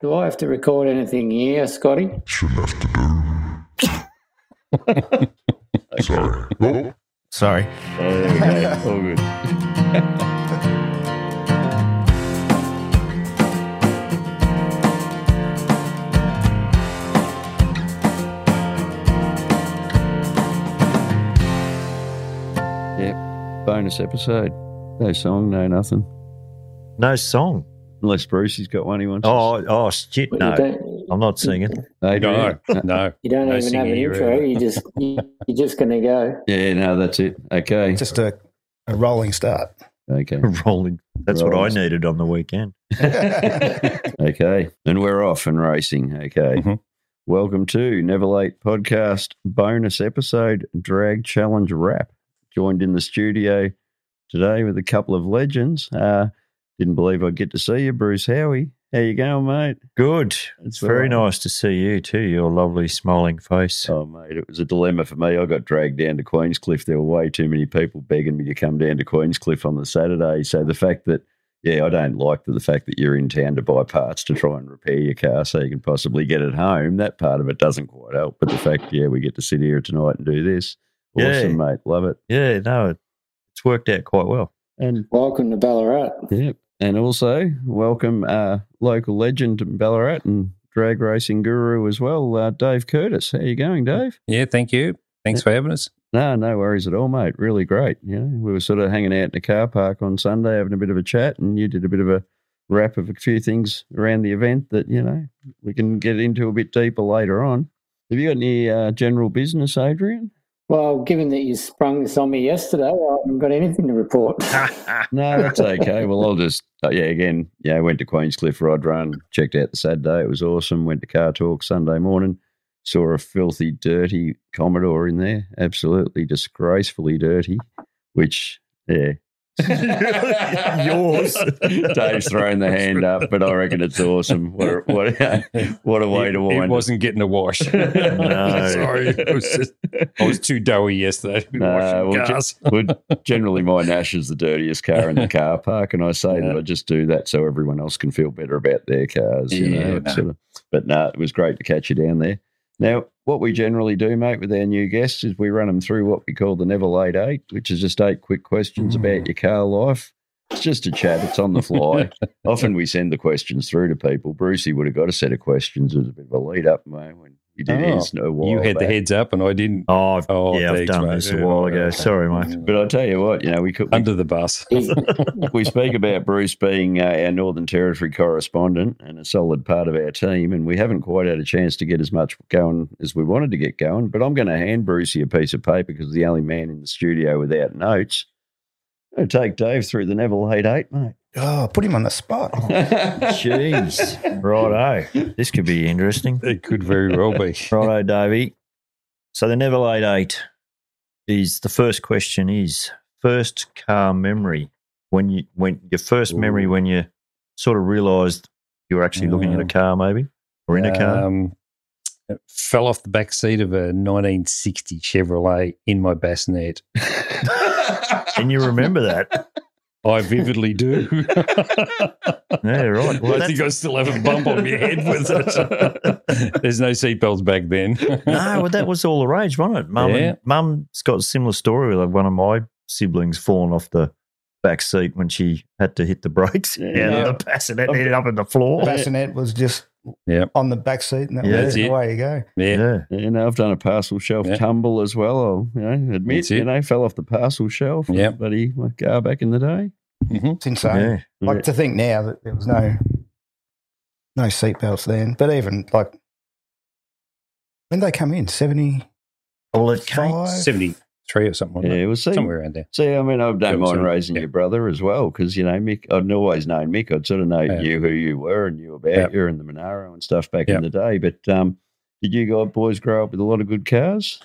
Do I have to record anything here, Scotty? Shouldn't have to do. Sorry. Nope. Sorry. Okay, all good. Yep, bonus episode. No song, no nothing. No song. Unless Brucey's got one he wants. to Oh, oh shit, But no. You don't, I'm not singing. Hey, No, yeah. no. you don't even have No an singing here intro. either. You just you, you're just going to go. Yeah, no, that's it. Okay. Just a, a rolling start. Okay. Rolling. That's what Rolling. I needed on the weekend. Oh, Okay. And we're off and racing. Okay. Mhm. Welcome to Never Late Podcast bonus episode Drag Challenge Wrap. Joined in the studio today with a couple of legends. Uh, didn't believe I'd get to see you, Bruce Howie. How you going, mate? Good. It's Very all right. nice to see you too, your lovely smiling face. Oh, mate, it was a dilemma for me. I got dragged down to Queenscliff. There were way too many people begging me to come down to Queenscliff on the Saturday. So the fact that, yeah, I don't like the, the fact that you're in town to buy parts to try and repair your car so you can possibly get it home. That part of it doesn't quite help. But the fact, yeah, we get to sit here tonight and do this. Awesome, Yay. mate. Love it. Yeah, no, it- it's worked out quite well. And Welcome to Ballarat. Yep. And also welcome uh, local legend in Ballarat and drag racing guru as well, uh, Dave Curtis. How you going, Dave? Yeah, thank you. Thanks for having us. No, no worries at all, mate. Really great. You know, we were sort of hanging out in the car park on Sunday, having a bit of a chat, and you did a bit of a wrap of a few things around the event that you know we can get into a bit deeper later on. Have you got any uh, general business, Adrian? Well, given that you sprung this on me yesterday, I haven't got anything to report. No, that's okay. well, I'll just uh, yeah. Again, yeah, I went to Queenscliff Rod Run, checked out the Saturday. It was awesome. Went to Car Talk Sunday morning. Saw a filthy, dirty Commodore in there, absolutely disgracefully dirty. Which yeah, Yours. Dave's thrown the hand up, but I reckon it's awesome. What a, what a, what a way it, to wind It wasn't getting a wash. No. Sorry. It was just, I was too doughy yesterday to be No, washing well, cars. Well, generally, my Nash is the dirtiest car in the car park, and I say that I just do that so everyone else can feel better about their cars. You Yeah, know, it's sort of, but no, it was great to catch you down there. Now, what we generally do, mate, with our new guests is we run them through what we call the Never Late Eight, which is just eight quick questions about Mm. your car life. It's just a chat. It's on the fly. Often we send the questions through to people. Brucey would have got a set of questions as a bit of a lead up, mate, when he did Oh, his. No, you had the heads up and I didn't. Oh, I've, Oh, yeah, I've thanks, done mate. this a while Yeah, ago. okay. Sorry, mate. But I tell you what, you know, we could we Under the bus. He's- we speak about Bruce being uh, our Northern Territory correspondent and a solid part of our team, and we haven't quite had a chance to get as much going as we wanted to get going. But I'm going to hand Brucey a piece of paper because the only man in the studio without notes. I'm going to take Dave through the Neville Eight Eight, mate. oh, put him on the spot. Jeez. Righto. This could be interesting. It could very well be. Righto, Davey. So the Never Late Eight is the first question is first car memory. When you when your first memory when you sort of realised you were actually looking at a Mm. car maybe or in a car. Um, it fell off the back seat of a 1960 Chevrolet in my bassinet. and you remember that. I vividly do. Yeah, right. Well, I think that's- I still have a bump on my head with it. There's no seatbelts back then. no, well, that was all the rage, wasn't it? Mum, Yeah. and Mum's got a similar story with like one of my siblings falling off the back seat when she had to hit the brakes Yeah. out of the bassinet, ended up in the floor. The bassinet was just Yep. on the back seat, and that Yeah, was that's it. it. away you go. Yeah. yeah. You know, I've done a parcel shelf Yeah. tumble as well. I'll you know, admit, That's it. you know, fell off the parcel shelf. Yeah. Buddy, my car back in the day. Mhm. It's insane. yeah. Like to think now that there was no no seatbelts then, but even like when they come in seventy Well, it came. Five. 73 or something. yeah, wasn't it? it was see, Somewhere around there. See, I mean, I Yeah, don't mind so- raising yeah. your brother as well because you know Mick. oh, I'd always known Mick. I'd sort of known Yeah. you who you were and knew about Yeah. you and the Monaro and stuff back Yeah. in the day. But um, did you guys boys grow up with a lot of good cars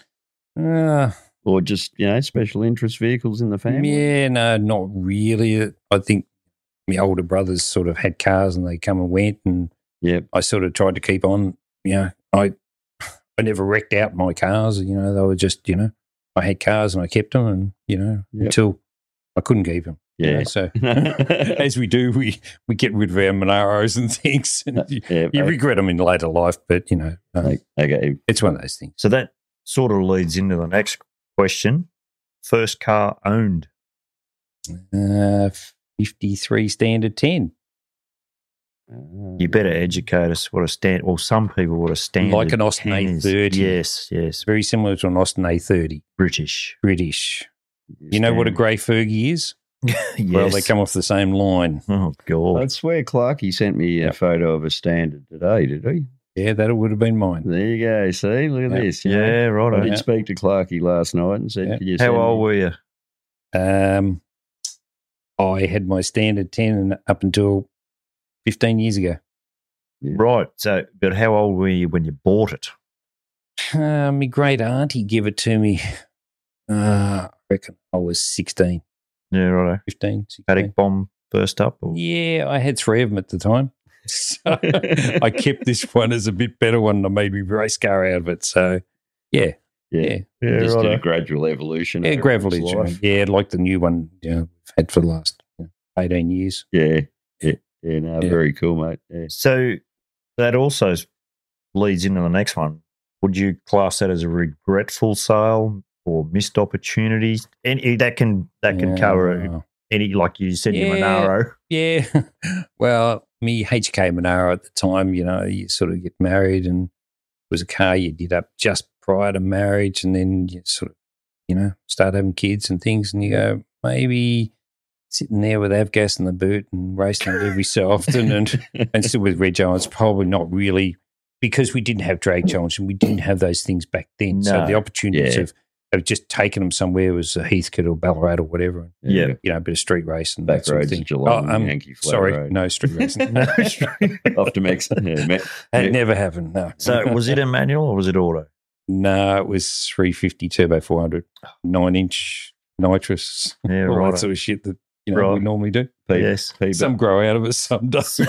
Uh, or just you know special interest vehicles in the family? Yeah, no, not really. I think my older brothers sort of had cars and they come and went, and Yep. I sort of tried to keep on. You know, I I never wrecked out my cars. You know, they were just you know I had cars and I kept them, and you know Yep. until I couldn't keep them. you know, Yeah. so as we do, we we get rid of our Monaros and things, and you, Uh, yeah, you they, regret them in later life. But you know, uh, they, they gave it's one of those things. So that sort of leads into the next question. First car owned. Uh, Fifty-three standard ten, You better "Ah, educate us what a stand, or some people what a standard Like an Austin 10 is. 830. Yes, yes. very similar to an Austin A thirty British. British. You know what a grey Fergie is? yes. Well, they come off the same line. Oh God! I swear, Clark, he sent me a photo of a standard today, did he? Yeah, that would have been mine. There you go. See, look at Yeah. this. you know. Yeah, I right. did Yeah. speak to Clarky last night and said, Yeah. "Can you send How old me- were you? Um, I had my standard ten and up until fifteen years ago. Right. So, but how old were you when you bought it? Uh, my great auntie gave it to me. Uh, I reckon I was 16, Yeah, right. 15, 16. Paddock bomb first up. Or? Yeah, I had three of them at the time. So I kept this one as a bit better one and I made my race car out of it. So, yeah, Yeah, yeah. yeah just did a righto. gradual evolution. Yeah, over gravel its edge. life. Yeah, like the new one yeah, we've had for the last you know, 18 years. Yeah, yeah, yeah. No, Yeah. very cool, mate. Yeah. So that also leads into the next one. Would you class that as a regretful sale or missed opportunity? Any eh, that can that can cover any, like you said, your Yeah. Monaro. uh, Yeah. Well, me HK Monaro at the time, you know, you sort of get married and it was a car you did up just prior to marriage and then you sort of, you know, start having kids and things and you go, maybe sitting there with Avgas in the boot and racing it every so often and, and still with Rego, it's probably not really because we didn't have drag challenge and we didn't have those things back then. So Mm. No. the opportunities Yeah. of, of just taking them somewhere was uh, Heathcote or Ballarat or whatever Yeah. you know, a bit of street race and Back that sort roads of in thing. Geelong, Oh, um, Yankee Flat sorry, Road. no street racing. No, straight- Off to Mexico. Yeah, Me- That Yeah. never happened. No. so was it a manual or was it auto? No, it was 350 turbo 400, nine inch nitrous, Yeah, all right. that sort of shit that you know we Right. normally do. P- yes. P- Some grow out of it, some doesn't.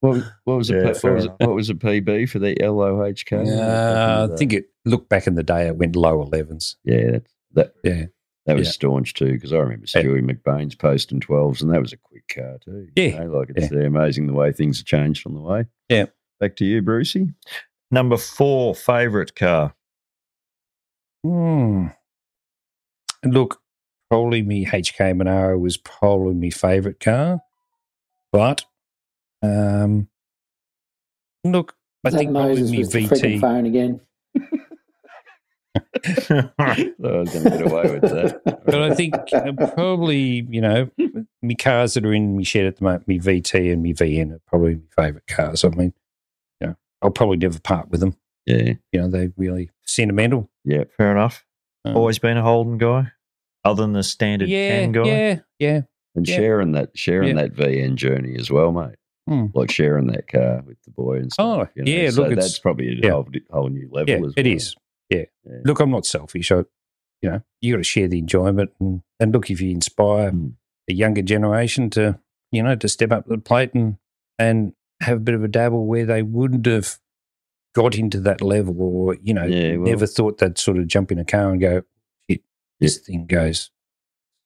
what, was- what was the Yeah, P- fair what, was, enough. what was the PB for the LOHK? uh, I think it. Look back in the day, it went low 11s. yeah, that that, Yeah, that was Yeah. staunch too because I remember Yeah. Stewie McBain's posting twelves and that was a quick car too. you Yeah. know, like it's uh, amazing the way things have changed on the way. Yeah. back to you, Brucey. Number four, favorite car. Hmm. Look, probably me HK Monaro was probably my favourite car, but um, look, I That think probably Moses me was the freaking VT. phone again. I was going to get away with that. But I think uh, probably you know me cars that are in me shed at the moment, me VT and me VN are probably my favourite cars. I mean, you know, I'll probably never part with them. Yeah, You know, they're really sentimental. yeah. Fair enough. Um, Always been a Holden guy, other than the standard yeah, 10 guy. yeah, yeah. and Yeah. sharing that sharing Yeah. that VN journey as well, mate. Hmm. Like sharing that car with the boy and stuff. Oh, yeah, so look, it's- that's probably a yeah. whole, di- whole new level. Yeah, as well. it is. Yeah. Yeah. Look, I'm not selfish. I, you know, you got to share the enjoyment, and, and look if you inspire Mm. the younger generation to, you know, to step up to the plate and and have a bit of a dabble where they wouldn't have got into that level, or you know, Yeah, well- never thought they'd sort of jump in a car and go, "Shit, this thing goes."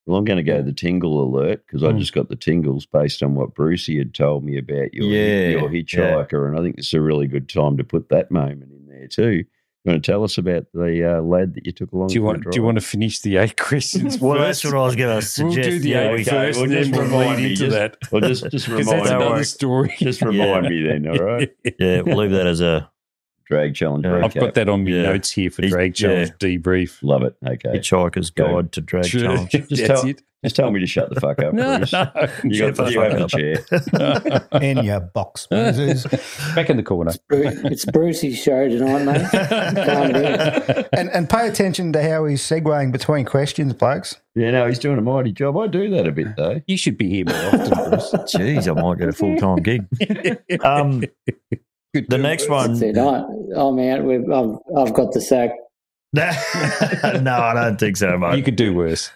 Well, I'm going to go the tingle alert because I Hmm. just got the tingles based on what Brucey had told me about your Yeah, your hitchhiker, and I think it's a really good time to put that moment in there too. You want to tell us about the uh, lad that you took along? Do you for a want? Do you drive? want to finish the eight questions? Well, first? that's what I was going to suggest. We'll do the Yeah, eight we- okay. first, Well, and then just we'll remind lead me, into just- that Well, just just because that's remind me. another worry. story. Just remind Yeah. me then. All right, yeah, we'll leave that as a drag challenge. Yeah. I've recap. got that on my Yeah. notes here for He's- drag challenge debrief. Love it. Okay. hitchhiker's Go. guide to drag Sure. challenge. Just That's tell- it. Just tell me to shut the fuck up. Oh. No, Bruce. no. You got Shut you the have the fuck chair. In your box, Moses. Back in the corner. Bru- it's Brucey's show tonight, mate. and, and pay attention to how he's segueing between questions, blokes. Yeah, no, he's doing a mighty job. I do that a bit though. you should be here more often, Bruce. Jeez, I might get a full time gig. Um, Good the job, next Bruce. one. Said, "Oh, I'm out. We've, I've, I've got the sack. no, I don't think so, mate. You could do worse.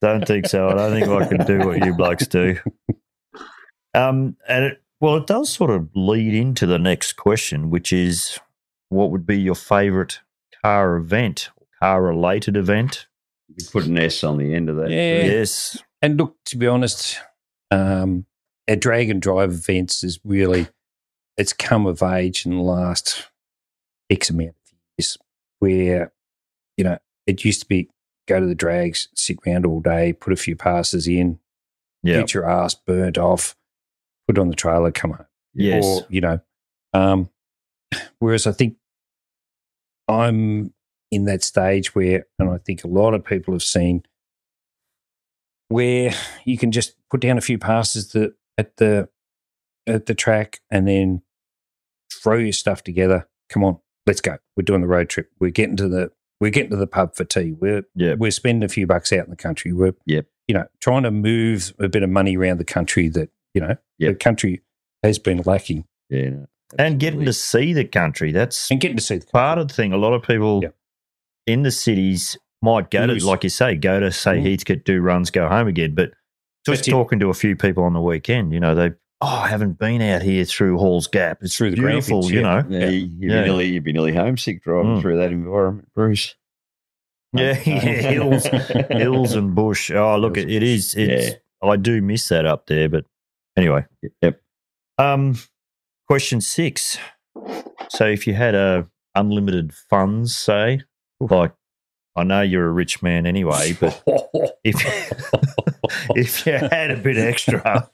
Don't think so. I don't think I can do what you blokes do. Um, and it, well, it does sort of lead into the next question, which is, what would be your favourite car event, car related event? You put an S on the end of that. Yeah. Yes. And look, to be honest, um, our drag and drive events is really it's come of age in the last X amount of years where, you know, it used to be go to the drags, sit round all day, put a few passes in, Yeah. get your ass burnt off, put on the trailer, come home. Yes. Or, you know, um, whereas I think I'm in that stage where, and I think a lot of people have seen, where you can just put down a few passes that at the at the track and then throw your stuff together. Come on, let's go. We're doing the road trip. We're getting to the we're getting to the pub for tea. We're yeah. we're spending a few bucks out in the country. We're Yep. you know trying to move a bit of money around the country that you know the Yep. country has been lacking Yeah, no, And getting to absolutely. see the country. That's and getting to see the part of the thing. A lot of people Yeah. in the cities might go Lose. to, like you say, go to say Mm. Heathcote, do runs, go home again. But just But you- talking to a few people on the weekend, you know, they, oh, I haven't been out here through Hall's Gap. It's Through the beautiful, Grandpits, you yeah. know. Yeah, you- You'd, Yeah. Be nearly, you'd be nearly homesick driving Mm. through that environment, Bruce. Yeah, yeah, hills, hills and bush. Oh, look, Hills it, it and is. bush. It's, I do miss that up there, but anyway. Yep. Um, question six. So, if you had a unlimited funds, say, like, I know you're a rich man anyway, but if if you had a bit extra,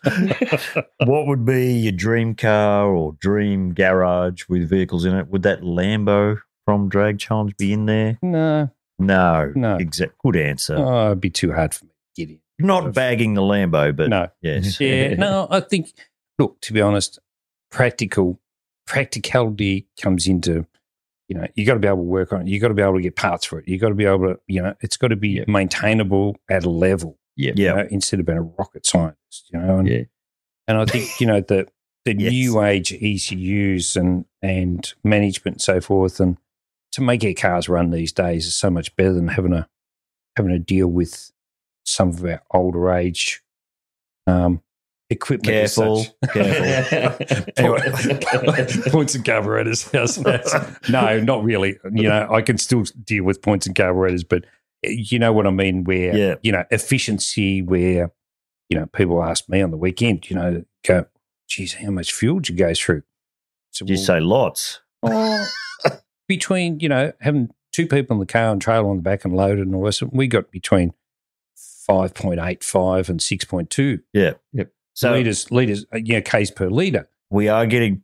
what would be your dream car or dream garage with vehicles in it? Would that Lambo from Drag Challenge be in there? no, No, No. Exact. Good answer. oh, it'd be too hard for me to get in. Not bagging the Lambo, but no, yes, yeah, no, I think. Look, to be honest, practical practicality comes into. You know, you got to be able to work on it. You got to be able to get parts for it. You got to be able to, you know, it's got to be Yeah. maintainable at a level. yeah, you know, instead of being a rocket scientist, you know. And, Yeah. and I think, you know, the the Yes. new age ECUs and and management and so forth and to make our cars run these days is so much better than having a having to deal with some of our older age um equipment. as Careful, such. careful. anyway, points and carburetors. How's that? No, not really. You know, I can still deal with points and carburetors, but eh, you know what I mean. Where Yeah. you know efficiency, where you know people ask me on the weekend, you know, go, geez, how much fuel do you go through? So Did you say lots? well, between you know having two people in the car and trailer on the back and loaded and all this, we got between five point eight five and six point two So liters liters, uh, yeah, k's per liter. we are getting,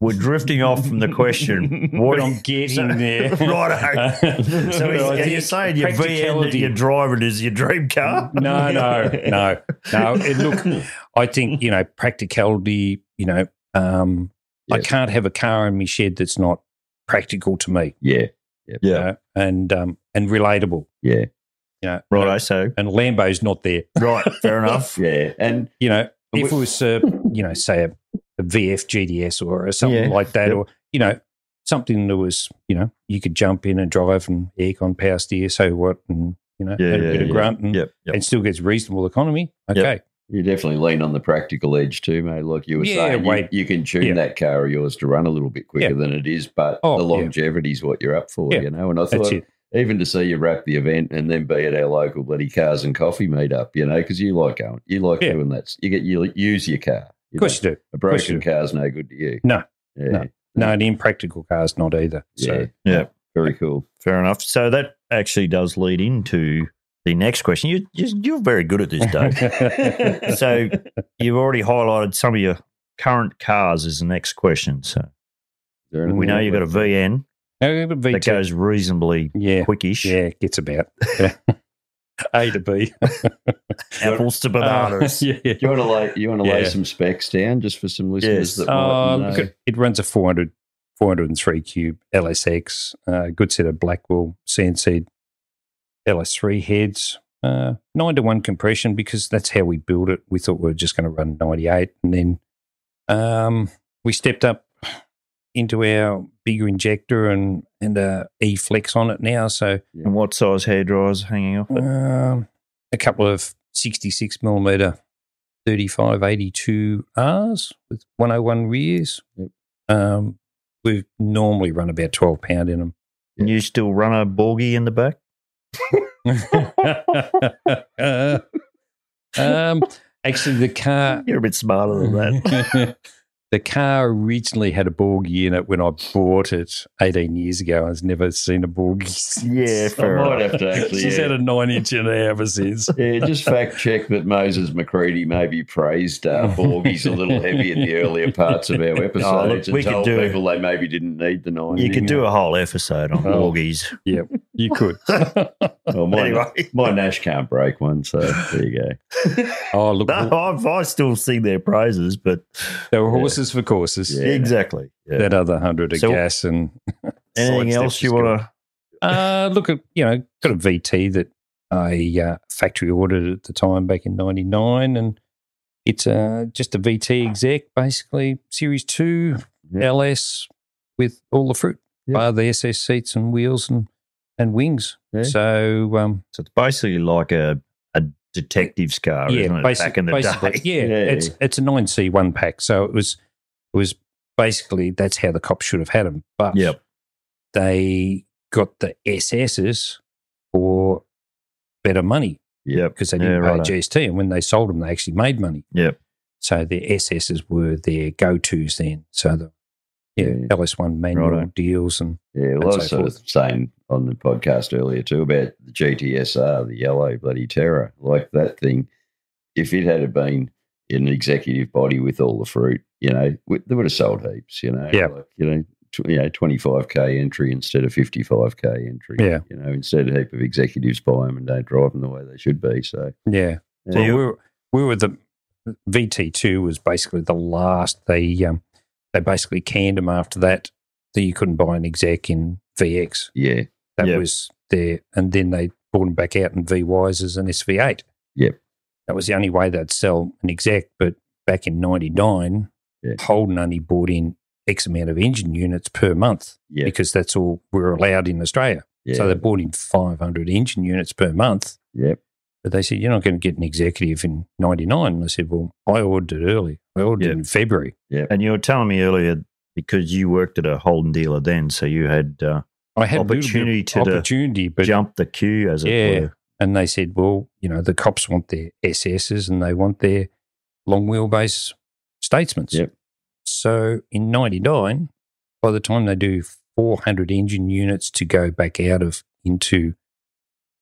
we're drifting off from the question. What I'm getting so- there. Righto. So is, But I are you think saying your VN that practicality- you're driving is your dream car? No, no, no, no. It, look, I think, Mm-hmm. you know, practicality, you know, um, I Yes. can't have a car in my shed that's not practical to me Yeah, you know, and um, and relatable. yeah, You know, Righto. So And Lambo's not there. right, fair enough. yeah. And You know, if it we- was, uh, you know, say a, a VF GDS or, or something Yeah. like that, Yep. or, you know, something that was, you know, you could jump in and drive and aircon power steer, so what, and, you know, Yeah, had a yeah, bit of yeah. grunt and, Yep. yep. and still gets reasonable economy. Yep. Okay. you definitely lean on the practical edge too, mate. Like you were Yeah, saying, you, wait. you can tune Yeah. that car of yours to run a little bit quicker Yeah. than it is, but Oh, the yeah. longevity is what you're up for, Yeah. you know. And I That's thought, it. even to see you wrap the event and then be at our local bloody cars and coffee meetup, you know, because you like going, you like Yeah. doing that. You get you use your car. you Of course you do. know. a course you broken car's no good to you. No, yeah, no. No, an impractical car's not either. yeah, So Yeah. very cool. Fair enough. So that actually does lead into the next question. You, you, you're very good at this, Dave. so you've already highlighted some of your current cars as the next question. So we know you've got a VN Uh, but that V2, goes reasonably yeah, quickish. yeah, gets about Yeah. A to B. Apples to bananas. Uh, yeah. Do you want to lay you want to lay Yeah. some specs down just for some listeners Yes. Um, that Uh, might look, know. it, it runs a 400, 403 cube LSX, uh, good set of Blackwell CNC LS3 heads, uh, 9 to 1 compression because that's how we built it. We thought we were just going to run 98. And then um, we stepped up into our bigger injector and, and uh, E Flex on it now. So And what size hair dryers hanging off it? um, a couple of 66 millimeter 3582 Rs with 101 rears. Yep. Um, we normally run about 12 pound in them. Can you still run a Borgie in the back? um, actually, the car You're a bit smarter than that. the car originally had a Borgie in it when I bought it 18 years ago. I've never seen a Borgie. yeah, fair I enough. might have to actually. She's yeah. had a nine inch in there ever since. Yeah, just fact check that Moses McCready maybe praised uh, Borgies a little heavy in the earlier parts of our episodes Oh, look, we and could told do- people they maybe didn't need the nine. You could do a whole episode on Oh. Borgies. You could. Well, my, Anyway, my Nash can't break one, so there you go. Oh, look, no, I've, I still sing their praises, but there were horses for courses. Yeah. exactly. Yeah. That other hundred of So- gas and Anything sidesteps else you is want to? good. Uh, look at you know, got a VT that I uh, factory ordered at the time back in '99, and it's uh, just a VT exec basically, Series Two Yeah. LS with all the fruit, Yeah. bar the SS seats and wheels and and wings. Yeah. So um, So it's basically like a a detective's car, isn't it? basic- Back in the basically, day. Yeah, Yeah. it's it's a nine C one pack, so it was it was basically that's how the cops should have had them. But Yep. they got the SSs for better money Yep. because they didn't Yeah, pay righto. GST, and when they sold them, they actually made money. Yep. So the SSs were their go tos then. So the yeah, Yeah. LS one manual Righto. deals and Yeah, And well, I was so sort of saying on the podcast earlier too about the GTSR, the yellow bloody terror, like that thing. If it had been an executive body with all the fruit, you know, we, they would have sold heaps. You know, Yeah. like, you know, tw- you know, twenty five k entry instead of fifty five k entry. Yeah. you know, instead a heap of executives buy them and don't drive them the way they should be. So yeah. yeah, Well, we were, we were the VT2 was basically the last. They um, they basically canned them after that. That you couldn't buy an exec in VX. yeah, That Yep. was there, and then they brought them back out in VYs as an SV8. Yep. that was the only way they'd sell an exec. But back in '99, Yeah. Holden only bought in X amount of engine units per month yeah, because that's all we're allowed in Australia. yeah. So they bought in 500 engine units per month. Yep. But they said, you're not going to get an executive in 99. And I said, well, I ordered it early. I ordered Yep. in February. And you were telling me earlier because you worked at a Holden dealer then, so you had uh, I had a little bit of Opportunity to the opportunity, but jumped the queue, as Yeah. it were. and they said, well, you know, the cops want their SSs and they want their long wheelbase statesmans. Yep. So in 99, by the time they do 400 engine units to go back out of into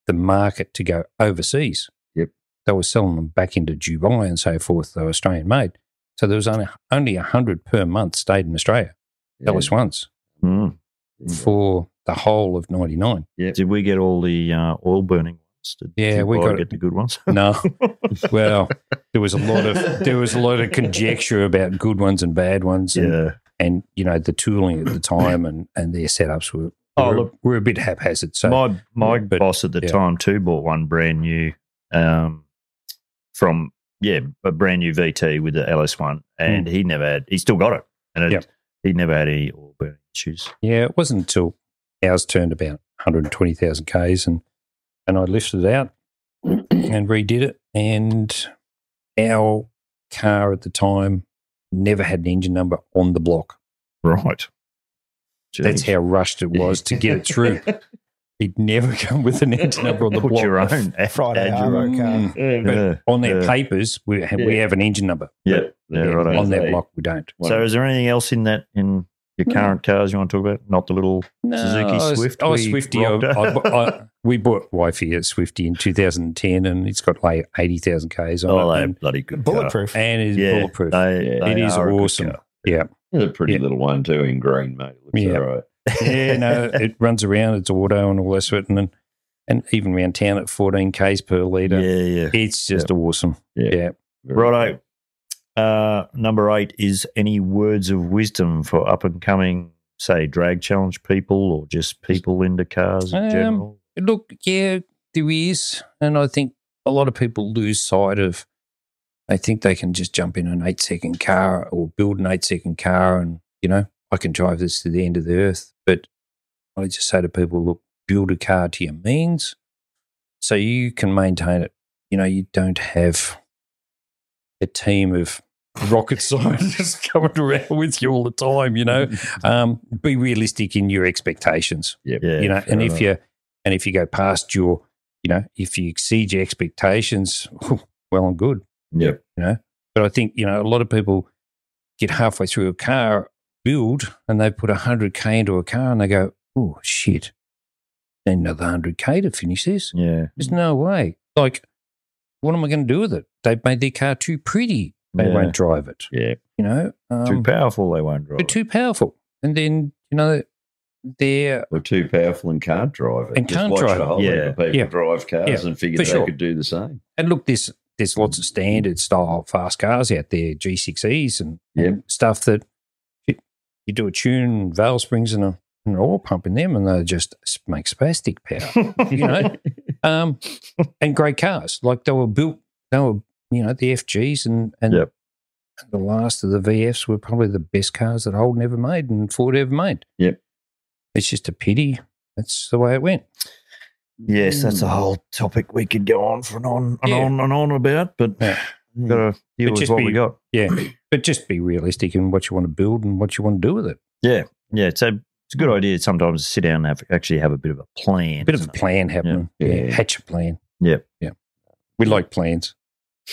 the market to go overseas, Yep. they were selling them back into Dubai and so forth. They were Australian made. So there was only, only 100 per month stayed in Australia, yeah, That was once Mm. yeah. for the whole of 99. Did we get all the uh, oil burning ones? Did, Yeah, did we Boyd got- get the good ones. No. well, there was a lot of there was a lot of conjecture about good ones and bad ones, and, yeah. and you know the tooling at the time and and their setups were Oh, were, look. were a bit haphazard. So my my but- boss at the yeah. time too bought one brand new um, from yeah a brand new VT with the LS one, and he never had. He still got it, and it, Hmm. Yep. he never had any oil burning issues. yeah, it wasn't until ours turned about 120,000 k's and and I lifted it out and redid it, and our car at the time never had an engine number on the block. Right. That's how rushed it was to get it through. It'd never come with an engine number on the Put block. your own Friday add your own- Arvo car. Mm. Yeah, But Yeah, on their yeah. papers, we have, we Yeah. have an engine number. Yeah, but yeah, right. on They- that block, we don't. So, is there anything else in that in your No. current cars you want to talk about? Not the little Suzuki I was- Swift I was we Swifty. I, rocked her. I, I- we bought Wifey at Swifty in 2010, and it's got like 80,000 Ks on oh, it. they're And, bloody good car. Bulletproof. and it's Yeah, bulletproof. They, Yeah. they It is are a good awesome. car. It's a pretty Yeah. little one too in green, mate. Looks Yeah. all right. yeah, no, it runs around. It's auto and all that sort of and and even around town at 14 Ks per Yeah, litre. yeah. It's just awesome. Yeah. Yeah. Very Righto. Uh, number eight is any words of wisdom for up and coming, say, drag challenge people or just people into cars in Um, general? Look, yeah, there is. And I think a lot of people lose sight of, they think they can just jump in an eight second car or build an eight second car and, you know, I can drive this to the end of the earth. But I just say to people, look, build a car to your means so you can maintain it. You know, you don't have a team of rocket scientists coming around with you all the time, you know. Um, be realistic in your expectations Yeah, you know fair and enough. if you and if you go past your you know, if you exceed your expectations, well and good. Yep. You know, but I think, you know, a lot of people get halfway through a car build and they put 100K into a car and they go, oh, shit, need another 100K to finish this. Yeah. There's no way. Like, what am I going to do with it? They've made their car too pretty. They Yeah. won't drive it. Yeah. You know, um, too powerful, they won't drive. they're it. too powerful. And then, you know, they're They're too powerful and can't drive it. And Just can't watch drive a it. whole heap Yeah. of people Yeah. drive cars Yeah, and figure for they sure. could do the same. And look, there's there's lots of standard style fast cars out there, G6Es and, and stuff that you, you do a tune, valve springs, and, a, and an oil pump in them, and they just s- make spastic power. You know? um, and great cars, like they were built, they were you know the FGs and and Yep. the last of the VFs were probably the best cars that Holden ever made and Ford ever made. Yep. it's just a pity. That's the way it went. Yes, that's a whole topic we could go on for and on and Yeah. on and on about, but Mm. Yeah. we've got to But deal with just what be- we got. Yeah, but just be realistic in what you want to build and what you want to do with it. Yeah, so it's a good idea sometimes to sit down and have, actually have a bit of a plan. A bit of a isn't it? plan happening. Yeah. Yeah. Yeah. Hatch a plan. Yeah. Yeah. We like plans.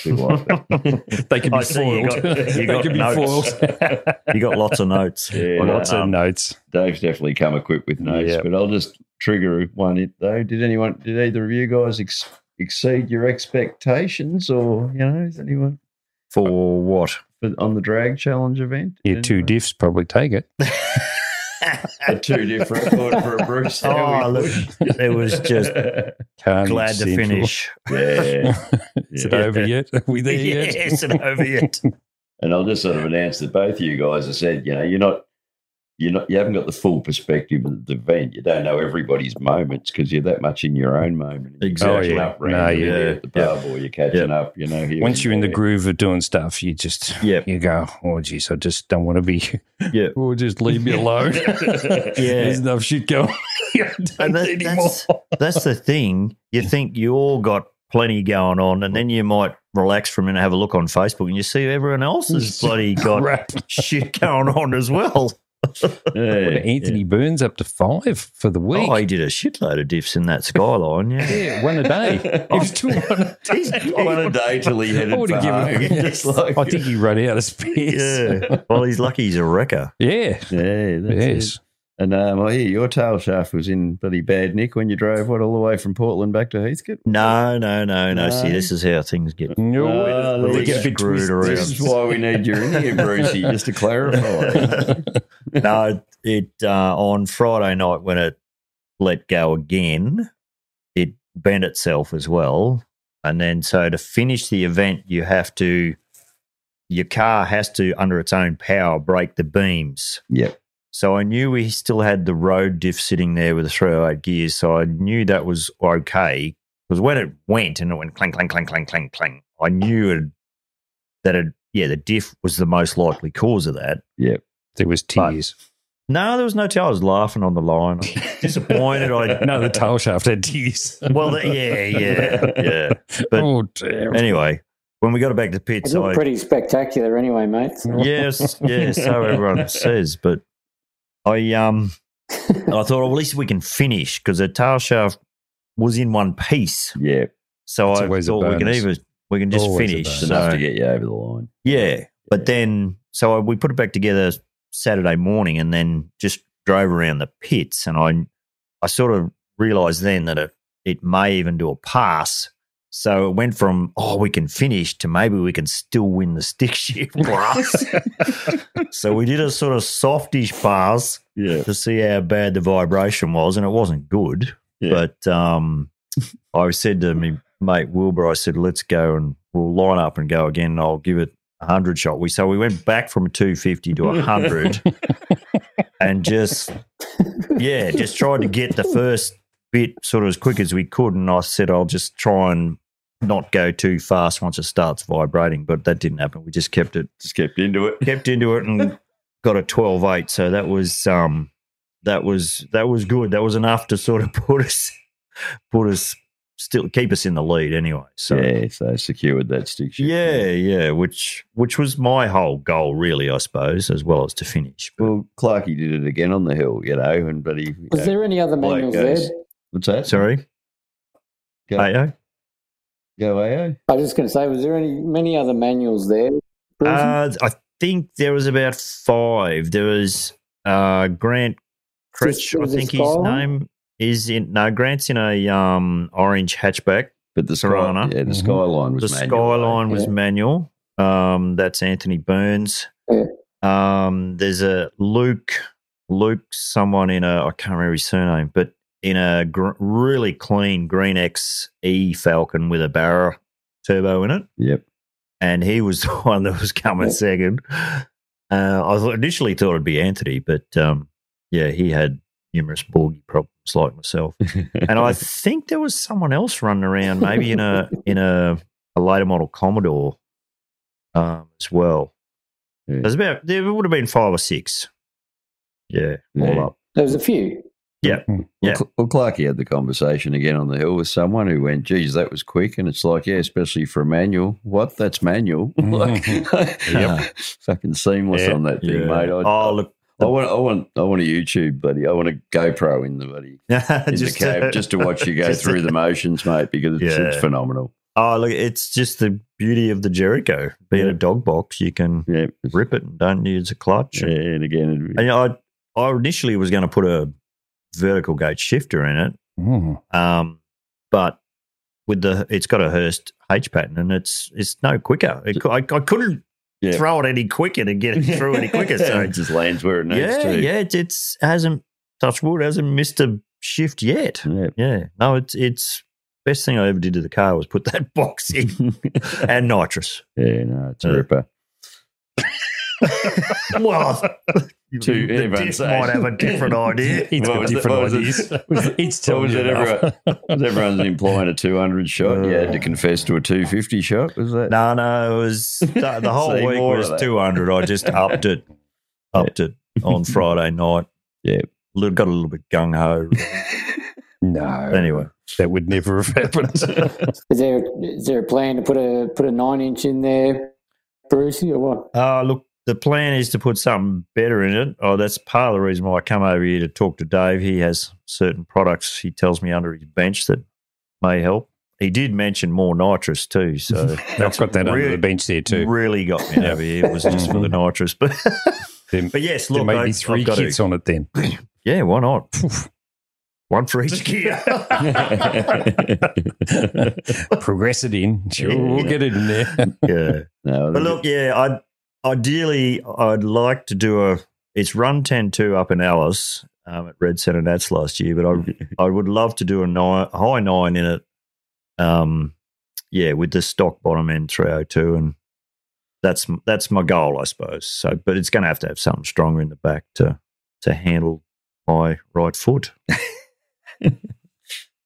We like that. They can I be see you foiled. got- you They got can be notes. foiled. You got lots of notes. Yeah, Lots of um, notes. Dave's definitely come equipped with notes, Yeah. but I'll just trigger one in though. Did anyone, did either of you guys ex- exceed your expectations or, you know, is anyone For what? for, on the drag challenge event? Yeah, Did two anyone- diffs probably take it. A two diff record for a Bruce. There we Oh, go. look, it was just Carnage glad to Central. finish. yeah. Is it Yeah. over yet? Are we there yet? Yes, and over yet. And I'll just sort of announce that both of you guys have said, you know, you're not, you're not, you haven't got the full perspective of the event. You don't know everybody's moments because you're that much in your own moment. You're Exactly. catching Oh, yeah. Up randomly No, yeah. at the pub, or you're catching up. You know, here Once and you're in the there. groove of doing stuff, you just Yep. you go, oh geez, I just don't want to be. Yeah. oh, just leave me alone. There's enough shit going. I don't And that- need any more. that's, that's the thing. You think you all got plenty going on, and then you might relax for a minute, have a look on Facebook, and you see everyone else's bloody got Crap. shit going on as well. What, Yeah. Anthony Burns up to five for the week. Oh, he did a shitload of diffs in that skyline. Yeah. yeah, one a day. he was doing one a day. One a day till he headed I for would've home. given him- Just like- I think he ran out of space. yeah. Well, he's lucky he's a wrecker. Yeah. yeah, that's it. Yes. And um, I hear your tail shaft was in bloody bad nick when you drove what all the way from Portland back to Heathcote. No, no, no, no. See, No. this is how things get. No, Ah, it- there it you gets a bit go. twisted. Screwed This is why we need you in here, Brucey, just to clarify. no, it uh, on Friday night when it let go again, it bent itself as well, and then so to finish the event, you have to your car has to under its own power break the beams. Yep. So I knew we still had the road diff sitting there with the 308 gears, so I knew that was okay because when it went and it went clang clang clang clang clang clang, I knew it, that it yeah the diff was the most likely cause of that. There was tears. No, there was no tail. I was laughing on the line. I was disappointed. I no, the tail shaft had tears. well, the- yeah, yeah, yeah. but- oh damn. Anyway, when we got it back to It pits, I looked pretty spectacular anyway, mate. yes, yeah. So everyone says, but I um, I thought well, at least we can finish because the tail shaft was in one piece. yeah, So It's I always a thought we can bonus. even we can just Always a finish. bonus. it's enough to So get you over the line. yeah, but then so I, we put it back together Saturday morning, and then just drove around the pits, and I I sort of realised then that it it may even do a pass. So it went from oh we can finish to maybe we can still win the stick shift class. so we did a sort of softish pass Yeah, to see how bad the vibration was, and it wasn't good. Yeah. But um, I said to me mate Wilbur, I said, let's go and we'll line up and go again. And I'll give it a hundred shot. We so we went back from two fifty to a hundred, and just yeah, just tried to get the first bit sort of as quick as we could. And I said, I'll just try and not go too fast once it starts vibrating. But that didn't happen. We just kept it just kept into it. kept into it and got a 12-8 so that was um that was that was good that was enough to sort of put us put us still keep us in the lead anyway so yeah yeah, so secured that stick shift. yeah, which which was my whole goal really i suppose as well as to finish but, Well, Clarkey did it again on the hill, you know, and but he. you Was know, there any other Like manuals goes. there? what's that? sorry Go, AO? go AO. I was just going to say, was there any many other manuals there? Uh, I think there was about five. There was uh, Grant Critch, I was this think his Skyline? name is in. No, Grant's in a um, orange hatchback. But the sky, Corona. yeah, the Mhm. skyline was the manual, though. skyline was yeah. manual. Um, that's Anthony Burns. Yeah. Um, there's a Luke, Luke, someone in a I can't remember his surname, but in a gr- really clean green X E Falcon with a Barra turbo in it, Yep. and he was the one that was coming Yeah. second. Uh, I thought- initially thought it'd be Anthony, but um, yeah, he had numerous boogie problems like myself and I think there was someone else running around, maybe in a in a, a later model Commodore um, as well. Yeah. There's about there would have been five or six. Yeah, all Yeah. up. There was a few. Well, Yeah. Cl- well, Clarkey had the conversation again on the hill with someone who went, geez, that was quick. And it's like, yeah, especially for a manual. What? That's manual. like, Yep. Fucking seamless Yeah. on that thing, mate. I, oh look, I want, I want, I want a YouTube, buddy. I want a GoPro in the buddy in just uh, the cab just to watch you go just to- through the motions, mate, because it's, it's Yeah. phenomenal. Oh look, it's just the beauty of the Jericho being Yeah. a dog box. You can Yeah, rip it and don't use a clutch. Yeah, and again, it'd be- And I I initially was going to put a vertical gate shifter in it, Mm. Um, but with the, it's got a Hurst H pattern, and it's it's no quicker. It, cou- I, I couldn't Yeah. throw it any quicker to get it through any quicker. So it just lands where it needs yeah, to. yeah, it's, it's hasn't touched wood, hasn't missed a shift yet. yeah. Yeah, no, it's it's best thing I ever did to the car was put that box in and nitrous. Yeah, no, it's a Yeah. ripper. well, To the everyone's diff sake. might have a different idea. He's eh? What got was it- different what was it- ideas. was it- It's what telling was you it enough. Was everyone's employing a 200 shot? You had Uh. to confess to a 250 shot, was that? No, no, it was the, the whole See, week more of was that. two hundred. I just upped it, upped it on Friday night. Yeah. Little- got a little bit gung ho. No. Anyway, That would never have happened. Is there is there a plan to put a put a nine inch in there, Brucey, or what? uh, look, the plan is to put something better in it. Oh, that's part of the reason why I come over here to talk to Dave. He has certain products he tells me under his bench that may help. He did mention more nitrous too, so I've got that under really- the bench there too. really got me over here. It was just for the nitrous, but There, but yes, there look, may I, be I've three got kids to, on it then. yeah, why not? One for each gear. Progress it in. Sure, we'll get it in there. yeah. no, But look, yeah, I'd ideally I'd like to do a it's run 10-2 up in Alice um, at Red Centre Nats last year, but I I would love to do a nine, high nine in it. Um, yeah, with the stock bottom end 302 and that's that's my goal, I suppose. So, but it's going to have to have something stronger in the back to to handle my right foot.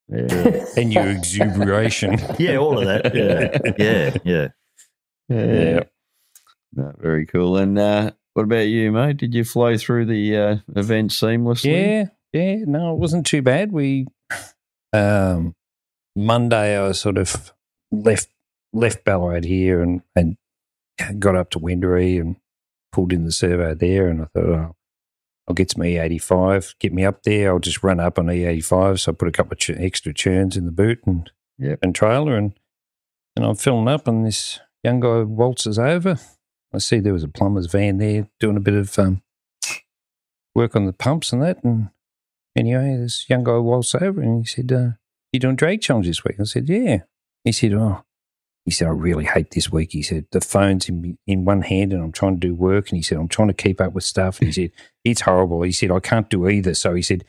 yeah. And your exuberation. Yeah, all of that. Yeah, yeah, yeah. Yeah. No, very cool. And uh, what about you, mate? Did you flow through the uh, event seamlessly? Yeah, yeah. No, it wasn't too bad. We um Monday I sort of left left Ballarat here and and got up to Wendouree and pulled in the servo there and I thought oh, I'll get some E eighty five, get me up there, I'll just run up on E eighty five. So I put a couple of ch- extra churns in the boot and Yep. and trailer and and I'm filling up and this young guy waltzes over. I see there was a plumber's van there doing a bit of um work on the pumps and that. And anyway, this young guy waltzed over and he said, uh, You doing drag challenge this week? I said, Yeah. He said, Oh, he said, I really hate this week. He said, The phone's in, in one hand and I'm trying to do work. And he said, I'm trying to keep up with stuff. And he said, It's horrible. He said, I can't do either. So he said,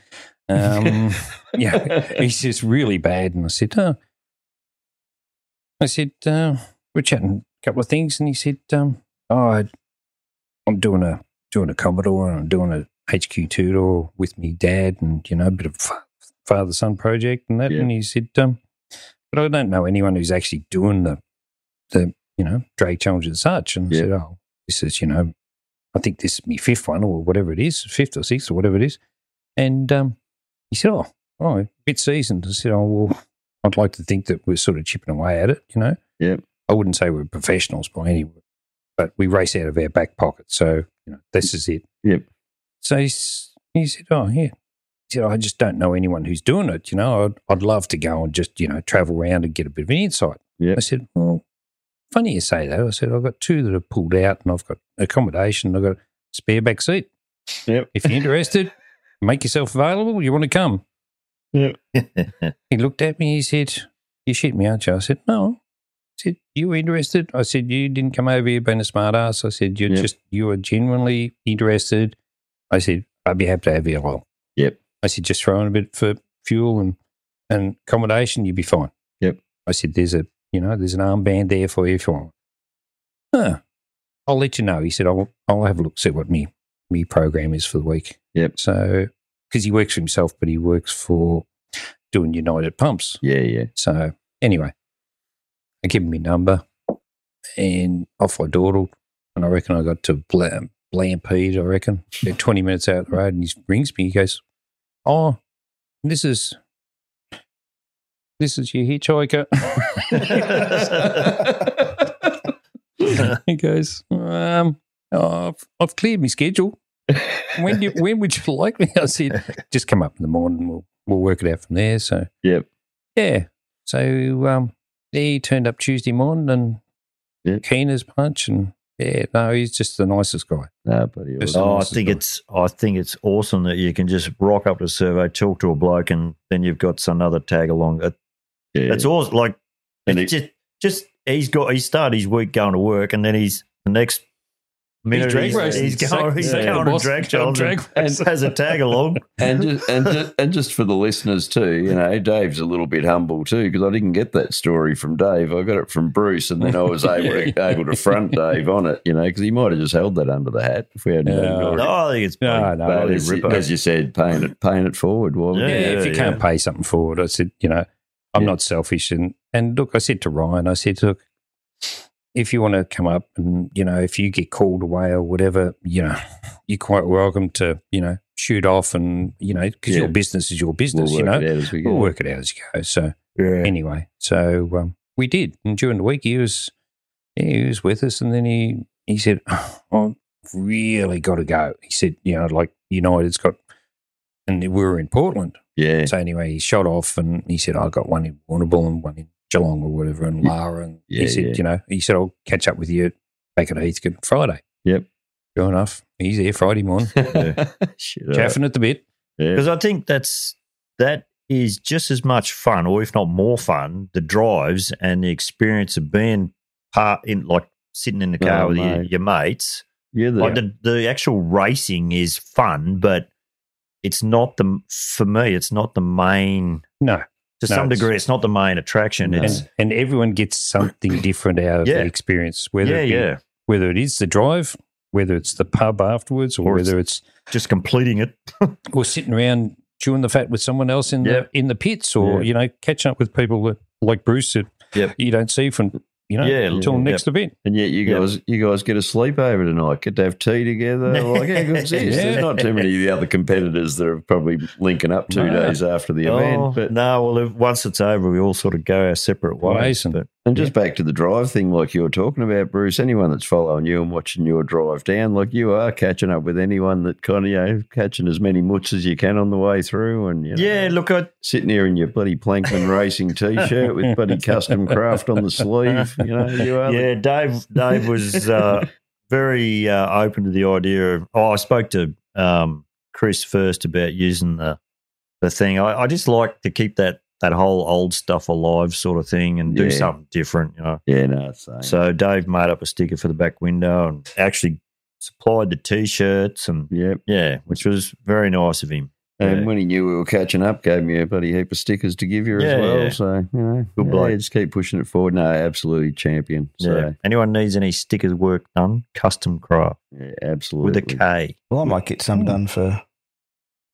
um, Yeah, he's just really bad. And I said, Oh, I said, uh, We're chatting a couple of things. And he said, um, Oh, I- I'm doing a doing a Commodore and I'm doing a HQ Tudor with me dad and, you know, a bit of father son project and that. Yeah. And he said, um, but I don't know anyone who's actually doing the, the you know, drag challenge and such. And I Yeah. said, oh, this is, you know, I think this is my fifth one or whatever it is, fifth or sixth or whatever it is. And um, he said, oh, oh, a bit seasoned. I said, oh, well, I'd like to think that we're sort of chipping away at it, you know. Yep. I wouldn't say we're professionals by any but we race out of our back pocket. So, you know, this is it. Yep. So he's, he said, Oh, yeah. He you know, I just don't know anyone who's doing it. You know, I'd, I'd love to go and just, you know, travel around and get a bit of an insight. Yep. I said, well, funny you say that. I said, I've got two that have pulled out and I've got accommodation. and I've got a spare back seat. Yep. If you're interested, make yourself available. You want to come. He looked at me. He said, you shit me, aren't you? I said, no. He said, you were interested? I said, you didn't come over here being a smart ass. I said, you're Yep. just, you are genuinely interested. I said, I'd be happy to have you along. Yep. I said, just throw in a bit for fuel and, and accommodation, you'd be fine. Yep. I said, there's a, you know, there's an armband there for you if you want. Huh. I'll let you know. He said, I'll, I'll have a look, see what me, me program is for the week. Yep. So, because he works for himself, but he works for doing United Pumps. Yeah, yeah. So anyway, I give him my number and off I dawdled. And I reckon I got to Bla- Blampede, I reckon. About 20 minutes out the road and he rings me. He goes, Oh, this is, this is your hitchhiker. he goes, um, oh, I've, I've cleared my schedule. When, do you, when would you like me? I said, just come up in the morning. We'll, we'll work it out from there. So Yep. yeah. So um, he turned up Tuesday morning and Yeah. keen as punch, and yeah, no, he's just the nicest guy. Nah, buddy. Just- Oh, I This is think nice. it's I think it's awesome that you can just rock up to a survey, talk to a bloke, and then you've got some other tag along. That- yeah. That's awesome. Like And it's just just he's got he started his week going to work, and then he's the next minute drag he's, racing. he's going he's Yeah. going to Boss, drag going shows and, drag and has a tag along. and just, and just, and just for the listeners too, you know, Dave's a little bit humble too because I didn't get that story from Dave. I got it from Bruce, and then I was able to, able to front Dave on it, you know, because he might have just held that under the hat if we hadn't. had it Yeah. already. No, Oh, I think it's No, no, But bloody as, you- ripper. as you said, paying it paying it forward. Well, Yeah, Yeah, if you yeah. can't pay something forward, I said, you know, I'm Yeah. not selfish. And and look, I said to Ryan, I said, look, if you want to come up and you know, if you get called away or whatever, you know, you're quite welcome to you know shoot off and you know because Yeah. your business is your we'll business. work you know, it out as we go. we'll work it out as you go. So yeah. anyway, so um, we did, and during the week he was yeah, he was with us, and then he he said, oh, "I've really got to go." He said, "You know, like United's got," and we were in Portland. Yeah, So anyway, he shot off, and he said, "I got one in Warrnambool and one in Geelong or whatever, and Yeah. Lara." And Yeah, he said, yeah. "You know," he said, "I'll catch up with you back at Heathcote Friday." Yep. Sure enough, he's there Friday morning, Shit, all right. chaffing at the bit. Yeah. Because I think that's that is just as much fun, or if not more fun, the drives and the experience of being part in like sitting in the car Oh, with your, mate. your mates. You're the, Like the the actual racing is fun, but it's not the for me. It's not the main No, to No, some it's- degree. It's not the main attraction. No. It's and and everyone gets something different out of Yeah. the experience, whether yeah, it be yeah, whether it is the drive, whether it's the pub afterwards, or, Or it's- whether it's just completing it. or sitting around chewing the fat with someone else in Yep. the in the pits, or Yeah. you know catching up with people that, like Bruce said, Yep. you don't see from you know Yeah, until yeah, next event. and yet you Yeah. guys you guys get a sleepover tonight. Get to have tea together. Like how good's this? Yeah. There's not too many of the other competitors that are probably linking up two No. days after the Oh, event. But no, well, if, once it's over, we all sort of go our separate ways. Ways and- but- And just back to the drive thing, like you were talking about, Bruce. Anyone that's following you and watching your drive down, like you are catching up with anyone that kind of you know catching as many mutts as you can on the way through, and you know, yeah, look, I, sitting there in your bloody Plankman Racing t-shirt with bloody custom craft on the sleeve. You know, you are. yeah, Dave. Dave was uh, very uh, open to the idea of. Oh, I spoke to um, Chris first about using the the thing. I, I just like to keep that that whole old stuff alive, sort of thing, and Yeah. do something different. You know. The, yeah, no, same. So Dave made up a sticker for the back window and actually supplied the t-shirts and Yep. yeah, which was very nice of him. And Yeah. when he knew we were catching up, gave me a bloody heap of stickers to give you as Yeah, well. yeah. So, you know, Good yeah, bloke. just keep pushing it forward. No, absolutely champion. yeah. So, Anyone needs any stickers work done, custom craft yeah, absolutely. with a K. Well, I might get some done for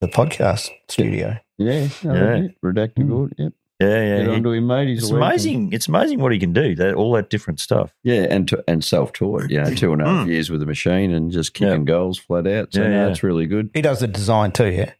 the podcast studio. Yeah, no, Yeah. yeah. Redacted good. Yep. Yeah, yeah. Get he- onto him, mate. He's it's a legend. amazing. It's amazing what he can do. That all that different stuff. Yeah, and to, and self taught. Mm. You know, two and a half years with a machine and just kicking goals flat out. So Yeah, no, yeah. it's really good. He does the design too, yeah.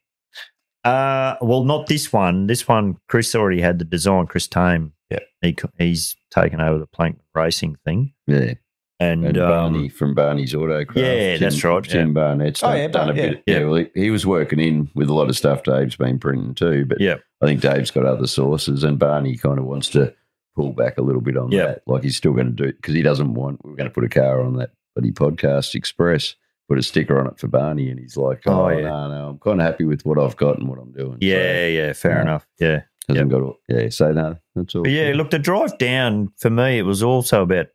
Uh, well, not this one. This one, Chris already had the design. Chris Tame. Yeah. He, co- he's taken over the Plankman Racing thing. Yeah, and, and um, Barney from Barney's Autocraft. Yeah, Tim, that's right, Tim Barnett's Oh, done, yeah, done a Barney, bit. yeah. Yeah, well, he, he was working in with a lot of stuff Dave's been printing too, but Yeah. I think Dave's got other sources, and Barney kind of wants to pull back a little bit on Yeah. that. Like he's still going to do it because he doesn't want. We're going to put a car on that bloody podcast express, put a sticker on it for Barney, and he's like, "Oh, Oh, yeah. no, no, I'm kind of happy with what I've got and what I'm doing." yeah, yeah, fair Yeah. enough. Yeah. so hasn't got all, yeah. So no, that's all. But yeah, look, the drive down for me, it was also about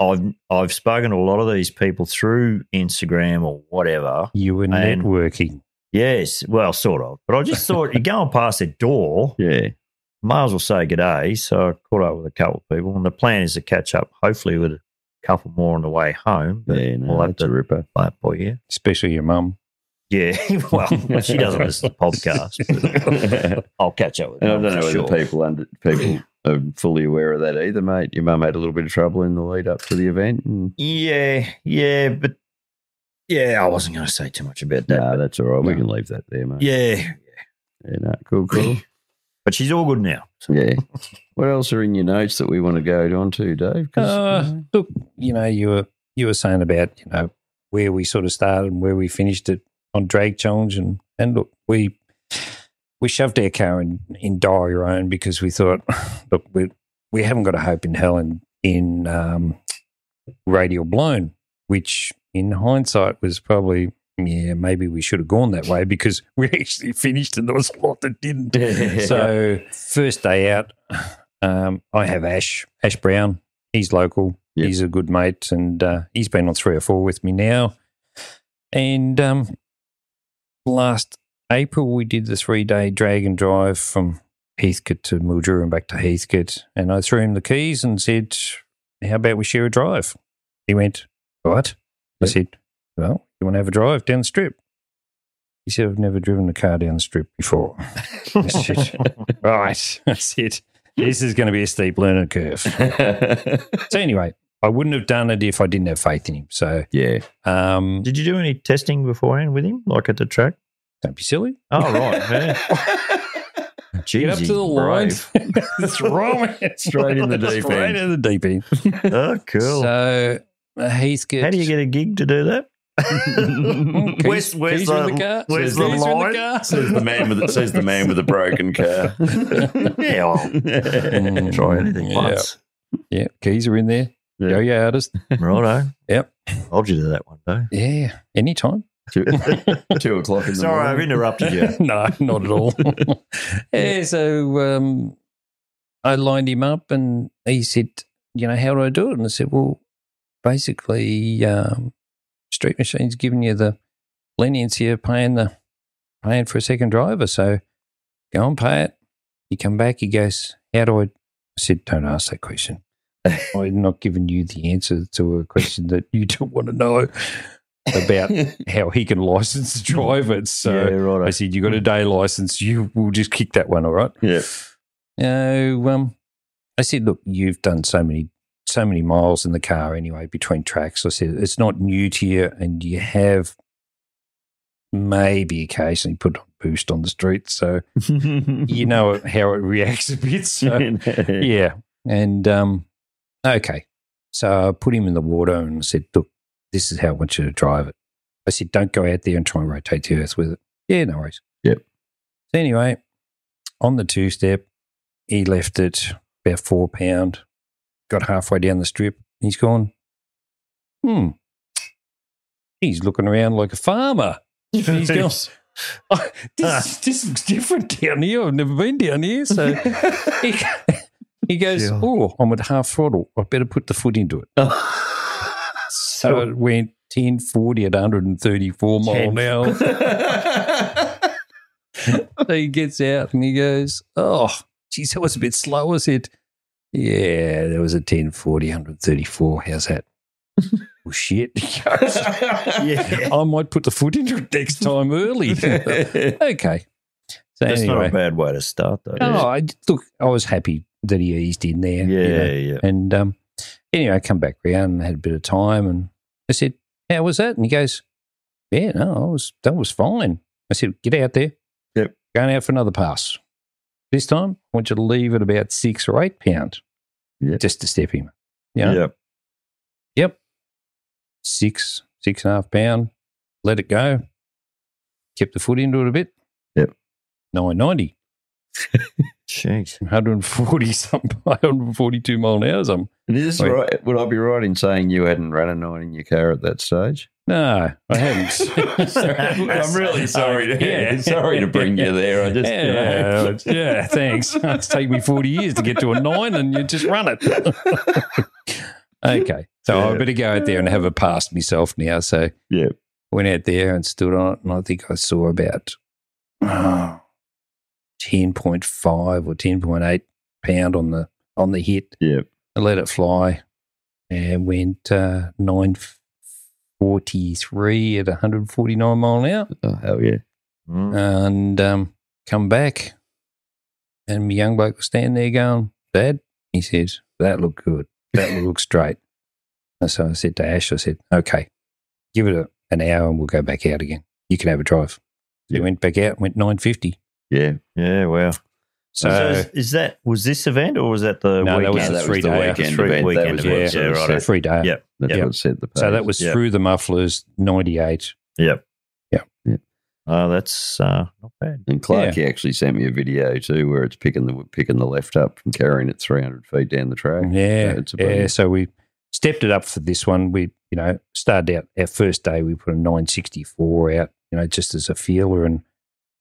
I've I've spoken to a lot of these people through Instagram or whatever. You were And- networking. Yes, well, sort of. But I just thought you're going past their door, yeah, may as well say good day. So I caught up with a couple of people, and the plan is to catch up, hopefully, with a couple more on the way home. But yeah. No, we'll have that's a to ripper. play it by ear. Especially your mum. Yeah, well, she doesn't listen to podcasts. podcast. I'll catch up with And I her. don't know for whether sure. people under people are fully aware of that either, mate. Your mum had a little bit of trouble in the lead up to the event. And, Yeah, yeah, but yeah, I wasn't going to say too much about that. nah, that's all right. We No. can leave that there, mate. Yeah, yeah nah, cool, cool. but she's all good now. yeah. What else are in your notes that we want to go on to, Dave? 'Cause, Uh, you look, you know, you were you were saying about you know where we sort of started and where we finished it on drag challenge, and and look, we we shoved our car in in diary own because we thought, look, we we haven't got a hope in hell in in um, radial blown, which in hindsight was probably. Yeah, maybe we should have gone that way because we actually finished and there was a lot that didn't. So first day out, um, I have Ash Ash Brown. He's local. Yep. He's a good mate, and uh, he's been on three or four with me now. And um, last April, we did the three day drag and drive from Heathcote to Mildura and back to Heathcote. And I threw him the keys and said, "How about we share a drive?" He went, "What?" I Yep. said, "Well, you want to have a drive down the strip?" He said, "I've never driven a car down the strip before." I said, right. That's it. This is going to be a steep learning curve. Uh. so anyway, I wouldn't have done it if I didn't have faith in him. So yeah. um, Did you do any testing beforehand with him, like at the track? don't be silly. Oh right, yeah. Get up to the line. That's wrong. Straight in the deep end. Straight in the deep end. Oh, cool. So uh, Heathcote. How do you get a gig to do that? Mm, keys- Where's- where's keys are in the- car? where's Keys the are in line? car. Says the man with says the man with a broken car. Yeah, I'll Mm, try anything yeah. once. Yeah, keys are in there. Yeah. Yo, yo, artist. Righto. Yep. I'll you do that one day. Yeah, anytime. two, two o'clock in the Sorry, I've morning. interrupted you. no, not at all. yeah, so um, I lined him up and he said, you know, how do I do it? And I said, well, basically, um, Street Machine's giving you the leniency of paying the paying for a second driver. So go and pay it. You come back, he goes, how do I? I said, don't ask that question. I'm not giving you the answer to a question that you don't want to know about how he can license the driver. uh, So yeah, I righto. said, you got a day license. You will just kick that one, all right? Yeah. No, um, I said, look, you've done so many, so many miles in the car anyway between tracks. I said, it's not new to you, and you have maybe occasionally put on boost on the street, so you know how it reacts a bit. So yeah. And um, okay. So I put him in the water and said, Look, this is how I want you to drive it. I said, Don't go out there and try and rotate the earth with it. Yeah, no worries. Yep. So anyway, on the two step, he left it about four pound, got halfway down the strip. and He's gone, Hmm. He's looking around like a farmer. He's gone, "Oh, Ah. this, this looks different down here. I've never been down here. So he, he goes, Yeah. Oh. Oh, I'm at half throttle. I better put the foot into it. So it went 1040 at 134 mile Ten. an hour. so he gets out and he goes, Oh, geez, that was a bit slow, was it? Yeah, there was a 1040, 134. How's that? well, shit. He goes, Yeah. I might put the foot into it next time early. okay. So That's anyway. not a bad way to start, though. No, Oh, I look. I was happy that he eased in there. yeah, you know. yeah, yeah. And um, anyway, I come back round and had a bit of time, and I said, "How was that?" And he goes, "Yeah, no, I was that was fine." I said, "Get out there. Yep. Going out for another pass. This time, I want you to leave at about six or eight pound, Yeah. just to step him. You know? Yep. Yep. six, six and a half pound, let it go, kept the foot into it a bit. Yep. 990, Jeez. 140 something, 142 mile an hour. Something. And is this Wait. right? Would I be right in saying you hadn't run a nine in your car at that stage? No, I haven't. I'm really sorry. To, Yeah. sorry to bring you there. I just, you yeah, know. yeah, thanks. It's taken me 40 years to get to a nine and you just run it. okay. So I Yeah. better go out there and have a pass myself now. So Yeah. went out there and stood on it and I think I saw about oh, 10.5 or 10.8 pound on the on the hit. Yeah. I let it fly and went uh, 943 at 149 mile an hour Oh, hell yeah. Mm. and um, come back. And my young bloke was standing there going, Dad, he says, that looked good. That looked straight. And so I said to Ash, I said, okay, give it a, an hour and we'll go back out again. You can have a drive. So Yeah. He went back out, went 950. Yeah. Yeah, wow. So, So, is, is that was this event or was that the No, that weekend? was the that was the Yeah, three-day weekend three event. That weekend was what event. sort of Yeah, set- right. free day. Yeah. That's Yeah. what set the pace. So that was Yeah. through the mufflers, 98. Yep. Yeah. Yeah. Oh, that's uh, not bad. And Clark actually sent me a video too, where it's picking the picking the left up and carrying it 300 feet down the track. Yeah, So it's a yeah. bonus. So we stepped it up for this one. We, you know, started out our first day. We put a nine sixty four out, you know, just as a feeler, and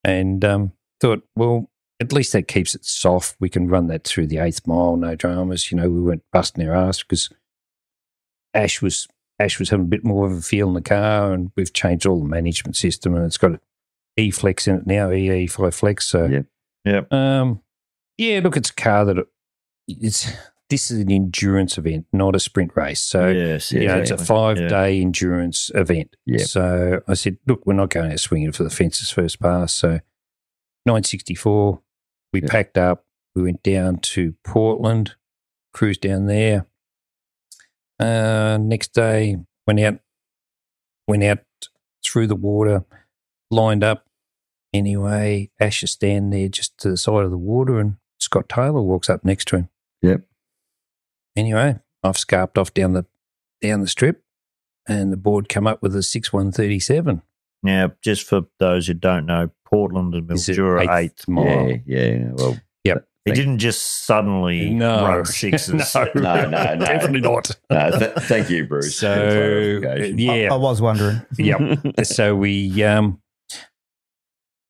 and um, thought, well, at least that keeps it soft. We can run that through the eighth mile, no dramas. You know, we weren't busting our ass because Ash was Ash was having a bit more of a feel in the car, and we've changed all the management system, and it's got E Flex in it now, EE five Flex. So Yeah. Yep. um, yeah. Look, it's a car that it's this is an endurance event, not a sprint race. So yes, you know, it's a five Yeah. day endurance event. Yeah. So I said, look, we're not going out swinging for the fences first pass. So 964, we Yeah. packed up, we went down to Portland, cruised down there. Uh, next day, went out, went out through the water, lined up. Anyway, Ash is standing there just to the side of the water, and Scott Taylor walks up next to him. Yep. Anyway, I've scarped off down the down the strip, and the board come up with a six one thirty seven. Now, just for those who don't know, Portland and Is it Mildura eighth eighth. mile? Yeah, yeah. Well, Yep. It Thank- didn't just suddenly run sixes. no, No, no, no. definitely not. no, th- thank you, Bruce. for the So clarification. yeah, I, I was wondering. yep. so we um,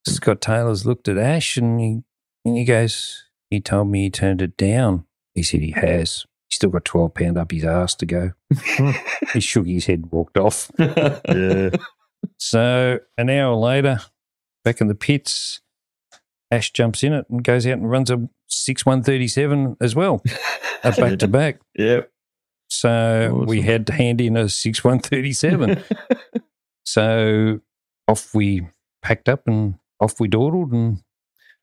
Scott Taylor's looked at Ash and he and he goes, he told me he turned it down. He said he has. He's still got twelve pound up his ass to go. he shook his head, and walked off. yeah. So an hour later, back in the pits, Ash jumps in it and goes out and runs a six one thirty seven as well, uh, back to back. Yep. So we Awesome. had to hand in a six one thirty seven. so off we packed up and off we dawdled and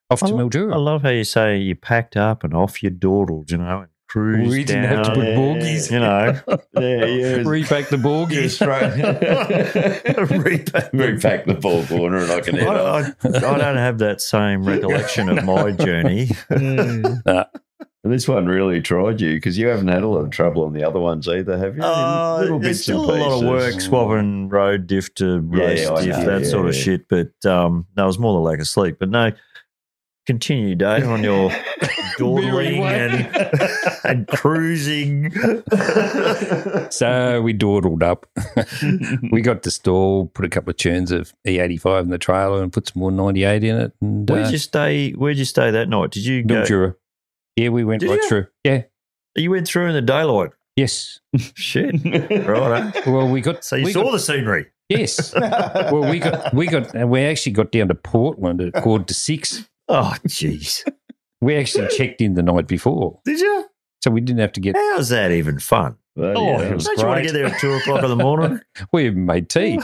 off to I lo- I Mildura. love how you say you packed up and off you dawdled, you know, and cruised We didn't have to down, put yeah, borgies. You know, Yeah, yeah. Repack the You're borgies. straight. repack, the ball corner and I can head off. I, I, I don't have that same recollection of my journey. And this one really tried you because you haven't had a lot of trouble on the other ones either, have you? Uh, there's still a lot of work swapping road diff to Yeah, race I diff, know, that yeah, sort of yeah. shit. But um, no, it was more the lack of sleep. But no, continue, Dave, on your dawdling and, and cruising. So we dawdled up. we got to stall, put a couple of churns of E85 in the trailer and put some more 98 in it. And Where'd uh, you stay? Where'd you stay that night? Did you go? Mildura. Yeah, we went Did right you? through. Yeah. You went through in the daylight. Yes. Shit, right? Well, we got. So you we saw got- the scenery. Yes. Well, we got, we got, and we actually got down to Portland at quarter to six. Oh, jeez. We actually checked in the night before. Did you? So we didn't have to get, How's that even fun? Oh, oh, it was Don't you want to great. get there at two o'clock in the morning? we even made tea.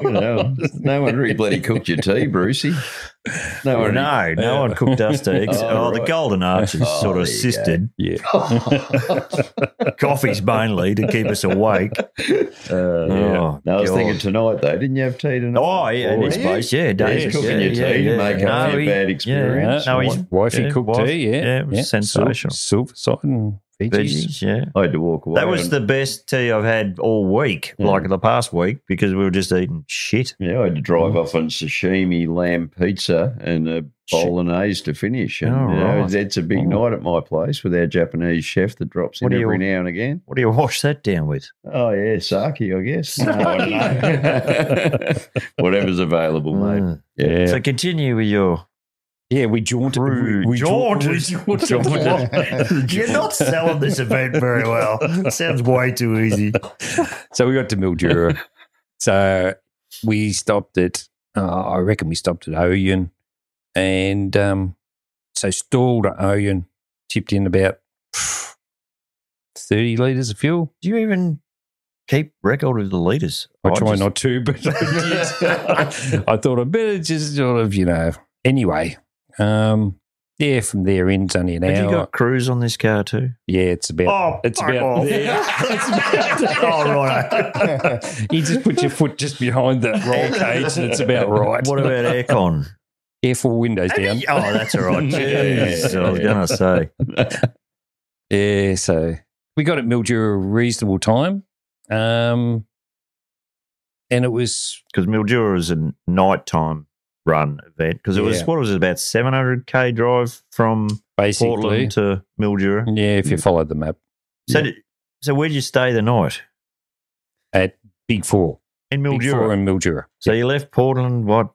no wonder he bloody cooked your tea, Brucey. No No, wonder. he- no, Yeah. one cooked us eggs. oh, Oh, the right. Golden Arches Oh, sort of there you go. assisted. Yeah. Uh, Coffees mainly to keep us awake. Uh, yeah. No, I was God. thinking tonight though. Didn't you have tea tonight? Oh, yeah, and his yeah. place, yeah, Dave's he's cooking your tea to make up for your bad experience. No, he's Wifey yeah, cooked wife- tea. Yeah. yeah, it was sensational. Silver, silver side and Veggies. Veggies, yeah. I had to walk away. That was and- the best tea I've had all week, Mm. like the past week, because we were just eating shit. Yeah, I had to drive off on sashimi lamb pizza and a bolognese to finish. And Oh, you know, right. it's a big night at my place with our Japanese chef that drops What in do you- every now and again. What do you wash that down with? Oh yeah, sake, I guess. No, I don't know. Whatever's available, mate. Mm. Yeah. So continue with your. Yeah, we jaunted. Rue- We, we jaunted. Jaunted. Jaunted. You're not selling this event very well. Sounds way too easy. So we got to Mildura. so we stopped at, uh, I reckon we stopped at Oyen. And um, so stalled at Oyen, tipped in about pff, 30 litres of fuel. Do you even keep record of the leaders? I try Oh, just- not to, but I, did. I thought I better just sort of, you know. Anyway, um, yeah, from there in, it's only an Have hour. you got Cruise on this car too? yeah, it's about. Oh, it's fuck about. off. Yeah, it's about Oh, righto. you just put your foot just behind the roll cage, and it's about right. What about aircon? Yeah, four windows down. Oh, that's all right. Jeez, I was going to say. Yeah, so we got at Mildura a reasonable time. Um, and it was, Because Mildura is a nighttime run event. Because it was, Yeah. what was it, about 700K drive from basically, Mm, Portland to Mildura? yeah, if you followed the map, So, did, so where did you stay the night? Big Four. In Big Four Mildura. and Mildura. so you left Portland, what?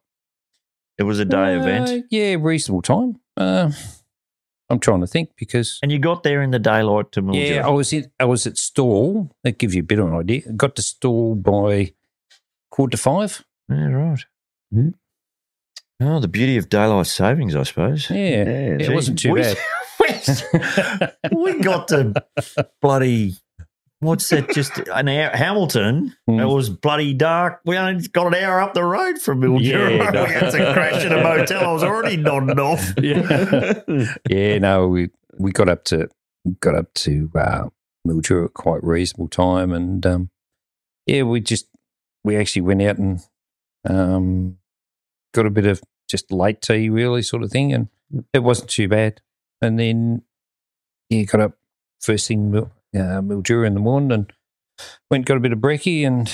It was a day Uh, event. Yeah, reasonable time. Uh, I'm trying to think because And you got there in the daylight to Mildura. Yeah, I was in, I was at stall. That gives you a bit of an idea. Got to stall by quarter to five. Yeah, right. Hmm. Oh, the beauty of daylight savings, I suppose. Yeah, Yeah, it wasn't too we, bad. we got to bloody what's that? Just an hour, Hamilton. Mm. It was bloody dark. We only got an hour up the road from Mildura. Yeah, no. we had to crash in a motel. I was already nodding off. yeah. yeah, no, we we got up to got up to uh, Mildura at quite reasonable time, and um, yeah, we just we actually went out and um, got a bit of just late tea, really, sort of thing, and Mm. it wasn't too bad. And then yeah, got up first thing Mil- uh, Mildura in the morning, and went got a bit of brekkie and.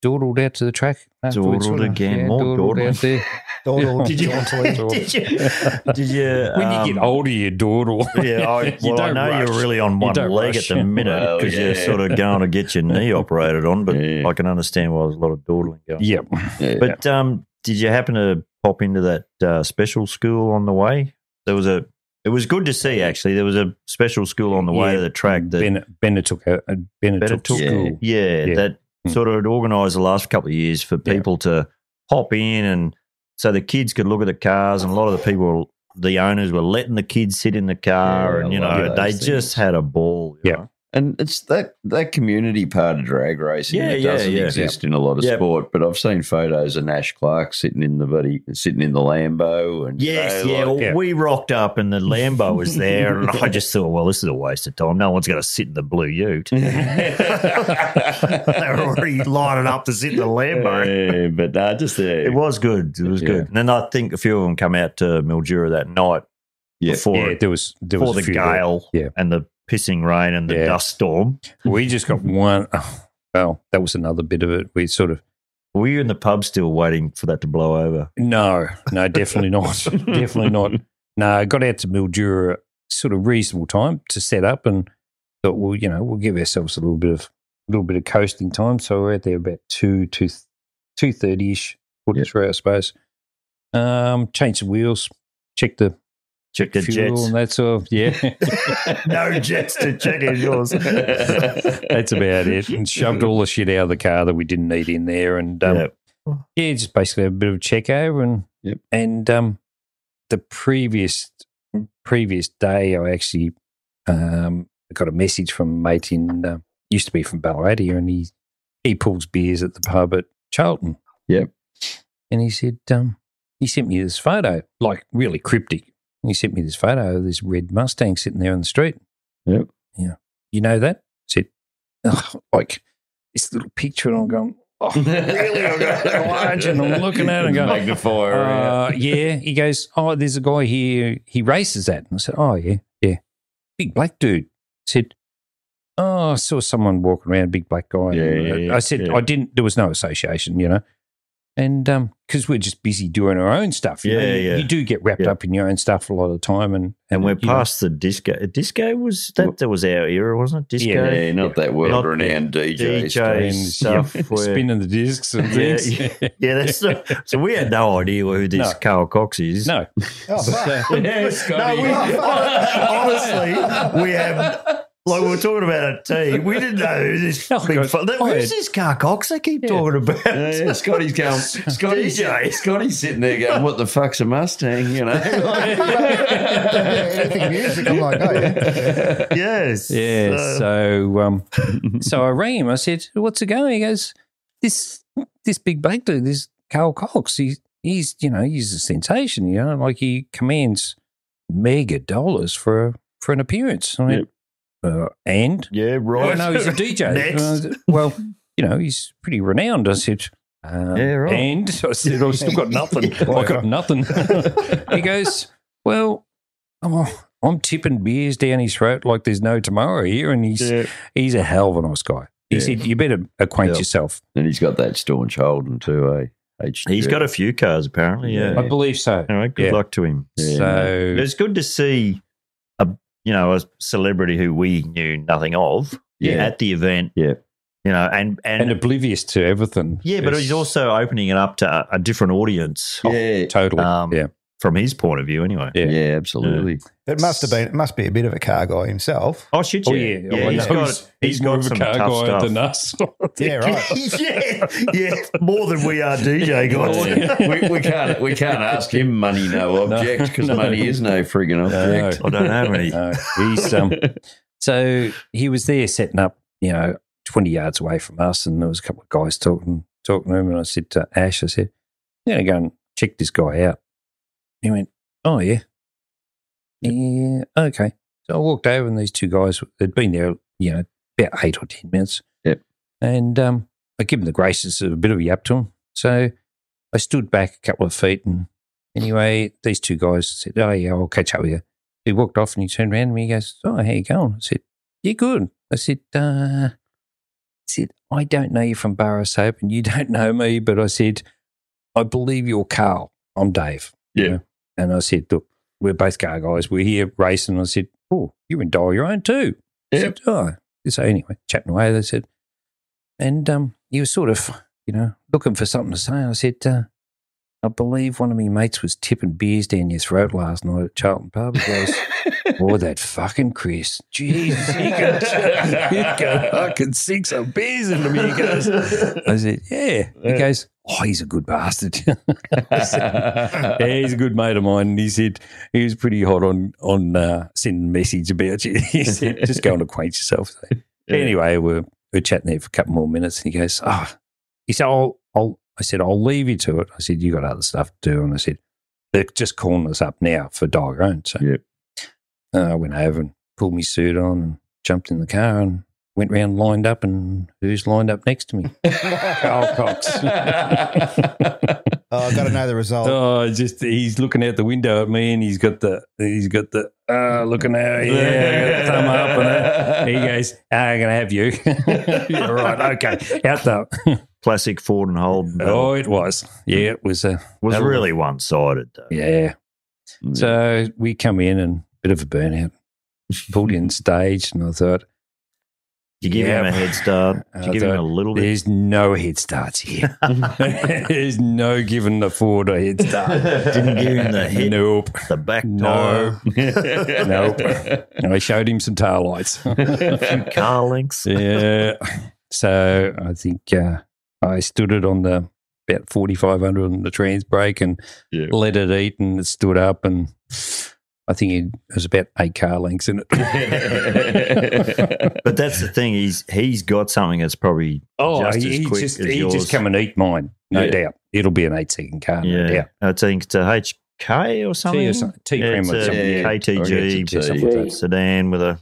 Dawdled out to the track. afterwards, Dawdled sort of. again, more dawdling. out there. Dawdle, Did you- jauntily. Did you? Did you? When you um, get older, you dawdle. Yeah, I, You well, I don't know rush. you're really on You one don't leg rush. at the minute Well, because you're yeah. sort of going to get your knee operated on, but Yeah. I can understand why there's a lot of dawdling going. Yep. Yeah. But um, did you happen to pop into that uh, special school on the way? There was a. It was good to see actually. There was a special school on the way Yeah, to the track that Ben, Bennett took out uh, Bennett Bennett took took- school. yeah, Yeah. that Hmm. sort of had organised the last couple of years for Yeah. people to pop in and so the kids could look at the cars and a lot of the people the owners were letting the kids sit in the Yeah, car and I you love know those they things. just had a ball. you Yeah. know. And it's that that community part of drag racing Yeah, that yeah, doesn't yeah. exist in a lot of Yeah. sport. But I've seen photos of Nash Clark sitting in the buddy sitting in the Lambo and you Yes, know, yeah, like- well, Yeah. We rocked up and the Lambo was there, and I just thought, well, this is a waste of time. No one's going to sit in the blue Ute. They're already lining up to sit in the Lambo. Yeah, but nah, just there. It was good. It was Yeah. good. And then I think a few of them come out to Mildura that night Yeah. before, Yeah, there was there before was a the few there. gale Yeah. and the pissing rain and the Yeah. dust storm. We just got one. oh, well, that was another bit of it. We sort of Were you in the pub still waiting for that to blow over? no, no, definitely not, definitely not. No, I got out to Mildura sort of reasonable time to set up and thought, well, you know, we'll give ourselves a little bit of a little bit of coasting time. So we're out there about two two two thirty ish, quarter Yeah. to three, I suppose. Um, change the wheels, check the Check the fuel jets. and that sort of yeah. no jets to check in yours. That's about it. And shoved all the shit out of the car that we didn't need in there, and um, Yeah. yeah, just basically have a bit of a check over and Yep. and um, the previous previous day, I actually um, got a message from a mate in uh, used to be from Ballarat here, and he he pulls beers at the pub at Charlton. Yep. and he said um, he sent me this photo, like really cryptic. He sent me this photo of this red Mustang sitting there on the street. Yep. Yeah, you know that? I said, "Oh, like this little picture, and I'm going, oh, really? I'm going, large, and I'm looking at it and going, Magnifier. yeah. uh, yeah. He goes, Oh, there's a guy here. He races that. And I said, Oh, yeah, yeah. Big black dude said, "Oh, I saw someone walking around, a big black guy." Yeah, And yeah, yeah, I said, yeah. "I didn't." There was no association, you know, and because we're just busy doing our own stuff. you know, Yeah, you, yeah. you do get wrapped Yeah. up in your own stuff a lot of the time, and And we're you know, past the disco. Disco was that, that was our era, wasn't it? Disco, Yeah, Yeah, not that world Not renowned DJ. DJ stuff. stuff. where- spinning the discs and Yeah, things. Yeah, that's so, so we had no idea who this No. Carl Cox is. no, Oh, fuck. yeah, Scotty. No, we, honestly, we have like we we're talking about a team. We didn't know who this Oh, big God. fu- I who's had- this Carl Cox they keep talking about. Yeah, yeah, Scotty's going. Scotty's, DJ. Scotty's sitting there going, "What the fuck's a Mustang?" You know. Anything music, I'm like, oh, yeah. Yes. Uh, Yeah. So- So um, so I rang him. I said, "What's it going?" He goes, "This this big black dude, this Carl Cox. He, he's you know he's a sensation. You know, like he commands mega dollars for for an appearance. I mean, uh, and yeah, oh right. no, he's a DJ. Next. Uh, well, you know, he's pretty renowned. I said. Um, Yeah, right. And I said, I've still got nothing. I got nothing. he goes, Well, oh, I'm tipping beers down his throat like there's no tomorrow here. And he's Yeah. he's a hell of a nice guy. He Yeah. said, "You better acquaint Yeah. yourself." And he's got that staunch Holden too, eh? H- He's got a few cars apparently. Yeah. I believe so. All right. Good Yeah. luck to him. Yeah. So It's good to see a you know a celebrity who we knew nothing of yeah, at the event. Yeah. You know, and and, and oblivious to everything. yeah, but It's he's also opening it up to a, a different audience yeah, yeah, totally. Um, yeah, from his point of view, anyway. yeah. absolutely. It must have been. It must be a bit of a car guy himself. Oh shit! Oh yeah, yeah, yeah Oh, he's no, got he's more got of a some car tough guy stuff. than us. Yeah, right. yeah, Oh, yeah, more than we are DJ guys. Yeah. we, we can't we can't ask him money no object because No. money is no friggin' object. I don't have any. No, he's um, so he was there setting up, you know, twenty yards away from us, and there was a couple of guys talking talking to him, and I said to Ash, I said, "I'm going to go and check this guy out." He went, "Oh yeah, yeah, okay." So I walked over, and these two guys had been there, you know, about eight or ten minutes. Yep. And um, I give him the graces of a bit of a yap to him. So I stood back a couple of feet, and anyway, these two guys said, "Oh yeah, I'll catch up with you." he walked off and he turned around to me. He goes, "Oh, how you going?" I said, "Yeah, good." I said, uh, "I said I don't know you from Barrows Hope and you don't know me, but I said I believe you're Carl. I'm Dave." you Yeah. know? And I said, "Look, we're both car guys. We're here racing." I said, "Oh, you're in dial your own too." I said, "Oh." So anyway, chatting away, they said, and um, he was sort of, you know, looking for something to say. I said, uh, I believe one of my mates was tipping beers down your throat last night at Charlton Pub. He goes, Oh, that fucking Chris. Jesus, he can, he can fucking sink some beers into me. He goes, I said, Yeah. He goes, Oh, he's a good bastard. yeah, he's a good mate of mine. And he said he was pretty hot on on uh, sending message about you. He said, just go and acquaint yourself. So Anyway, we're, we're chatting there for a couple more minutes, and he goes, "Oh," he said, "I'll, I'll," I said, "I'll leave you to it." I said, "You got other stuff to do," and I said, "They're just calling us up now for dog own." So Yep. uh, I went over and pulled my suit on and jumped in the car and went round, lined up, and who's lined up next to me? Carl Cox. Oh, I got to know the result. Oh, just he's looking out the window at me, and he's got the he's got the uh, looking out. Yeah, got the thumb up, eh? and that. he goes, "Ah, "I'm gonna have you." yeah, right. Okay, out though. Classic Ford and Holden. Oh, it was. Yeah, it was a was that- really one sided though. yeah. So we come in and bit of a burnout. Pulled in stage, and I thought, Did you give Yeah. Uh, him a head start? Did you I give him thought, a little bit? "There's no head starts here. There's no giving the Ford a head start." Didn't give him the head, Nope. the back No. tire, Nope. And I showed him some tail lights. car links. yeah. So I think uh, I stood it on the about forty five hundred on the trans brake and Yeah. let it eat, and it stood up, and I think it was about eight car lengths in it. But that's the thing. He's he's got something that's probably oh, Just as he, he quick just as he yours. just come and eat mine, no Yeah. doubt. It'll be an eight second car, yeah. no doubt. I think it's a HK or something. T or something, T Yeah, cream it's or a something. yeah. KTG Or it's a T. sedan with a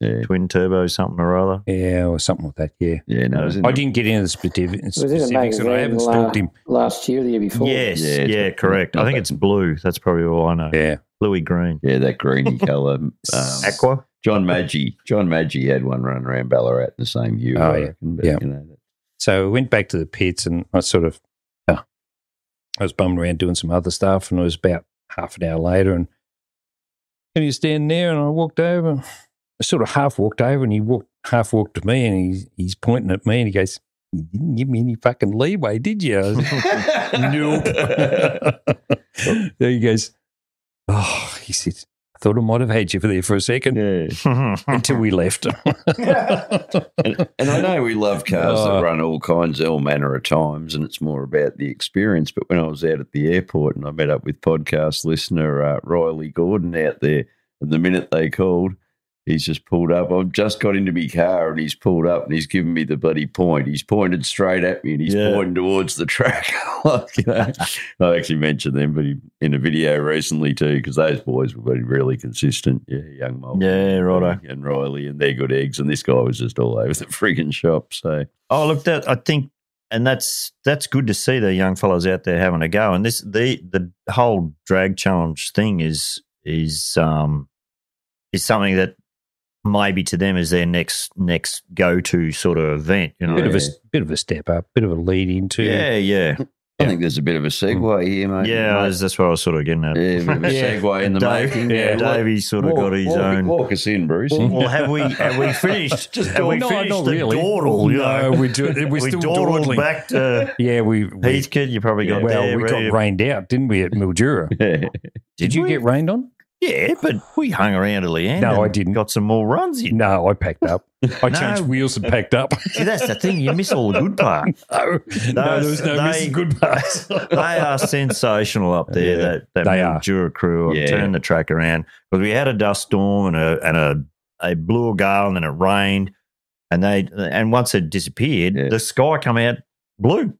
yeah, twin turbo something or other. Yeah, or something like that. Yeah, yeah, no, it was in I the- didn't get into the specific- Was it a specifics, and I haven't magazine, stalked him. Last year, the year before. Yes, Yeah, yeah, it's not- correct. I not think bad. it's blue. That's probably all I know. Yeah, Bluey green. yeah, that greeny color. Um, S- Aqua. John Maggi. John Maggi had one run around Ballarat in the same year. Oh, I yeah. reckon, but, Yeah. You know, that- So I went back to the pits and I sort of, uh, I was bumming around doing some other stuff and it was about half an hour later and, and he was standing there and I walked over, I sort of half walked over and he walked, half walked to me and he's, he's pointing at me and he goes, you didn't give me any fucking leeway, did you? I was, nope. there he goes, oh, he said, I thought I might have had you for there for a second yeah. until we left. And, and I know we love cars Oh. Uh. that run all kinds, all manner of times, and it's more about the experience. But when I was out at the airport and I met up with podcast listener uh, Riley Gordon out there, and the minute they called, he's just pulled up. I've just got into my car and he's pulled up and he's given me the bloody point. He's pointed straight at me and he's Yeah. pointing towards the track. like, you know, I actually mentioned them but he- in a video recently too, because those boys were really consistent. Yeah, young Mulvey Yeah, righto. and Riley and they're good eggs. And this guy was just all over the friggin' shop. So Oh, look, that I think, and that's that's good to see the young fellows out there having a go. And this the the whole drag challenge thing is is um is something that maybe to them is their next next go to sort of event. You know, bit, of a, bit of a step up, bit of a lead into. yeah, yeah, I think there's a bit of a segue here, mate. yeah. Mate. that's- That's what I was sort of getting at. Yeah, a bit of a Yeah. segue in the Dave, making. yeah, Walk- Davey sort of got his walk- own. Walk us in, Bruce. Well, have we have we finished? Just have we No, finished not the really. dawdle? You No, know? we do, we're we still dawdled dawdling. back to Yeah, we, we Heathcote. You probably got well, there. we ready got to- rained out, didn't we, at Mildura? Yeah. Did you we? get rained on? Yeah, but we hung around till the end. No, and I didn't. Got some more runs in. No, I packed up. I No. changed wheels and packed up. See, that's the thing. You miss all the good part. no, no, there was no they- missing good parts. They are sensational up there. Yeah, that that they are. Jura crew Yeah. yeah. turned the track around because we had a dust storm and a and a, a blew a gale and then it rained and they and once it disappeared, Yeah. the sky come out blue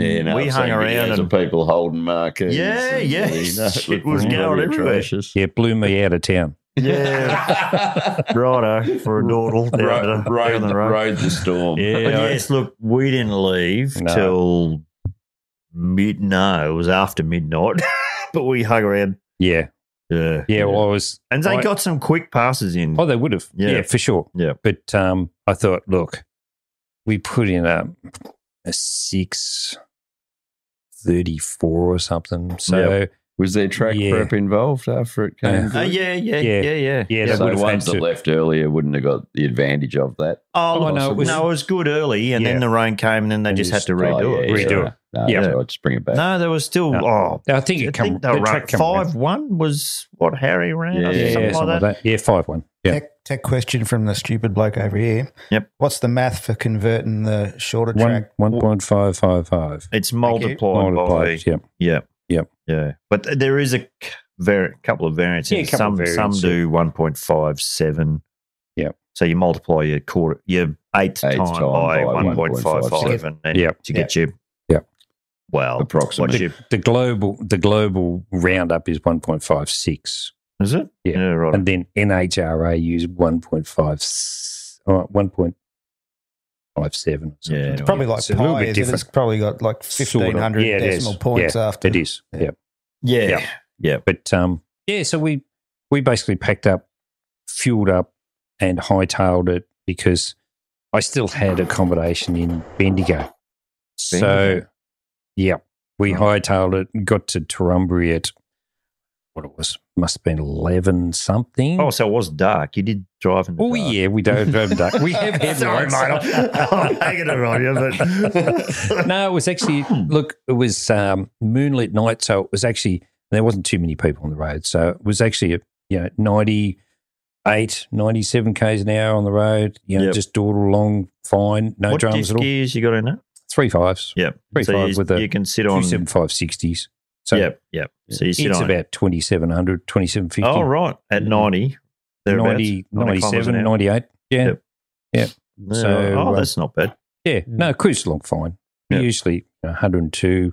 Yeah, no, we I've hung seen around videos of and people holding marquees. Yeah, and, yeah. it Shit looked was going really everywhere. atrocious. yeah, blew me out of town. yeah, righto for a dawdle down, Ro- the, down Rode the the- road. rode the storm. Yeah. But I- yes, look, we didn't leave No. till mid. No, it was after midnight, but we hung around. Yeah, Yeah, yeah. Well, I was. and they I- got some quick passes in. Uh, Oh, they would have. Yeah. Yeah. for sure. Yeah. But um, I thought, look, we put in a a six thirty four or something. So Was there track Yeah. prep involved after it came? Yeah. to Oh, it? yeah, yeah, Yeah. yeah, yeah, yeah. yeah, they so would the have had ones that to. left earlier wouldn't have got the advantage of that. Oh, Oh, no, no, it was- no, it was good early, and Yeah. then the rain came, and then they And just just- had to redo Oh, it. yeah, Redo yeah. it. No, Yeah. so I'd just bring it back. No, there was still. No. Oh, I think I it come. think they The were track up come around. five one was what Harry ran. Yeah, or Yeah, something something like that. like that. Yeah, five one. Yeah. Tech, tech question from the stupid bloke over here. Yep. What's the math for converting the shorter One track? one point five five five. It's multiplied, by Multiplied. Yeah. Yeah. Yep. Yeah. But th- there is a c- vari- couple of variants. Yeah, a couple some of variants, some do 1.57. Yep. So you multiply your quarter your eighth, Eighth time, time by, by 1.55 and then Yep. to get your Yep. Well, Approximate. what you- The global the global roundup is one point five six, Is it? Yeah. right. and then NHRA use one point five uh, one point five seven. or something. Yeah, It's Probably like it's a little pi, bit is it? different. It's probably got like Sort of. 1,500 Yeah, it is. decimal points after. It is. Yeah. yeah. Yeah. But um, yeah, so we we basically packed up, fueled up, and hightailed it because I still had accommodation in Bendigo. So, Bendigo? yeah, we hightailed it, and got to Torumbury at what it was must have been eleven something. Oh, so it was dark. You did drive in the Oh dark. yeah, we don't have duck. We have Sorry, headlights. mate. I'm, I'm hanging it on you, but no, it was actually Hmm. look. It was um, moonlit night, so it was actually there wasn't too many people on the road, so it was actually you know 98, 97 k's an hour on the road. You know, Yep. just dawdle along, fine, no what dramas disc at all. gears you got in it? Three fives, Yep. Three so five you, with a you can sit two on. seven five sixties. So yep, yep. So you sit it's on about 2700, 2750. Oh, right. At Mm. 90. thereabouts. 90, 90 kilometres 97, an hour. 98. Yeah. Yep. Yeah, so, oh, uh, that's not bad. Yeah, no, cruise along fine. Yeah. Usually you know, 102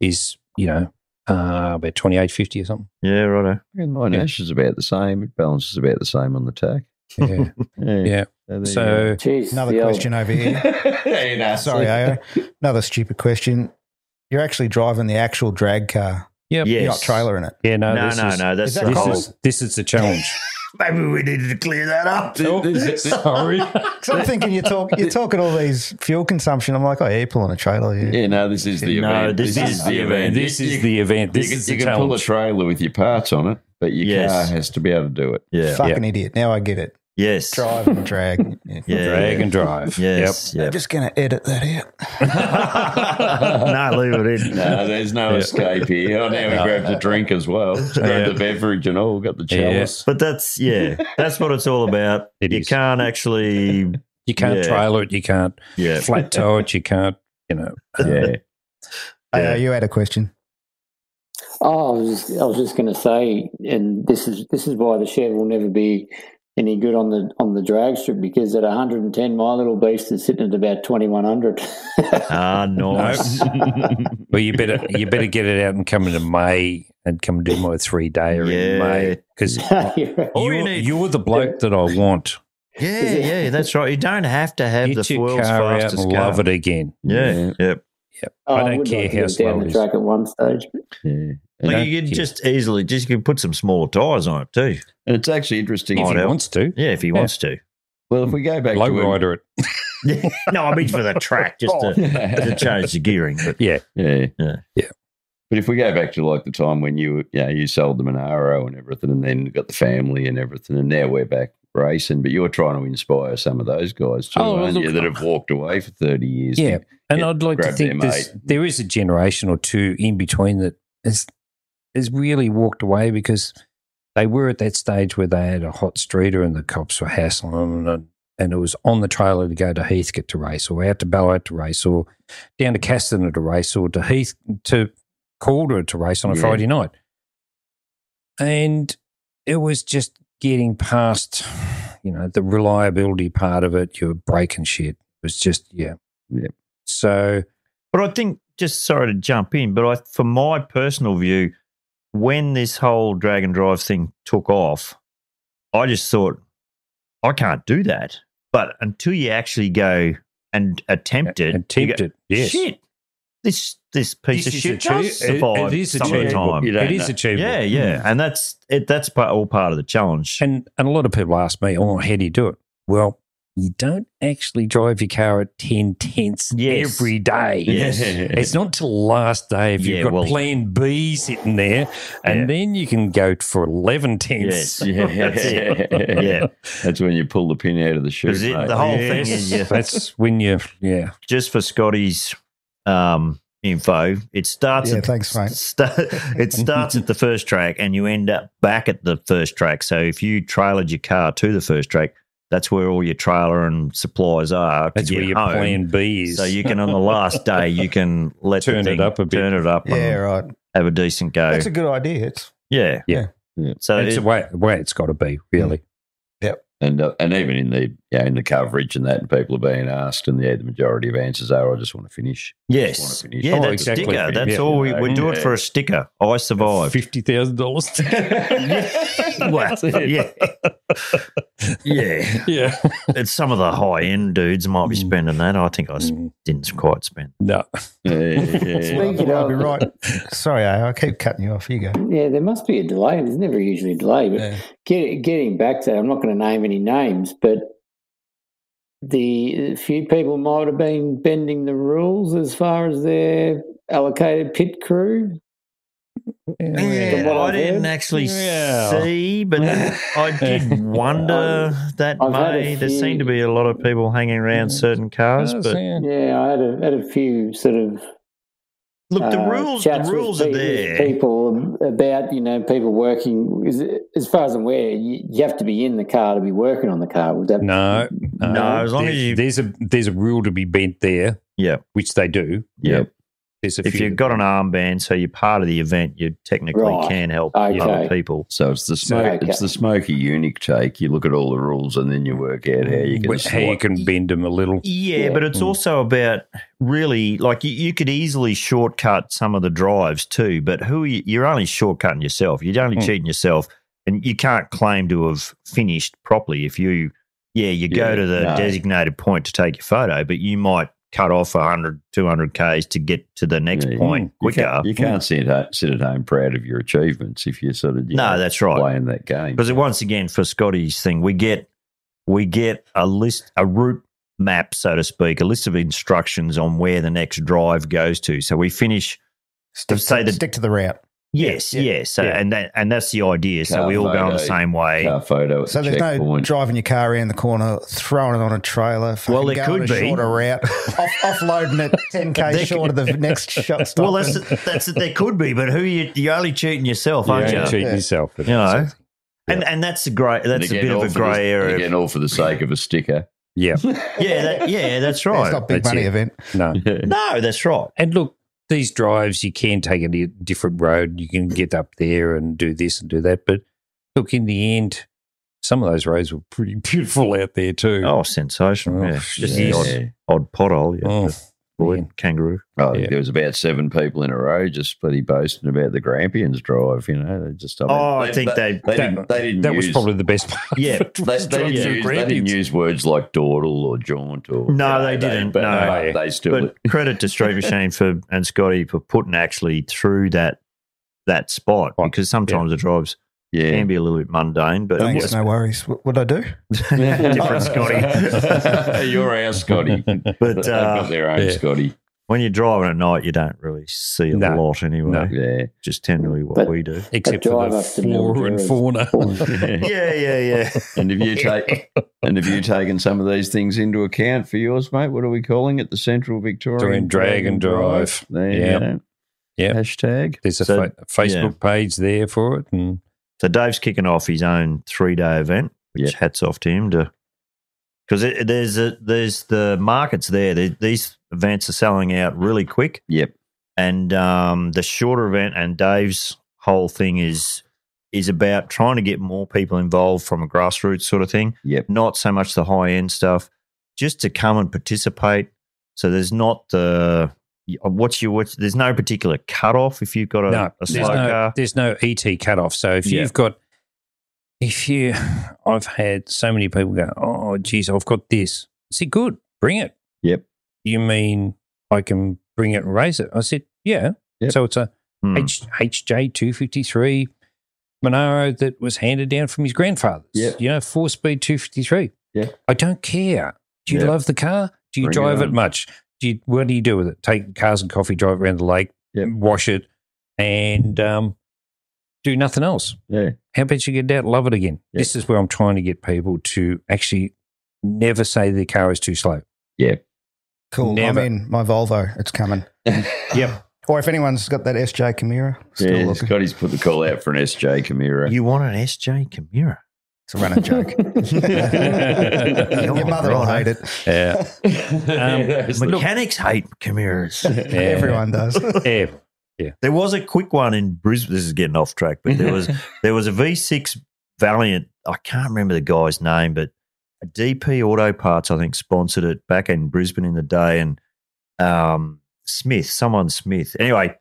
is, you know, uh, about 28.50 or something. Yeah, righto. Mine Yeah. ash is about the same. It balances about the same on the tack. Yeah. Yeah. So, there you so, Jeez, Another the old- question over here. go. You know, Sorry, so- AO. Another stupid question. You're actually driving the actual drag car. yep. Yes. You're not trailering it. Yeah, no, No, this no, is, no. That's is that the This whole. is, this is the challenge. Maybe we needed to clear that up. Sorry. So I'm thinking you're, talk, you're talking all these fuel consumption. I'm like, oh, yeah, you're pulling a trailer. Yeah. Yeah, no, this is the No, event. this is- the event. This You- is the event. This you is can, the you can pull a challenge. trailer with your parts on it, but your Yes. car has to be able to do it. Yeah. Fucking idiot. Now I get it. Yes. Drive and drag. Yeah. Yeah. Drag and drive. Yes. I'm Yep. just going to edit that out. no, leave it in. No, there's no escape here. Oh, now we grabbed a drink as well. Grabbed a beverage and all, got the chalice. But that's yeah, that's what it's all about. It you is. can't actually You can't Yeah. trailer it. You can't yeah. flat toe it. You can't, you know. Yeah. Yeah. you had a question. Oh, I was just, I was just going to say, and this is this is why the Chev will never be any good on the on the drag strip because at 110, my little beast is sitting at about 2100. Ah, nice. Well, you better you better get it out and come into May and come do my three day or in Yeah. May because All you you're, need- you're the bloke that I want. Yeah, yeah, that's right. You don't have to have Get the your world's car out fastest and car. love it again. Yeah, yep. I don't care how slow down it the is. track at one stage. yeah. uh, You know? Like you can just easily just you can put some small tires on it too. And it's actually interesting. if Might he help. wants to. Yeah, if he wants to. well, if we go back Low to when- rider it. No, I mean for the track, just to, to change the gearing. But Yeah. Yeah. Yeah. But if we go back to like the time when you you, know, you sold the Monaro and everything and then got the family and everything and now we're back racing, but you're trying to inspire some of those guys too, Oh, well, aren't you, look- that have walked away for thirty years. Yeah. And Yeah, I'd like to grab think their there's, mate. there is a generation or two in between that has, has really walked away because they were at that stage where they had a hot streeter and the cops were hassling them and, and it was on the trailer to go to Heathcote to race or out to Ballarat to race or down to Castaner to race or to Heath to Calder to race on a Yeah. Friday night. And it was just getting past, you know, the reliability part of it, your brake and shit. It was just, yeah. Yep. So But I think, just sorry to jump in, but I, for my personal view, when this whole drag and drive thing took off, I just thought, I can't do that. But until you actually go and attempt it, you attempt go, it. Yes. shit, this this piece This of is shit achieve- does it- survive it is summertime. achievable. You don't It is know. achievable. Yeah, yeah, and that's it. That's part, all part of the challenge. And and a lot of people ask me, oh, how do you do it? Well, you don't actually drive your car at ten tenths Yes. every day. Yes. It's not till the last day if you've Yeah, got well- plan B sitting there, and Yeah. then you can go for eleven tenths. Yes. That's Yeah. it. Yeah, That's when you pull the pin out of the shoe. Is it mate. the whole thing is you- That's when you, yeah. just for Scotty's um, info, it starts Yeah, at thanks, mate. Sta- it starts at the first track and you end up back at the first track. So if you trailered your car to the first track, that's where all your trailer and supplies are. to That's where get your home. plan B is. So you can, on the last day, you can let the Turn it thing- up a bit. turn it up, Yeah, and right. have a decent go. That's a good idea. It's yeah. Yeah. Yeah. So it's it- the way, the way it's got to be, really. and uh, and even in the yeah in the coverage and that, and people are being asked, and yeah, the majority of answers are, "I just want to finish." yes, wanna finish. yeah, Oh, that's exactly. a sticker. That's Yeah. all we, we do it Yeah. for a sticker. I survived. Fifty thousand dollars. Well, yeah, yeah. Yeah. It's some of the high end dudes might be Mm. spending that. I think I s- didn't quite spend. No. Yeah, yeah, yeah. Speaking I'll of, be right. Sorry, I, I keep cutting you off. You go. yeah, there must be a delay. There's never usually a delay, but Yeah. Get, getting back to that, I'm not going to name any names, but the few people might have been bending the rules as far as their allocated pit crew. Yeah, From what I I've didn't heard. actually Yeah. see, but I did wonder that I've had a may there few- seemed to be a lot of people hanging around certain cars. But Yeah, I had a, had a few sort of look, the uh, rules, the chats with rules are pe- with there. People about you know people working is it- as far as I'm aware, you, you have to be in the car to be working on the car. Would that No, No, as long There- as you- there's a there's a rule to be bent there, Yeah, which they do. yeah. There's a If few you've got an armband, so you're part of the event, you technically Right. can help Okay. other people. So it's the smoke, Okay. it's the smoky unique take. You look at all the rules and then you work out how you can. wh- how you slot. can bend them a little. Yeah, Yeah. but it's Hmm. Mm. also about really like you, you could easily shortcut some of the drives too, but who are you, you're only shortcutting yourself. You're only Hmm. Mm. cheating yourself, and you can't claim to have finished properly if you. Yeah, you go Yeah, to the no. designated point to take your photo, but you might cut off 100, 200 Ks to get to the next Yeah, you- point You quicker. can't, you can't sit, at, sit at home proud of your achievements if you're sort of you No, know, that's right. playing that game. because it once again for Scotty's thing, we get we get a list, a route map, so to speak, a list of instructions on where the next drive goes to. So we finish. Stick, Say to, that- stick to the route. Yes, yeah, yes, so, yeah. and that and that's the idea. So Car we all go on the photo, same way. Car photo at So the there's no checkpoint. driving your car around the corner, throwing it on a trailer. fucking Well, there going could a be. shorter route, off, offloading it 10k There short of the next shot stop. Well, that's that's there could be, but who are you? You're only cheating yourself, You aren't only you? cheat Yeah. yourself. You know. And and that's a great. And That's a again, bit all of a for the- grey area. Again, all for the sake of a sticker. Yeah. yeah, that, yeah, that's Yeah, right. it's not big that's money it. event. No. no, that's right. And look, these drives, you can take a di- different road. You can get up there and do this and do that. But look, in the end, some of those roads were pretty beautiful out there too. Oh, sensational! Oh, yeah, just yeah. the odd, odd pothole. Yeah, Oh, just Floyd kangaroo. Oh, Yeah. There was about seven people in a row just bloody boasting about the Grampians drive. You know, they just. I mean, Oh, I they- think they- they, that- didn't. They didn't. that use, was probably the best part. Yeah. It They, was they driving didn't through use, they didn't Grampians. use words like dawdle or jaunt or. No, they didn't, But no. uh, they still. But credit to Street Machine for and Scotty for putting actually through that that spot Right. because sometimes the drives yeah. can be a little bit mundane, but Thanks, no worries. What would I do? different Scotty. You're our Scotty. but they've uh, got their own yeah. Scotty. when you're driving at night, you don't really see a No. lot anyway. No. Yeah. Just generally what But- we do. Except That for drive the up to Mildura flora and is- fauna. Yeah, yeah, yeah. and have you take and have you taken some of these things into account for yours, mate? What are we calling it? The Central Victorian Dragon Drive. There you Yeah. go. Yeah. Hashtag. There's a So, fa- Facebook page there for it. And So Dave's kicking off his own three day event, which Yeah. hats off to him to because there's a, there's the markets there. The- These events are selling out really quick. Yep. And um, the shorter event and Dave's whole thing is is about trying to get more people involved from a grassroots sort of thing. Yep. Not so much the high end stuff, just to come and participate. So there's not the uh, what's your what's there's no particular cutoff if you've got a, no, a there's slow no, car. there's no E ET cutoff. So if Yeah. you've got, if you, I've had so many people go, oh, geez, I've got this. I said, good, bring it. Yep. You mean I can bring it and raise it? I said, yeah. Yep. So it's a Hmm. H, HJ253 Monaro that was handed down from his grandfather's. Yeah. You know, four speed 253. Yeah. I don't care. Do you Yeah. love the car? Do you Bring it drive it, on. much? Do you, what do you do with it? Take cars and coffee, drive around the lake, Yeah. wash it, and um, do nothing else. Yeah. How about you get out, love it again? Yeah. This is where I'm trying to get people to actually never say their car is too slow. Cool. Never. I'm in my Volvo. It's coming. Yep. Or if anyone's got that SJ Camaro, still yeah, looking. Scotty's put the call out for an SJ Camaro. You want an SJ Camaro? It's a running joke. Your mother will hate it. Yeah. um, Mechanics hate Camaros. Yeah. Everyone does. Yeah. there was a quick one in Brisbane. This is getting off track, but there was there was a V6 Valiant. I can't remember the guy's name, but a DP Auto Parts I think sponsored it back in Brisbane in the day, and um, Smith, someone Smith. Anyway,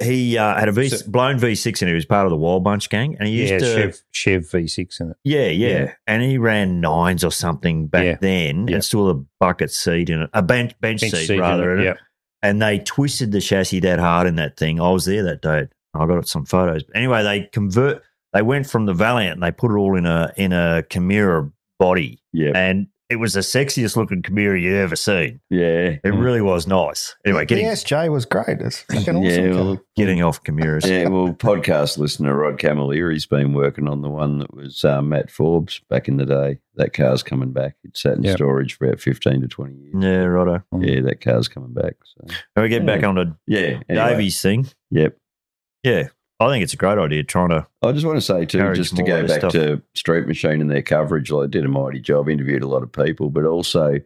he uh, had a V So- blown V6, and he was part of the Wild Bunch gang, and he used Yeah, to Chev, Chev V6 in it. yeah, yeah, Yeah. And he ran nines or something back Yeah. then, Yeah. and still a bucket seat in it, a bench bench, Bench seat, seat in rather. it, in it. yeah. And they twisted the chassis that hard in that thing. I was there that day. I got some photos. Anyway, they convert. They went from the Valiant and they put it all in a in a Chimera body, yeah, and it was the sexiest looking Chimera you would ever seen. yeah, It really was nice. Anyway, the getting SJ was great. It's fucking awesome. yeah. car. Well, getting off Chimeras. yeah, well, podcast listener Rod Camilleri has been working on the one that was uh, Matt Forbes back in the day. That car's coming back. It sat in Yeah. storage for about fifteen to twenty years. Yeah, righto. Yeah, that car's coming back. So. Can we get back Yeah. on to Yeah, anyway, Davies thing? Yep. Yeah, I think it's a great idea. Trying to I just want to say too, Encourage just to more go of this back stuff. to Street Machine and their coverage. Like, did a mighty job, interviewed a lot of people, but also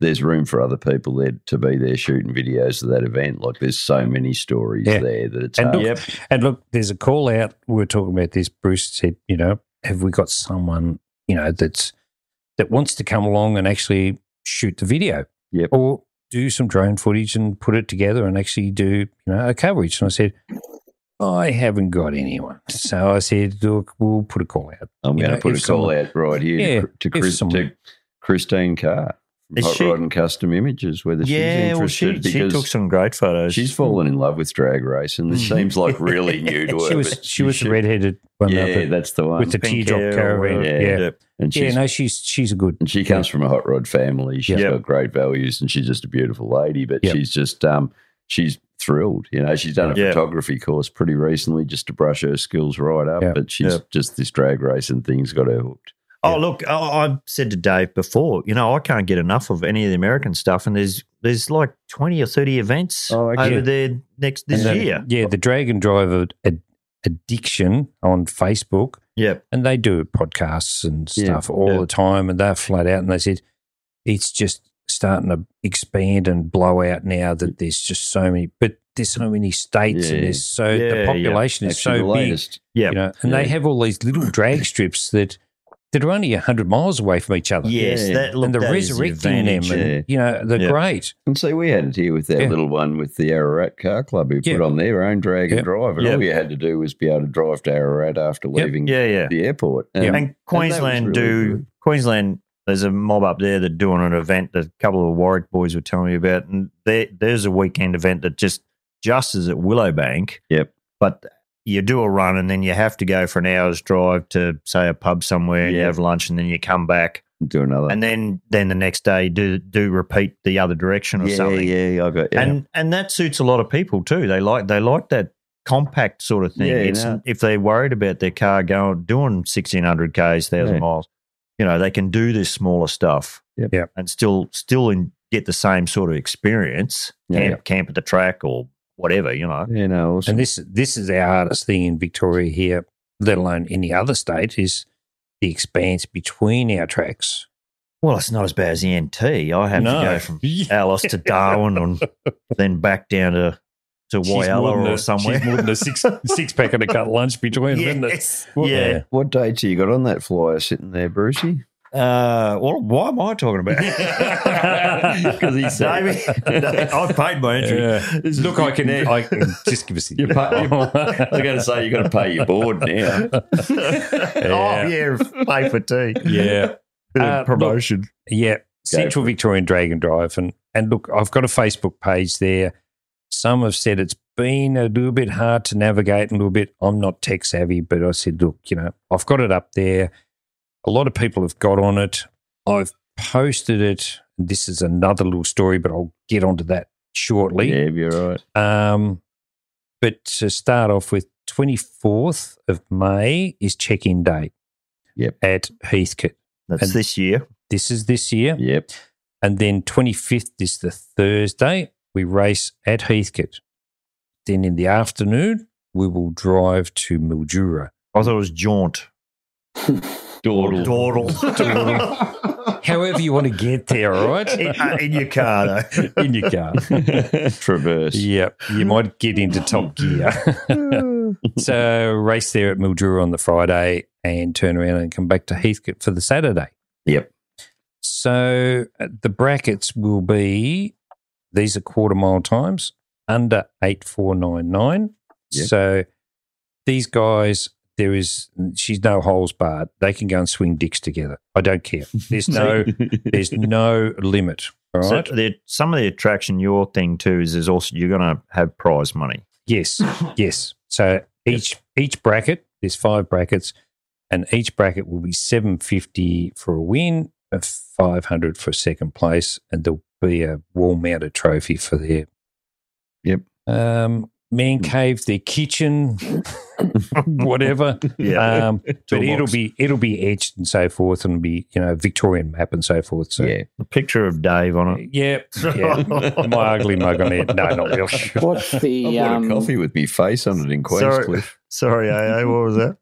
there's room for other people there to be there shooting videos of that event. Like, there's so many stories Yeah. there that it's And hard. look, and look, there's a call out. We were talking about this. Bruce said, you know, have we got someone, you know, that's that wants to come along and actually shoot the video? Yep. Or do some drone footage and put it together and actually do, you know, a coverage. And I said, I haven't got anyone. So I said, look, we'll put a call out. I'm you going know, to put a if call someone- out right here Yeah, to, Chris, someone- to Christine Carr Is Hot she- Rod and Custom Images, whether she's yeah, well, interested she, she because took some great photos. she's fallen in love with drag race, and this Mhm. seems like really new to her. Mm. she was but she was the should- redheaded one Yeah, yeah, that's the one. with the Pink teardrop hair or caravan. whatever. Yeah, yeah. Yep. and she's no, she's she's a good. And she comes from a hot rod family. She's Yep. got great values and she's just a beautiful lady, but Yep. she's just um she's thrilled. You know, she's done a Yep. photography course pretty recently just to brush her skills right up. Yep. But she's Yep. just this drag race and things got her hooked. Oh, look, I, I said to Dave before, you know, I can't get enough of any of the American stuff, and there's there's like twenty or thirty events Oh, okay. over there next this and the- year. Yeah, the Dragon Driver ad- addiction on Facebook, Yep. and they do podcasts and Yeah, stuff all yeah. the time, and they're flat out, and they said it's just starting to expand and blow out now that there's just so many, but there's so many states, Yeah. and there's so Yeah, yeah. the population is Actually, so the big. latest Yeah. you know, and Yeah. they have all these little drag strips that that are only hundred miles away from each other. Yes, Yeah. that look, and they're that is the resurrecting them, advantage. and you know they're Yeah. great. And see, we had it here with that Yeah. little one with the Ararat Car Club who Yeah. put on their own drag Yeah. and drive. And Yeah. all you had to do was be able to drive to Ararat after Yep. leaving yeah, yeah. the airport. Yeah. And Queensland really do good. Queensland. There's a mob up there that doing an event that a couple of the Warwick boys were telling me about, and there, there's a weekend event that just just is at Willowbank. Yep. But you do a run, and then you have to go for an hour's drive to say a pub somewhere, and you Yeah. have lunch, and then you come back, do another. and then then the next day do do repeat the other direction or yeah, something. yeah, I got yeah. And and that suits a lot of people too. They like they like that compact sort of thing. Yeah, it's no. if they're worried about their car going doing sixteen hundred k's, thousand Yeah. miles, you know, they can do this smaller stuff. Yep. Yep. And still still in, get the same sort of experience. Yeah. Camp camp at the track or whatever, you know. you know, also- And this this is our hardest thing in Victoria here, let alone any other state, is the expanse between our tracks. Well, it's not as bad as the NT. I have No. to go from Alice to Darwin and then back down to to She's more Wyala than or a- somewhere. She's more than a six six pack and a cut lunch between, isn't it? Yes. Yeah. What dates you got on that flyer sitting there, Brucey? Uh, well, why am I talking about? it? 'Cause he said- David, I've paid my entry. Yeah. This is- Look, I can, I can just give us. You're pa- I got to say, you got to pay your board now. Yeah. Oh yeah, pay for tea. Yeah. Bit of Uh, look, promotion. Yeah, Go Central Victorian Dragon Drive, and and look, I've got a Facebook page there. Some have said it's been a little bit hard to navigate, and a little bit. I'm not tech savvy, but I said, look, you know, I've got it up there. A lot of people have got on it. I've posted it. This is another little story, but I'll get onto that shortly. Yeah, you're right. Um, but to start off with, 24th of May is check in day Yep. at Heathcote. That's and- this year. This is this year. Yep. And then 25th is the Thursday. We race at Heathcote. Then in the afternoon, we will drive to Mildura. I thought it was jaunt. Dawdle. Dawdle. However, you want to get there, all right? in, uh, in your car though. In your car. Traverse. Yeah, you might get into top gear. so, race there at Mildura on the Friday and turn around and come back to Heathcote for the Saturday. Yep. So, uh, the brackets will be these are quarter mile times under 8499. Yep. So, these guys, there is, she's no holes barred. They can go and swing dicks together. I don't care. There's no, there's no limit. All So right. the, some of the attraction, your thing too, is there's also you're going to have prize money. Yes, yes. So each each bracket, there's five brackets, and each bracket will be seven fifty for a win, five hundred for second place, and there'll be a wall mounted trophy for their. Yep. Um, man cave, their kitchen, whatever. Um, but Toolbox. it'll be it'll be etched and so forth, and be you know Victorian map and so forth. So Uh, Yeah. a picture of Dave on it. yeah, yeah. My ugly mug on it. No, not really. What's I the? bought um, a coffee with me face on it in Sorry. Queenscliff. Sorry, AA, what was that?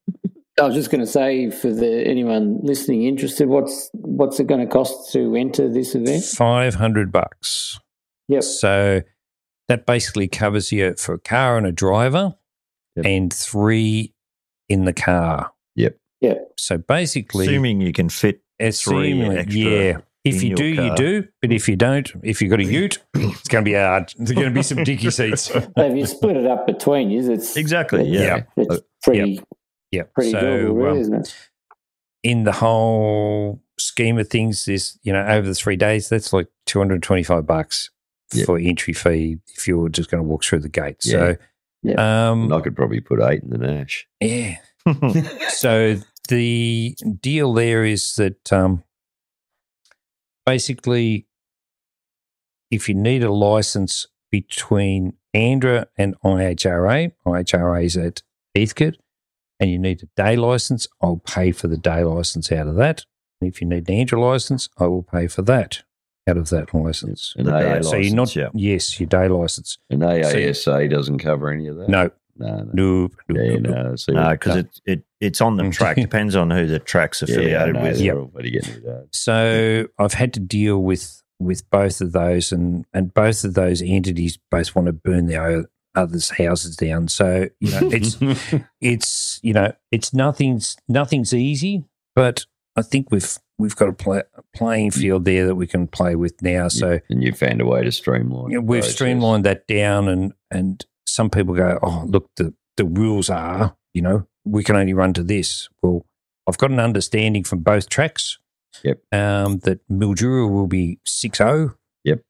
I was just going to say for the anyone listening interested, what's what's it going to cost to enter this event? Five hundred bucks. Yep. So that basically covers you for a car and a driver Yep. and three in the car. Yep. Yep. So basically, Assuming you can fit assuming- three extra yeah. in If you your do, you car. do. But if you don't, if you've got a ute, it's going to be hard. There's going to be some dicky seats. Have you split it up between you? It's exactly. Yeah. Yeah. It's pretty Yep. pretty So doable, really, um, isn't it? in the whole s- scheme of things, there's you know over the three days, that's like two hundred twenty-five bucks Yeah. for entry fee if you're just going to walk through the gate. So, um, And I could probably put eight in the Nash. yeah. So the deal there is that um, basically, if you need a license between ANDRA and IHRA, IHRA is at Heathcote, and you need a day license, I'll pay for the day license out of that. And if you need an ANDRA license, I will pay for that out of that license. An, The AA, day so you're not, license, yeah. yes, your day license. an AASA doesn't cover any of that. No, No, no. no, no, Yeah, no, no. no. See, No, because Uh, it, it it's on the Mm. track. Depends on who the track's yeah, affiliated no, with. they're already getting rid of that. So I've had to deal with with both of those, and and both of those entities both want to burn the o- others' houses down. So you know, it's it's you know, it's nothing's nothing's easy, but I think we've we've got a play, playing field there that we can play with now. So and you found a way to streamline. you know, the we've process. streamlined that down, and and some people go, oh, look, the the rules are, you know, we can only run to this. Well, I've got an understanding from both tracks. Yep. Um, that Mildura will be six zero. Yep.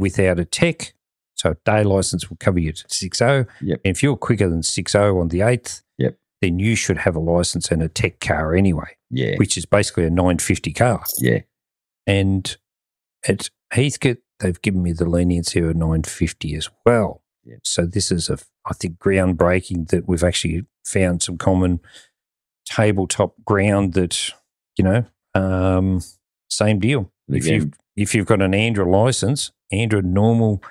Without a tech, so a day license will cover you to six zero. Yep. And if you're quicker than six zero on the eighth. Yep. Then you should have a license and a tech car anyway, Yeah, which is basically a nine fifty car. yeah. And at Heathcote, they've given me the leniency of 950 as well. Yeah. So this is a, I think, groundbreaking that we've actually found some common tabletop ground that, you know, um, same deal. And if again- you if you've got an Android license, Android normal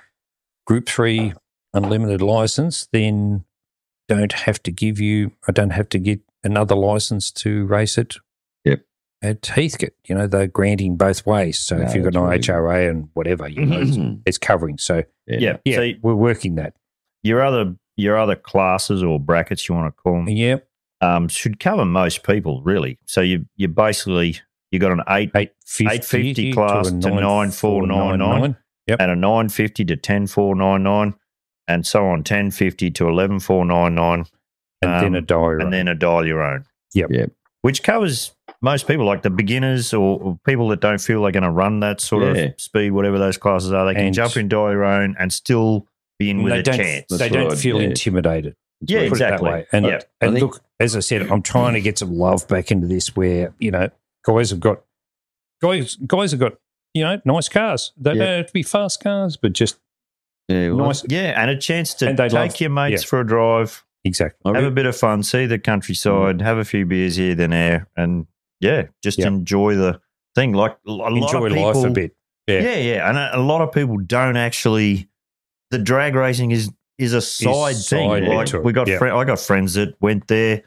Group Three unlimited license, then don't have to give you, I don't have to get another license to race it at Heathcote. You know, they're granting both ways. So No, if you've got an that's really IHRA and whatever, you know, it's, it's covering. So Yeah. yeah, So we're working that. your other your other classes or brackets you want to call them Yeah, um, should cover most people really. So you you basically you got an eight eight fifty 850 class to 94999. and a nine fifty to ten four nine nine, and so on ten fifty to eleven four nine nine, and then a Um, diary. and then a dial your own. Yep. Yep. Which covers most people, like the beginners or, or people that don't feel they're going to run that sort Yeah. of speed, whatever those classes are. They can And- jump in dial your own and still be in with they a don't, chance. they That's don't right, feel yeah. intimidated. That's Yeah, what- put it that exactly. way. And, Yeah. and I think- look, as I said, I'm trying to get some love back into this where, you know, guys have got guys guys have got, you know, nice cars. They Yeah. don't have to be fast cars, but just Yeah, well, nice Yeah, and a chance to And they take love- your mates yeah. for a drive, exactly. I have a re- bit of fun, see the countryside, Mm. have a few beers here, then there, and yeah, just Yeah. enjoy the thing. Like a lot Enjoy of people, life a bit. Yeah. Yeah. yeah, And a, a lot of people don't actually. The drag racing is is a side thing. side Like into it, we got, yeah. fri- I got friends that went there,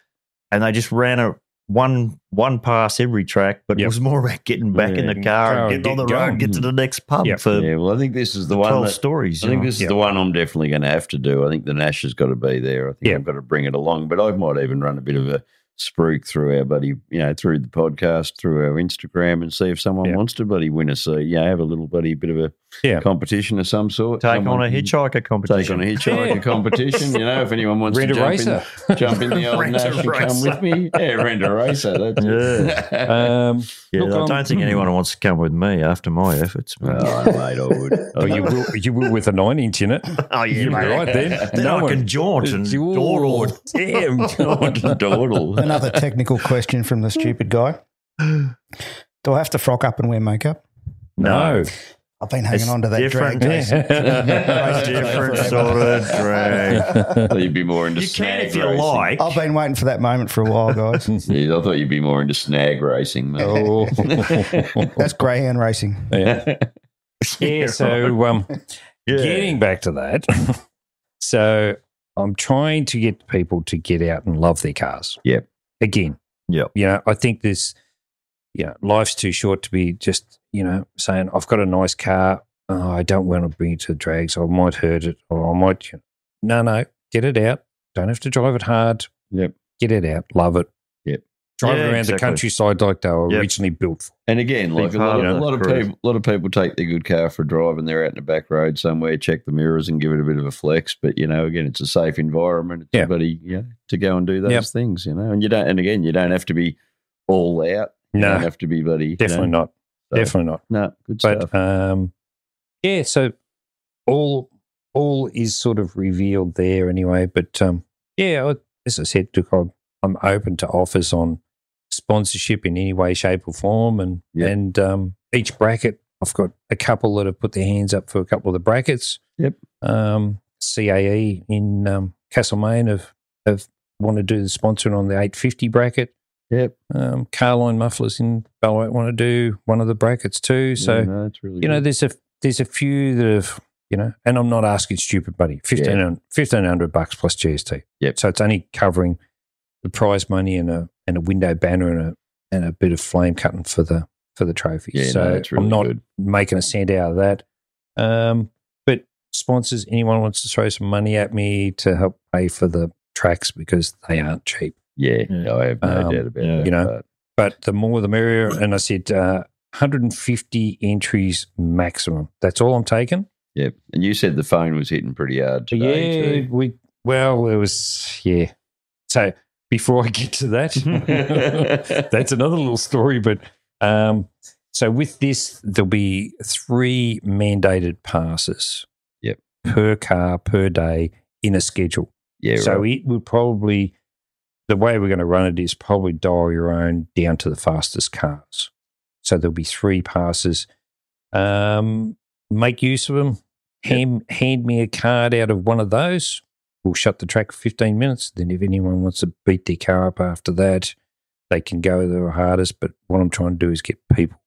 and they just ran a one one pass every track, but Yep. it was more about getting back in the Yeah. car Car and and getting on the get road, going. and get to the next pub Yep. for yeah, well, I think this is the one twelve that stories. I you think know? this is the one I'm definitely going to have to do. I think the Nash has got to be there. I think Yeah. I've got to bring it along, but I might even run a bit of a spruik through our buddy, you know, through the podcast, through our Instagram, and see if someone Yeah. wants to buddy win a seat. Yeah, have a little buddy bit of a Yeah. competition of some sort. Take Someone on a can hitchhiker Take competition. on a hitchhiker Yeah. competition. You know, if anyone wants Rent to a jump racer. in, jump in the old Rent a Nash and come racer. with me. Yeah, rent a racer. That's it. Um, yeah, Look, I don't um, think anyone wants to come with me after my efforts. man. Oh, mate, I would. but you will, you will with a nine inch in it. oh yeah, You're mate. right then. Then No I one- can jaunt and Oh, dawdle. damn. dawdle. Another technical question from the stupid guy. Do I have to frock up and wear makeup? No. I've been hanging It's on to that different. drag. Yeah. Different sort of drag. I thought you'd be more into You can snag if you racing. like. I've been waiting for that moment for a while, guys. Yeah, I thought you'd be more into snag racing. mate. Oh. That's greyhound racing. yeah. yeah. So um, Yeah. getting back to that, so I'm trying to get people to get out and love their cars. Yep. Again. Yep. You know, I think this, you know, life's too short to be just, you know, saying, I've got a nice car. Oh, I don't want to bring it to the drags. I might hurt it or I might. You know. No, no. Get it out. Don't have to drive it hard. Yep. Get it out. Love it. Yep. Drive Yeah, it around exactly. the countryside like they were Yep. originally built for. And again, like a lot, part of, of a lot of the cruise. people, a lot of people take their good car for a drive and they're out in the back road somewhere, check the mirrors and give it a bit of a flex. But you know, again, it's a safe environment. It's Yeah. yeah. you know, to go and do those Yep. things, you know, and you don't. And again, you don't have to be all out. You don't No, have to be bloody. definitely not. So- Definitely not. No, good stuff. But um, yeah, so all all is sort of revealed there anyway. But um, yeah, I- as I said, look, I'm, I'm open to offers on sponsorship in any way, shape, or form, and Yeah. and um, each bracket, I've got a couple that have put their hands up for a couple of the brackets. Yep. Um, CAE in um, Castlemaine have have want to do the sponsoring on the 850 bracket. Yep. Um, Carline Mufflers in Ballarat want to do one of the brackets too. So Yeah, no, it's really you know, good. there's a there's a few that have you know, and I'm not asking stupid money, 15, 1500 bucks plus GST. Yep. So it's only covering the prize money and a and a window banner and a and a bit of flame cutting for the for the trophy. yeah, so no, it's really I'm not good. making a cent out of that. Um, but sponsors, anyone wants to throw some money at me to help pay for the tracks because they aren't cheap. Yeah, Yeah. I have no Um, doubt about yeah. that. You know, but- But the more the merrier. And I said uh, 150 entries maximum. That's all I'm taking. Yep. And you said the phone was hitting pretty hard today. yeah, we well, it was yeah. So before I get to that, Too. that's another little story. But um, so with this, there'll be three mandated passes. Yep. Per car per day in a schedule. yeah. so right. it would probably the way we're going to run it is probably dial your own down to the fastest cars. So there'll be three passes. Um, make use of them. Hand, hand me a card out of one of those. We'll shut the track for 15 minutes. Then, if anyone wants to beat their car up after that, they can go their hardest. But what I'm trying to do is get people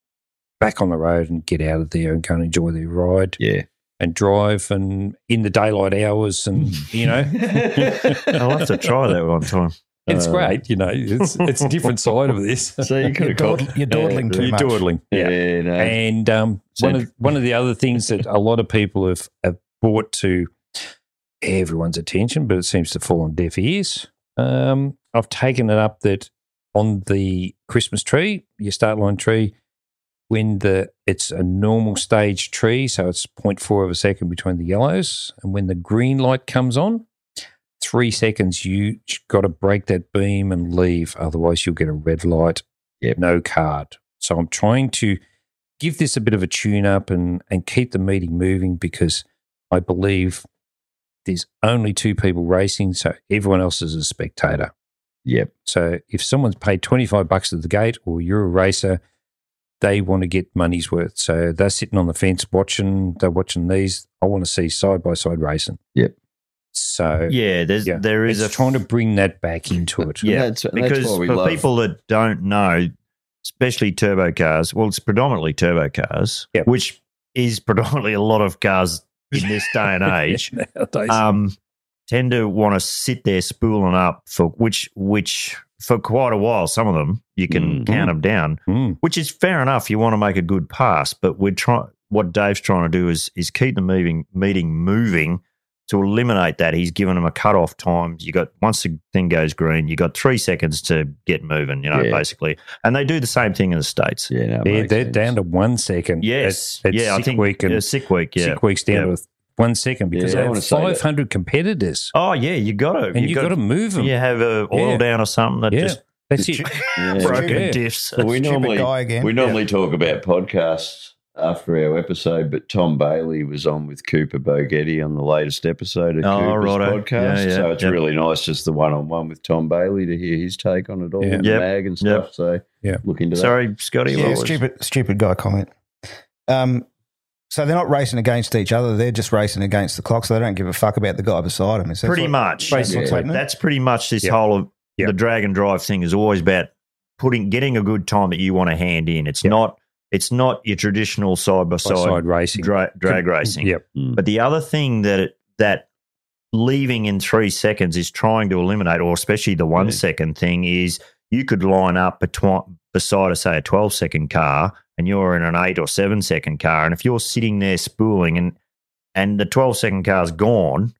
back on the road and get out of there and go and enjoy their ride yeah. Mm. and drive and in the daylight hours and, you know. I'll have to try that one time. It's Uh, great, you know. It's it's a different side of this. So you could You're, have called. dawdling, you're dawdling too You're much. dawdling, Yeah. yeah. no. And um, one of one of the other things that a lot of people have, have brought to everyone's attention, but it seems to fall on deaf ears. Um, I've taken it up that on the Christmas tree, your start line tree, when the it's a normal stage tree, so it's 0.4 of a second between the yellows, and when the green light comes on, three seconds you got to break that beam and leave, otherwise you'll get a red light, Yep. no card. So I'm trying to give this a bit of a tune up and and keep the meeting moving because I believe there's only two people racing, so everyone else is a spectator. Yep. So if someone's paid 25 bucks at the gate or you're a racer, they want to get money's worth. So they're sitting on the fence watching, they're watching these. I want to see side by side racing. Yep. So Yeah, there's Yeah. there is it's a trying to bring that back into it. Yeah, That's, that's because why we for love. people that don't know, especially turbo cars, well, it's predominantly turbo cars, Yep. which is predominantly a lot of cars in this day and age. Nowadays. um, tend to want to sit there spooling up for which which for quite a while. Some of them you can Mhm. count them down, Mm. which is fair enough. You want to make a good pass, but we're trying. What Dave's trying to do is is keep the moving meeting moving to eliminate that. He's given them a cutoff time. You got once the thing goes green, you got three seconds to get moving. You know, Yeah. basically, and they do the same thing in the states. yeah, no, it They're, makes they're sense. down to one second. Yes, At, at yeah, sick I think week and yeah, sick week. Yeah. sick weeks down Yeah. to one second because Yeah, I they wanna have say that. 500 competitors Oh yeah, you got to and you've got to move them. You have a oil Yeah. down or something that Yeah. just That's it. Yeah. broken Yeah. diffs. Well, we Stupid normally guy again. we normally talk about podcasts after our episode, but Tom Bailey was on with Cooper Bogetti on the latest episode of Oh, Cooper's righto. podcast, Yeah, yeah, so it's yep. really nice just the one on one with Tom Bailey to hear his take on it all, Yeah. and the Yep. mag and stuff. So Yeah. look into that. Sorry, Scotty. yeah, what was- stupid, stupid guy comment. Um, so they're not racing against each other; they're just racing against the clock. So they don't give a fuck about the guy beside them. Is that Pretty what- much. that's what's Yeah. happening? That's pretty much this Yeah. whole of Yeah. the drag and drive thing is always about putting getting a good time that you want to hand in. It's not it's not your traditional side by Side side racing. drag racing. Yep. But the other thing that it, that leaving in three seconds is trying to eliminate, or especially the one Yeah. second thing, is you could line up between beside a say a twelve second car, and you're in an eight or seven second car, and if you're sitting there spooling and and the twelve second car's gone,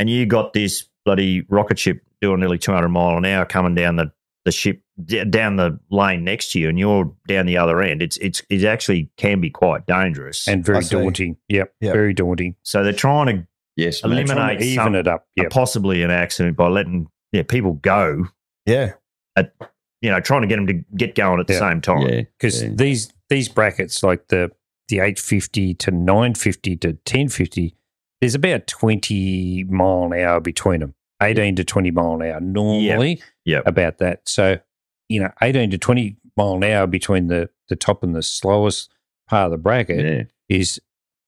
and you got this bloody rocket ship doing nearly two hundred mile an hour coming down the the ship d- down the lane next to you, and you're down the other end. It's it's it actually can be quite dangerous. And very I see. daunting. Yep. Yep. Very daunting. so they're trying to yes, Elim- mate. Trying to Eliminate even some- it up. a Yep. possibly an accident by letting yeah people go. Yeah, you know, trying to get them to get going at the Yeah. same time. Yeah. because yeah. these these brackets like the the 850 to 950 to 1050 there's about 20 mile an hour between them 18 to 20 mile an hour normally Yep. about that so you know 18 to 20 mile an hour between the the top and the slowest part of the bracket Yeah. is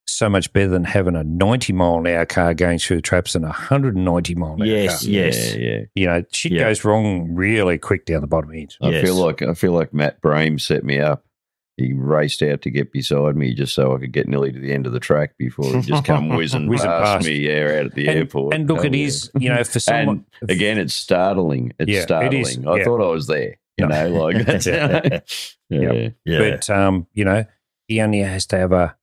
so much better than having a 90 mile an hour car going through the traps and a 190 mile an hour Yes, car. yes. Yeah, yeah. you know shit Yeah. goes wrong really quick down the bottom end I Yes. feel like I feel like Matt Brame set me up. He raced out to get beside me just so I could get nearly to the end of the track before he just come whizzing, Whizzing past, past. me. Yeah, out at the and, airport. and look Hell it yeah. is you know for someone And again, it's startling. It's Yeah, it startling. is. I Yeah. thought I was there. You No. know, like that's yeah. Yeah. But um, you know, he only has to have a,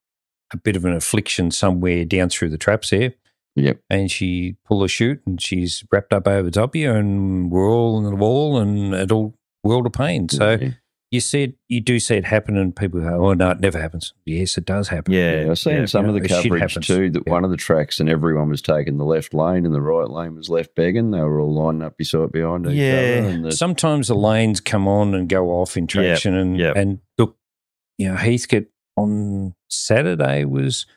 a bit of an affliction somewhere down through the traps here. Yep. And she pull a chute and she's wrapped up over top of you and we're all in the wall and it all world of pain. So yeah. you see it you do see it happen and people go, Oh no, it never happens. Yes, it does happen. yeah. Yeah, I've seen yeah. some of Yeah, the it shit coverage happens. too. That Yeah. one of the tracks and everyone was taking the left lane and the right lane was left begging. They were all lining up beside behind each Yeah. other. And the, Sometimes the lanes come on and go off in traction and yep. and look, you know, Heathcote on Saturday was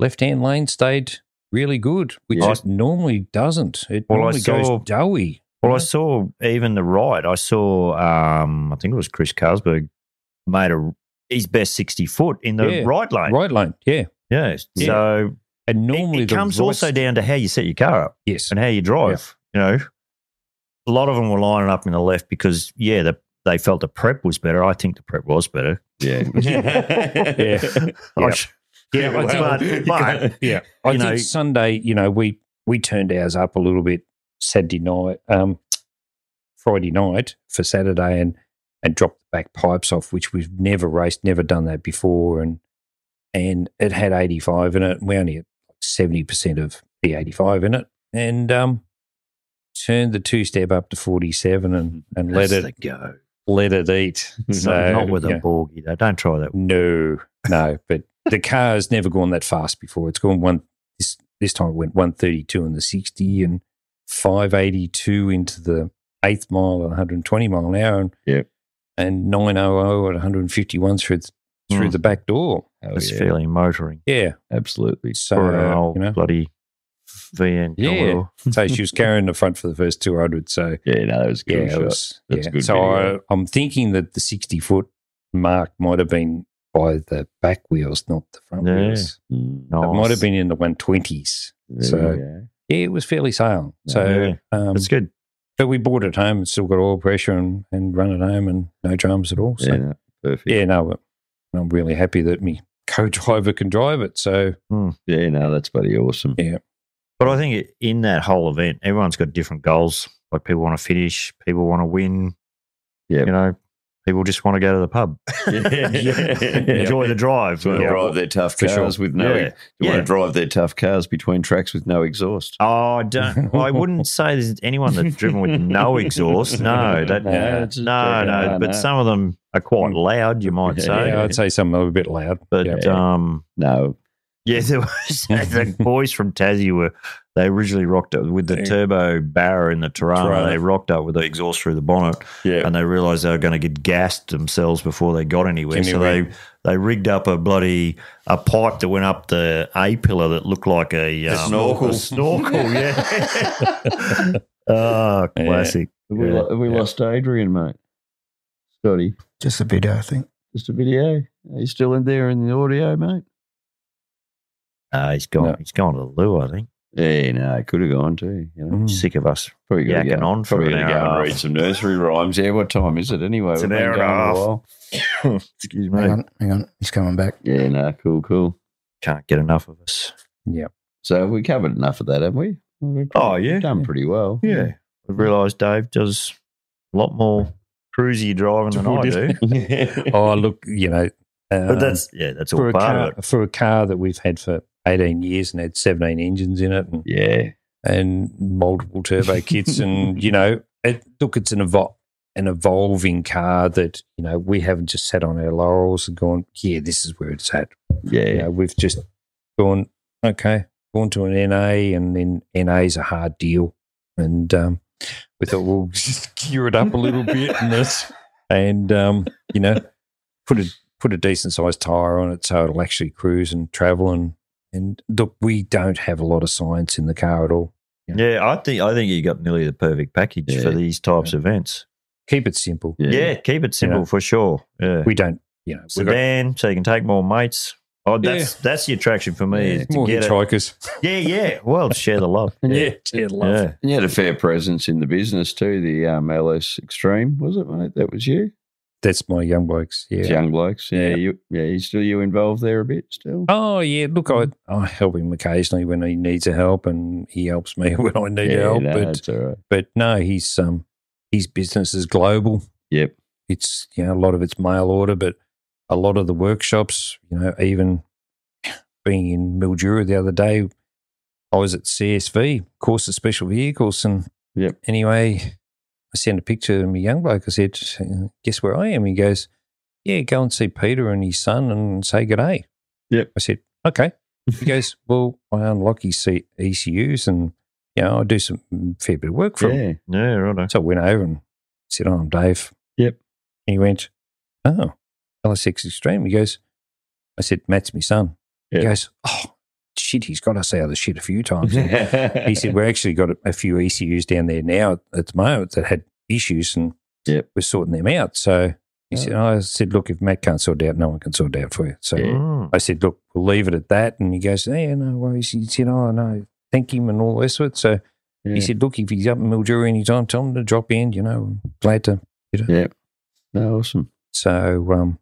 left hand lane stayed really good, which Yeah. it normally doesn't. It Well, I normally saw- goes doughy. Well, I saw even the right. I saw, um, I think it was Chris Carlsberg made a his best sixty foot in the Yeah. right lane. Right lane, yeah. Yeah. Yeah. So And it- normally it, the comes right- also down to how you set your car up yes, and how you drive. You know, a lot of them were lining up in the left because yeah, the, they felt the prep was better. I think the prep was better. yeah, yeah, I Yeah. sh- yeah. I think- but, but yeah, I you think know- Sunday, you know, we we turned ours up a little bit Saturday night, um, Friday night for Saturday, and and dropped the back pipes off, which we've never raced, never done that before, and and it had eighty five in it, and we only had seventy percent of the eighty five in it, and um, turned the two step up to forty seven, and and let Mm-hmm. that's it the go. let it eat. So not, not with yeah. Oh, a borgie though. Don't try that. No, no. But the car has never gone that fast before. It's gone one this this time it went one thirty two in the sixty and five eighty two into the eighth mile at one hundred and twenty mile an hour and Yep. and nine oh oh at one hundred and fifty one through th- through Hmm. Mm. the back door. Oh, It's yeah. fairly motoring Yeah, absolutely. so uh, for an old you know, bloody VN. Yeah. Commodore. so she was carrying the front for the first two hundred. So Yeah, no, that was a yeah, cool it shot. was, That's yeah. good So I, video. I'm thinking that the sixty foot mark might have been by the back wheels, not the front Yeah. wheels. Mm, It might have Nice. been in the 120s. there So- you go. Yeah, it was fairly silent. So, Yeah. um, That's good. but we bought it home and still got oil pressure and, and run it home and no drums at all. So, yeah, yeah, no, perfect. no, but I'm really happy that me co-driver can drive it. So, Yeah, no, that's bloody awesome. Yeah. But I think it- in that whole event, everyone's got different goals. Like people want to finish, people want to win. Yep. You know, people just want to go to the pub, enjoy the drive. Want to Yeah. drive their tough For cars with no. Yeah. They want Yeah. to drive their tough cars between tracks with no exhaust. Oh, I don't. I wouldn't say there's anyone that's driven with no exhaust. No, that, No, no, it's just- no, no, But no. some of them are quite loud, you might say. yeah, I'd say something a bit loud. But yeah. um, No, yeah, there was the boys from Tassie were. They originally rocked up with the Yeah. turbo barra in the Toronto. Toronto. They rocked up with the exhaust through the bonnet. yeah, and they realised they were going to get gassed themselves before they got anywhere. Jimmy so Reed. they they rigged up a bloody a pipe that went up the A pillar that looked like a, um, snorkel. a snorkel, yeah. oh, classic. Have we, lo- have we lost Adrian, mate. Scotty, Just a bit, I think. just a video. Are you still in there in the audio, mate? Uh, he's gone. No. He's gone to the loo. I think. Yeah, no, it could have gone too. You know. Mm. Sick of us. Probably gotta Yakking go, on for probably an gotta hour go and a and half. read some nursery rhymes. Yeah, what time is it anyway? It's an We've hour and been a going half. while. Excuse me. Hang on, hang on. He's coming back. Yeah, no, cool, cool. Can't get enough of us. So have we covered enough of that, haven't we? We've Oh, yeah. done pretty well. I've realised Dave does a lot more cruisy driving than I do. Oh, look, you know, uh, But that's yeah, that's for all a part car of it. for a car that we've had for 18 years and had 17 engines in it and yeah, and multiple turbo kits and you know it, look it's an evol- an evolving car that you know we haven't just sat on our laurels and gone yeah this is where it's at yeah, you know we've just gone okay gone to an na and then na's a hard deal and um we thought we'll just gear it up a little bit and that's and um, you know, put a put a decent sized tire on it so it'll actually cruise and travel and and look, we don't have a lot of science in the car at all. Yeah, I think I think you got nearly the perfect package Yeah. for these types of events. Keep it simple. Yeah, keep it simple Yeah. for sure. Yeah. We don't, you know, we got Sedan, so you can take more mates. Oh, that's that's the attraction for me. Yeah. Is to more get it- hitchhikers. Yeah, yeah. Well, share the love. Yeah, yeah, love. Yeah. And you had a fair presence in the business too, the um, LS Extreme, was it, mate? That was you? That's my young blokes. Yeah. It's young blokes. Yeah, Yeah. you yeah, you still you involved there a bit still? Oh yeah, look, I I help him occasionally when he needs a help, and he helps me when I need yeah, help. no, but it's all right. but no, he's um his business is global. Yep. It's you know a lot of it's mail order, but a lot of the workshops, you know, even being in Mildura the other day, I was at CSV course of special vehicles, and Yep. anyway, I sent a picture to my young bloke. I said, "Guess where I am?" He goes, "Yeah, go and see Peter and his son and say good day." Yep. I said, "Okay." He goes, "Well, I unlock his C- ECUs and." You know, I do some fair bit of work for him. yeah. Yeah, righto. So I went over and said, oh, I'm Dave. Yep. And he went, oh, LSX Extreme. He goes, I said, Matt's my son. Yeah. He goes, oh, shit, he's got us out of the shit a few times. he said, we've actually got a, a few ECUs down there now at the moment that had issues and Yep. we're sorting them out. So he Yeah. said, "Oh," I said, look, if Matt can't sort it out, no one can sort it out for you. So Yeah. Mm. I said, look, we'll leave it at that. And he goes, yeah, no worries. He said, oh, no, thank him and all this sort. So Yeah. he said, "Look, if he's up in Mildura any time, tell him to drop in. You know, I'm glad to." No, awesome. So, um,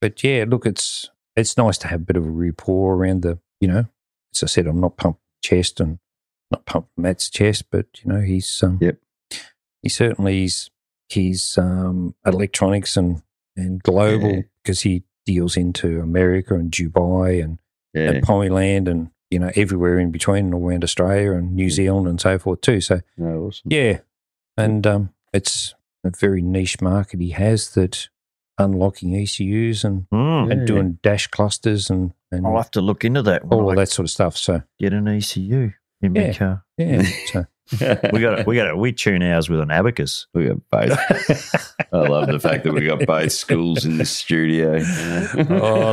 but yeah, look, it's it's nice to have a bit of a rapport around the. You know, as I said, I'm not pumping chest and not pumping Matt's chest, but you know, he's um, Yep. he certainly is his um electronics and and Yeah. global because he deals into America and Dubai and Yeah. and Pomeland and you know everywhere in between and all around Australia and New Zealand and so forth too. So No, awesome. yeah, and um, it's a very niche market he has that unlocking ECUs and, Mm. and Yeah. doing dash clusters and and I'll have to look into that when all oh, I that sort of stuff. So get an ECU in my Yeah. car. yeah, so We got we got we tune ours with an abacus. we got both. I love the fact that we got both schools in this studio. you know. oh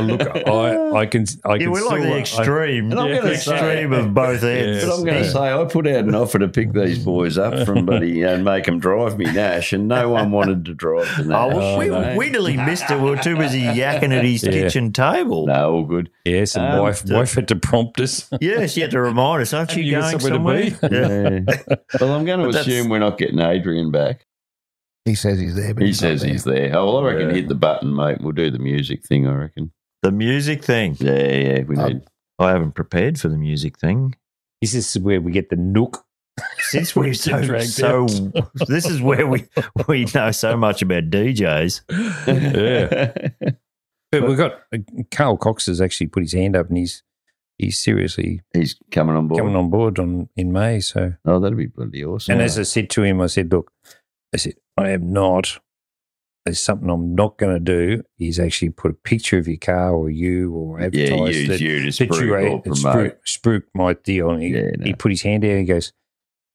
look, I I can I Yeah, can we're like still- the I- extreme, And I'm the gonna extreme say- of both ends. Yes. But I'm going to Yeah. say, I put out an offer to pick these boys up from Buddy and make them drive me Nash, and no one wanted to drive the Nash. Oh, we, you know. we, we nearly missed it. We were too busy yakking at his Yeah. kitchen table. no, all good. yes, and Um, wife the- wife had to prompt us. Yeah, she had to remind us, aren't Have you, you got going somewhere somewhere? to Yeah. Yeah. Well, I'm going to But that's- assume we're not getting Adrian back. He says he's there, but He he's not says there. he's there. Oh, well, I reckon Yeah. hit the button, mate. and We'll do the music thing, I reckon. The music thing. Yeah, yeah, we Um, need. I haven't prepared for the music thing. This is where we get the nook. Since we're so, Dragged so out. this is where we, we know so much about DJs. yeah, but we've got uh, Carl Cox has actually put his hand up and he's he's seriously He's coming on board. coming on board on in May. So Oh, that'd be bloody awesome. And as I said to him, I said, look, I said, I am not, there's something I'm not going to do is actually put a picture of your car or you or advertise yeah, use that, you to that spruik or that promote. Spruik, Spruik might deal. And he, Yeah, no. he put his hand out and he goes,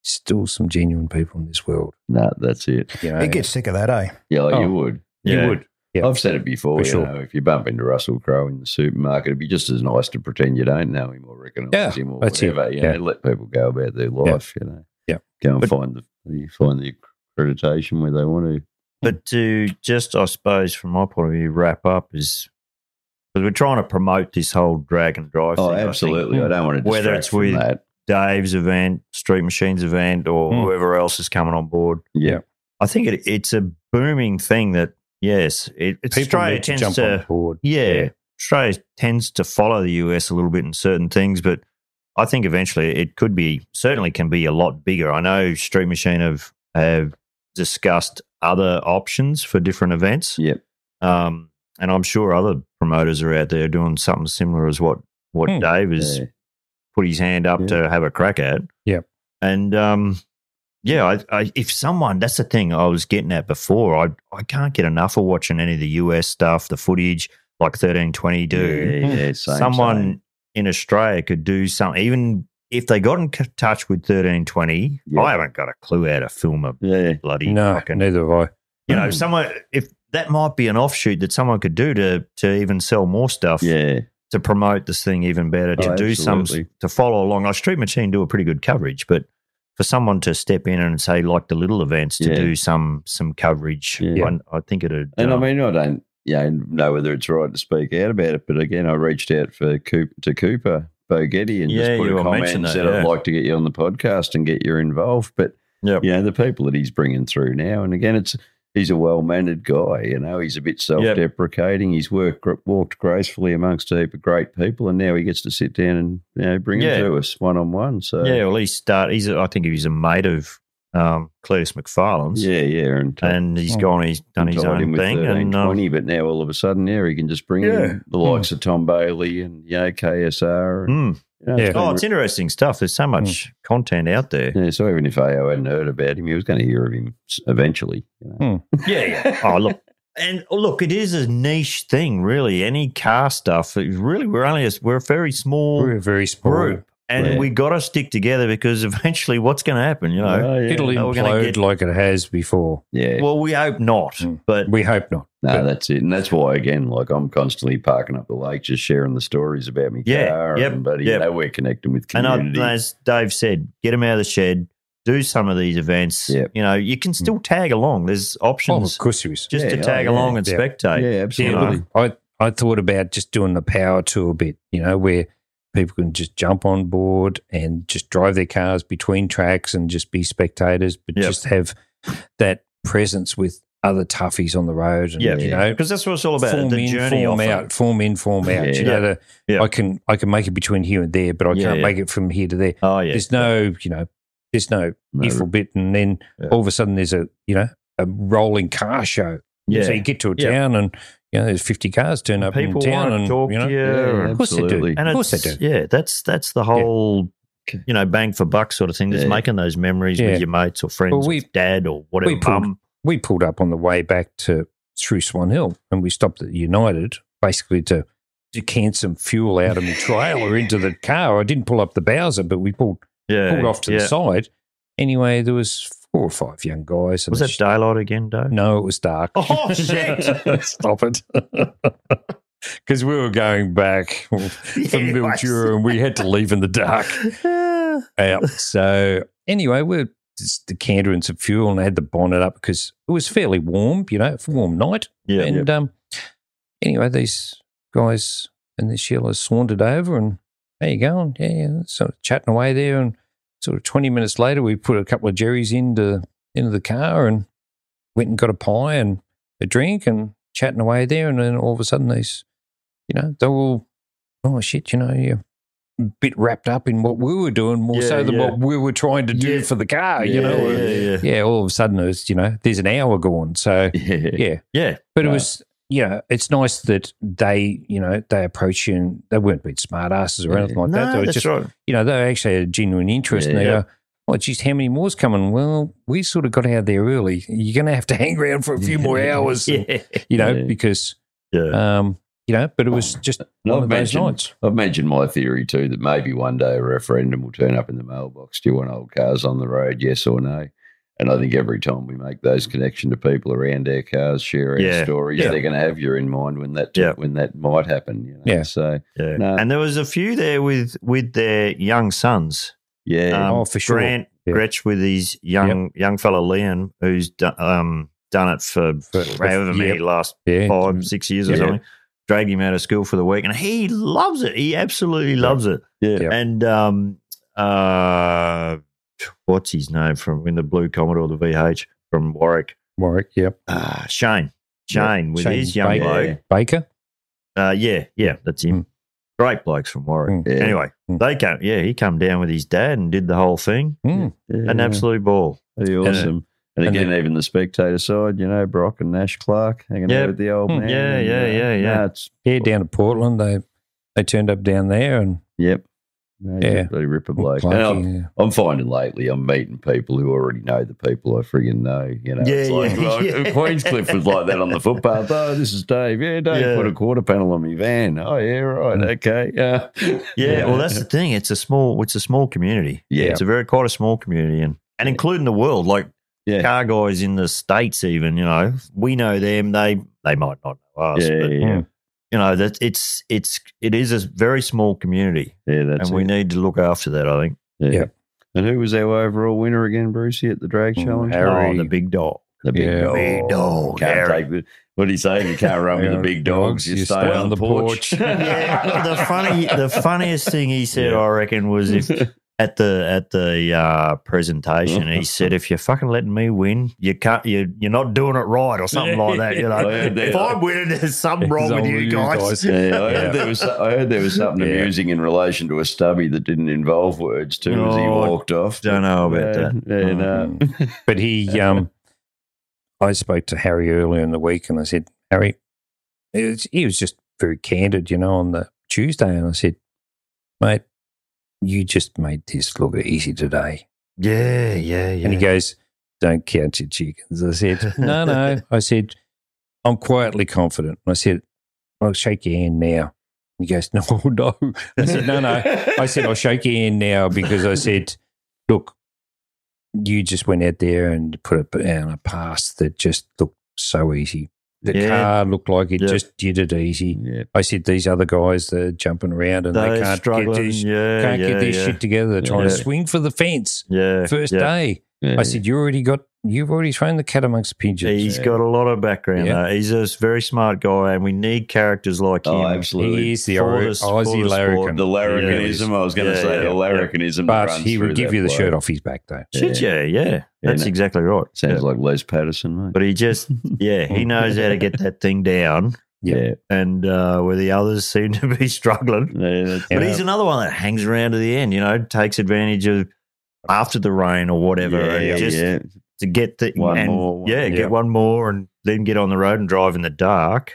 still some genuine people in this world. No, that's it. You know, He'd get sick of that, eh? Yeah, like Oh. you would. you Yeah. would. Yeah. I've said it before. For you sure. know, if you bump into Russell Crowe in the supermarket, it'd be just as nice to pretend you don't know him or recognise Yeah, him or that's it. whatever. You Yeah. know, let people go about their life. You know, Yeah. go and But- find the you find the accreditation where they want to. But to just, I suppose, from my point of view, wrap up is because we're trying to promote this whole drag and drive Oh, thing. I think. absolutely. I, don't want to Whether distract it's from with- that. Dave's event, Street Machines event, or Mm. whoever else is coming on board. Yeah, I think it, it's a booming thing that yes, it, it's People Australia need to tends jump to on board. yeah, Australia tends to follow the US a little bit in certain things, but I think eventually it could be certainly can be a lot bigger. I know Street Machine have have discussed other options for different events. Yep. Um, and I'm sure other promoters are out there doing something similar as what what Hmm. Dave has yeah. put his hand up Yeah. to have a crack at. Yep. And um, yeah, I, I, if someone, that's the thing I was getting at before. I I can't get enough of watching any of the US stuff, the footage like thirteen twenty do. Yeah, yeah, same, someone same. in Australia could do something, even if they got in c- touch with thirteen twenty. Yeah. I haven't got a clue how to film a Yeah, bloody No, fucking. neither have I. Mm. You know, someone if that might be an offshoot that someone could do to to even sell more stuff Yeah. to promote this thing even better, to Oh, do some absolutely. to follow along. Our Street Machine do a pretty good coverage, but for someone to step in and say like the little events to Yeah. do some some coverage, Yeah. I, I think it'd. And um, I mean, I don't yeah know whether it's right to speak out about it, but again, I reached out for Coop, to Cooper Bogetti and Yeah, just put you a were comment mentioning and that, said, yeah. I'd like to get you on the podcast and get you involved. But Yep. you know, the people that he's bringing through now, and again, it's he's a well mannered guy. You know, he's a bit self deprecating. He's worked walked gracefully amongst a heap of great people, and now he gets to sit down and you know bring Yeah. them to us one on one. So yeah, well, he's start. He's a- I think he's a mate of um, Cletus McFarlane's, yeah, yeah, and. uh, and he's Oh. gone. He's done his tied in own with thing, and um, 1320, but now all of a sudden, yeah, he can just bring Yeah. in the likes of Tom Bailey and you know, KSR. And, mm. you know, Yeah. been Oh, re- it's interesting stuff. There's Hmm. so much content out there. yeah, so even if AO hadn't heard about him, he was going to hear of him s- eventually. You know? Yeah, yeah. Oh, look. And oh, look, it is a niche thing, really. Any car stuff. it really, we're only a, we're a very small We're a very small group, and Yeah. we got to stick together because eventually, what's going to happen? You know. Oh, yeah. It'll No, we're gonna implode get- like it has before. Yeah. Well, we hope not, Mm. but We hope not. no, that's it. And that's why, again, like I'm constantly parking up the lake, just sharing the stories about me Yeah, car. yep, and, but, you yep. know, we're connecting with and I, community. as Dave said, get them out of the shed. Do some of these events. Yep. You know, you can still tag along. There's Hmm. Oh, of options course there is. just Yeah, to oh, tag yeah. along and Yeah. spectate. yeah, absolutely. I, I thought about just doing the power tour bit, you know, where people can just jump on board and just drive their cars between tracks and just be spectators, but Yep. just have that presence with other toughies on the road. And, Yeah. you know, Because that's what it's all about. form the in, journey form offer. out, form in, form out. Yeah. You know, the, Yeah. I can I can make it between here and there, but I Yeah, can't yeah. make it from here to there. Oh yeah. There's no, you know, there's no No, if or bit, and then Yeah. all of a sudden there's a you know a rolling car show. yeah. So you get to a Yeah. town and you know there's 50 cars turn up People in town want and to talk you know to you. and- Of course they do. absolutely. And Of course it's- they do. Yeah, that's that's the whole you know bang for buck sort of thing. Just Yeah. making those memories Yeah. with your mates or friends, Well, we- or dad or whatever. we pulled- mum. we pulled up on the way back to through Swan Hill and we stopped at United basically to to can some fuel out of my trailer into the car. I didn't pull up the Bowser, but we pulled yeah, pulled off to Uh, yeah. the side. Anyway, there was four or five young guys. And Was a that daylight again, Dave? No, it was dark. Oh, shit. Stop it. Because we were going back from Mildura and we had to leave in the dark. out. So anyway, we're just decantering some fuel and I had the bonnet up because it was fairly warm, you know, it's a warm night. Yeah, and um, anyway, these guys and this Sheila sauntered over and how you going? Yeah, yeah, sort of chatting away there. And sort of 20 minutes later, we put a couple of jerrys into, into the car and went and got a pie and a drink and chatting away there. And then all of a sudden, these, you know, they're all, oh shit, you know, you're a bit wrapped up in what we were doing more Yeah, so than yeah. what we were trying to do Yeah. for the car, uh, you Yeah, know. yeah, yeah, yeah, all of a sudden, it was, you know, there's an hour gone. So, Yeah. yeah. yeah, But it Right. was, you know, it's nice that they, you know, they approach you and they weren't being smart asses or Yeah. anything like no, that. They were that's just, right. you know, they actually had a genuine interest and they Yeah. go, oh, geez, how many more's coming? Well, we sort of got out there early. You're going to have to hang around for a few more hours, Yeah, you know, Yeah. because, yeah. um, you know, but it was just And one I've of those mentioned, nights. I've mentioned my theory too that maybe one day a referendum will turn up in the mailbox. Do you want old cars on the road? Yes or no? And I think every time we make those connection to people around our cars, share our Yeah. stories, Yeah. they're going to have you in mind when that Yeah. when that might happen. You know? Yeah. So yeah. no. And there was a few there with with their young sons. yeah, Um, Oh, for sure. Grant Yeah. Gretsch with his young young fella Leon, who's done, um, done it for, For- however many yep. last Yeah. five six years Yeah. or something. Dragged him out of school for the week, and he loves it. He absolutely loves it. yeah, Yep. And um, uh, what's his name from in the Blue Commodore, the VH from Warwick? Warwick, yep. Uh, Shane. Shane with Shane his young Baker. bloke. Baker. Uh, yeah, yeah, that's him. Mm. Great blokes from Warwick. Mm. Hmm. Yeah. Anyway, Mm. they came. Yeah, he come down with his dad and did the whole thing. Mm. yeah. An absolute ball. That'd be awesome. And, and again, even the spectator side, you know, Brock and Nash Clark hanging Yeah. out with the old Hmm. man. Yeah, and, yeah, uh, yeah, yeah. no, it's Yeah, down to Portland. They they turned up down there and yep. No, Yeah. yeah, bloody ripper bloke. And I'm- Clarkie, yeah. I'm finding lately I'm meeting people who already know the people I friggin' know. You know, Yeah, it's like, yeah, like yeah. Queenscliff was like that on the footpath. Oh, this is Dave. Yeah, Dave Yeah. Mm. put a quarter panel on my van. Oh, yeah, right. Okay. Yeah. Yeah, well, that's the thing. It's a small. It's a small community. Yeah. it's a very quite a small community, and and including the world. Like Yeah. car guys in the states. Even you know, we know them. They they might not know us, yeah, but mm. yeah, you know that it's it's it is a very small community, yeah, that's and we it. need to look after that. I think. Yeah. Yeah. And who was our overall winner again, Brucey, at the drag Mm, challenge? Harry. Oh, the big dog. The big Yeah. dog. Big dog. Can't Harry. take the, what do you say? You can't run with the big dogs. You, stay, on, the porch. yeah, the funny, the funniest thing he said, Yeah. I reckon, was if at the at the uh, presentation, he said, "If you're fucking letting me win, you can't, you you're not doing it right, or something like that." You know, I heard that. if I'm winning, there's something wrong with you guys. Yeah, I, heard there was, uh, I heard there was something Yeah. amusing in relation to a stubby that didn't involve words too as he No, I walked off. don't know about Yeah, that. Mm. yeah, no. But he, um, I spoke to Harry earlier in the week, and I said, Harry, it was, he was just very candid, you know, on the Tuesday, and I said, mate, you just made this look easy today. Yeah, yeah, yeah. And he goes, don't count your chickens. I said, no, no. I said, I'm quietly confident. I said, I'll shake your hand now. He goes, no, no. I said, no, no. I said, I'll shake your hand now because I said, look, you just went out there and put it down a pass that just looked so easy. The Yeah. car looked like it Yeah. just did it easy. Yeah. I said, these other guys, they're jumping around and They're they can't get struggling. this, yeah, can't yeah, get this yeah. shit together. They're trying to Yeah. swing for the fence Yeah, first yeah. day. yeah, I said, you already got, you've already thrown the cat amongst the pigeons. He's got a lot of background. Yeah. though. He's a very smart guy, and we need characters like Oh, him. absolutely. He is the For Ori- the sport, Aussie the sport, larrikin. the larrikinism. I was going to Yeah, say yeah, the yeah. larrikinism. that But runs he through would give that you the bloke. shirt off his back, though. Should yeah, yeah. That's no. exactly right. Sounds yeah. like Les Patterson, mate. But he just, yeah, he knows how to get that thing down, Yeah. and uh, where the others seem to be struggling. Yeah, that's- But Yeah. he's another one that hangs around to the end. You know, takes advantage of after the rain or whatever, yeah, and just yeah. to get the One and- more, one- yeah, yeah. get one more, and then get on the road and drive in the dark.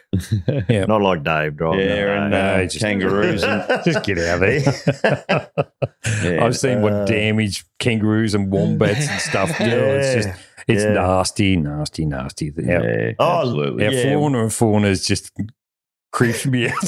Yeah. Not like Dave driving. Yeah, in and the dark. no, uh, it's just- kangaroos. And, Just get out of there. I've seen Uh, what damage kangaroos and wombats and stuff do. It's just, it's yeah. nasty, nasty, nasty. Our, yeah, Oh, absolutely. our yeah. fauna and fauna is just creeps me out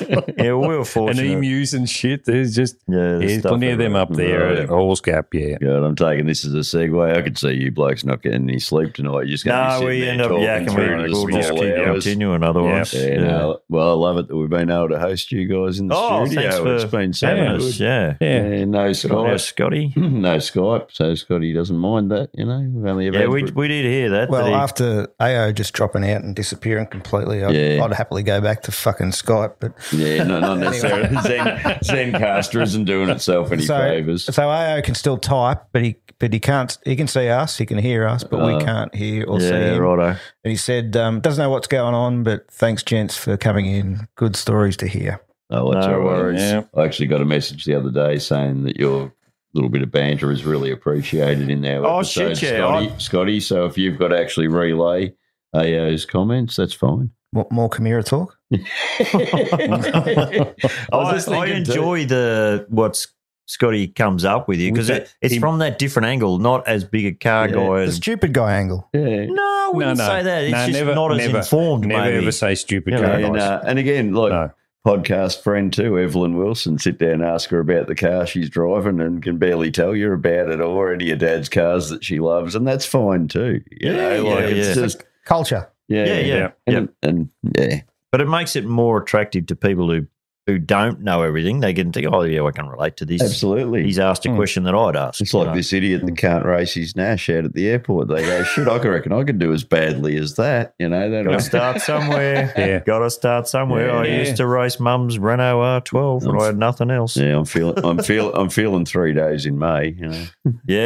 yeah, we were and fortunate. emus and shit. There's just yeah, there's plenty of them up there. Right. at Hall's Gap, yeah. God, I'm taking this as a segue. I could see you blokes not getting any sleep tonight. You're just going to No, be sitting we there end up talking yakking. through We, the we'll just small keep hours. continuing otherwise. Yeah, no, well, I love it that we've been able to host you guys in the Oh, studio. thanks for it's been so Having good. us, yeah. Yeah. Yeah, no Good Skype, Scotty. no Skype. So Scotty doesn't mind that, you know. We've only ever Yeah, had we, for- we did hear that. Well, that he- after AO just dropping out and disappearing completely, I'd, Yeah. I'd happily go back to fucking Skype. But yeah, no, not necessarily. Zen, Zencaster isn't doing itself any so, favors. so AO can still type, but he but he can't. He can see us, he can hear us, but Uh, we can't hear or see yeah, him. righto. And he said, um, doesn't know what's going on, but thanks, gents, for coming in. Good stories to hear. Oh, that's No all right. worries. Yeah. I actually got a message the other day saying that your little bit of banter is really appreciated in there. Oh, shit, yeah, Scotty, Scotty. So if you've got to actually relay AO's comments, that's fine. What more Chimera talk? I, I, was just I thinking too- enjoy the what S- Scotty comes up with you because With it, it's from that different angle, not as big a car Yeah. guy The as. stupid guy angle. Yeah. No, we No, didn't no. say that. It's No, just never- not as never- informed, Never maybe. ever say stupid Yeah, yeah, Very and, uh, and again, like No. podcast friend too, Evelyn Wilson, sit down and ask her about the car she's driving and can barely tell you about it or any of dad's cars that she loves. And that's fine too. You Yeah, know, like yeah, it's yeah. just, Culture. yeah, yeah, yeah, yeah. And, and yeah, But it makes it more attractive to people who who don't know everything. They can think, oh, yeah, I can relate to this. absolutely. He's asked a Mm. question that I'd ask. It's you like know. this idiot that can't race his Nash out at the airport. They go, shit, I can reckon I could do as badly as that. You know, they Got to start somewhere. Yeah. Got to start somewhere. I Yeah. used to race mum's Renault R12 when I had nothing else. Yeah, Yeah, I'm feeling, I'm feeling, I'm feeling three days in May. You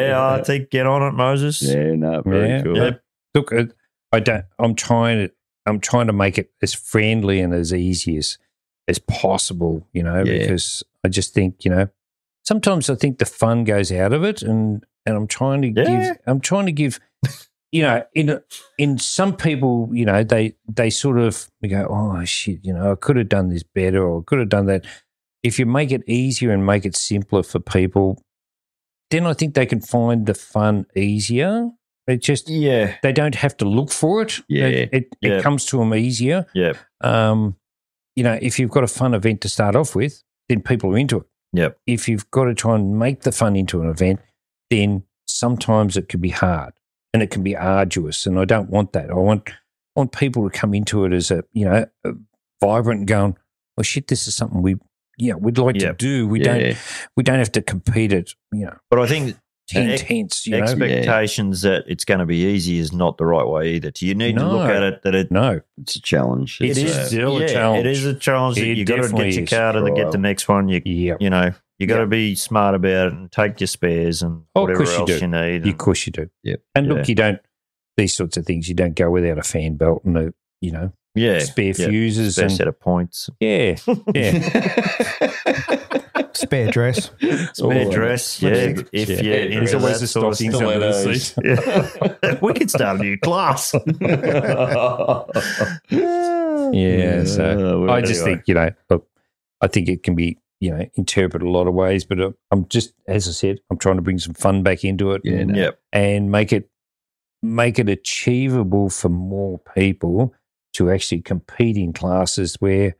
know, I think get on it, Moses. yeah, no, very Yeah. cool. Yep. look, I- I don't. I'm trying to. I'm trying to make it as friendly and as easy as as possible. You know, Yeah. because I just think you know. Sometimes I think the fun goes out of it, and and I'm trying to Yeah. give. I'm trying to give. You know, in in some people, you know, they they sort of we go, oh shit, you know, I could have done this better, or I could have done that. If you make it easier and make it simpler for people, then I think they can find the fun easier. It just Yeah. they don't have to look for it. Yeah. They- it, it Yeah. comes to them easier. Yeah. Um, you know, if you've got a fun event to start off with, then people are into it. Yep. If you've got to try and make the fun into an event, then sometimes it could be hard. and it can be arduous. And I don't want that. I want I want people to come into it as a you know a vibrant, and going, oh shit, this is something we yeah we'd like Yeah. to do. We yeah, don't we don't have to compete it. You know, But I think And ex- intense. You know, expectations that it's going to be easy is not the right way either. You need to look No. at it that it no, it's a challenge. It It's, is uh, still a yeah, challenge. It is a challenge that It you got to definitely get your is. car to the, get the Trial. next one. You yeah, you know you got to Yeah. be smart about it and take your spares and Oh, of whatever course you else you, do. need. of and- course you do. Yep. And Yeah. look, you don't these sorts of things. You don't go without a fan belt and a you know yeah, spare yeah, fuses spare and set of points, yeah, yeah. Spare dress. spare All dress. that. Yeah, Yeah. if Yeah. you There's always a stockings under the Stilettos. seat. Yeah. we could start a new class. Yeah, Uh, so well, I just anyway. think you know, look, I think it can be you know interpreted a lot of ways, but uh, I'm just as I said, I'm trying to bring some fun back into it, Yeah, and, no. Yep. and make it make it achievable for more people to actually compete in classes where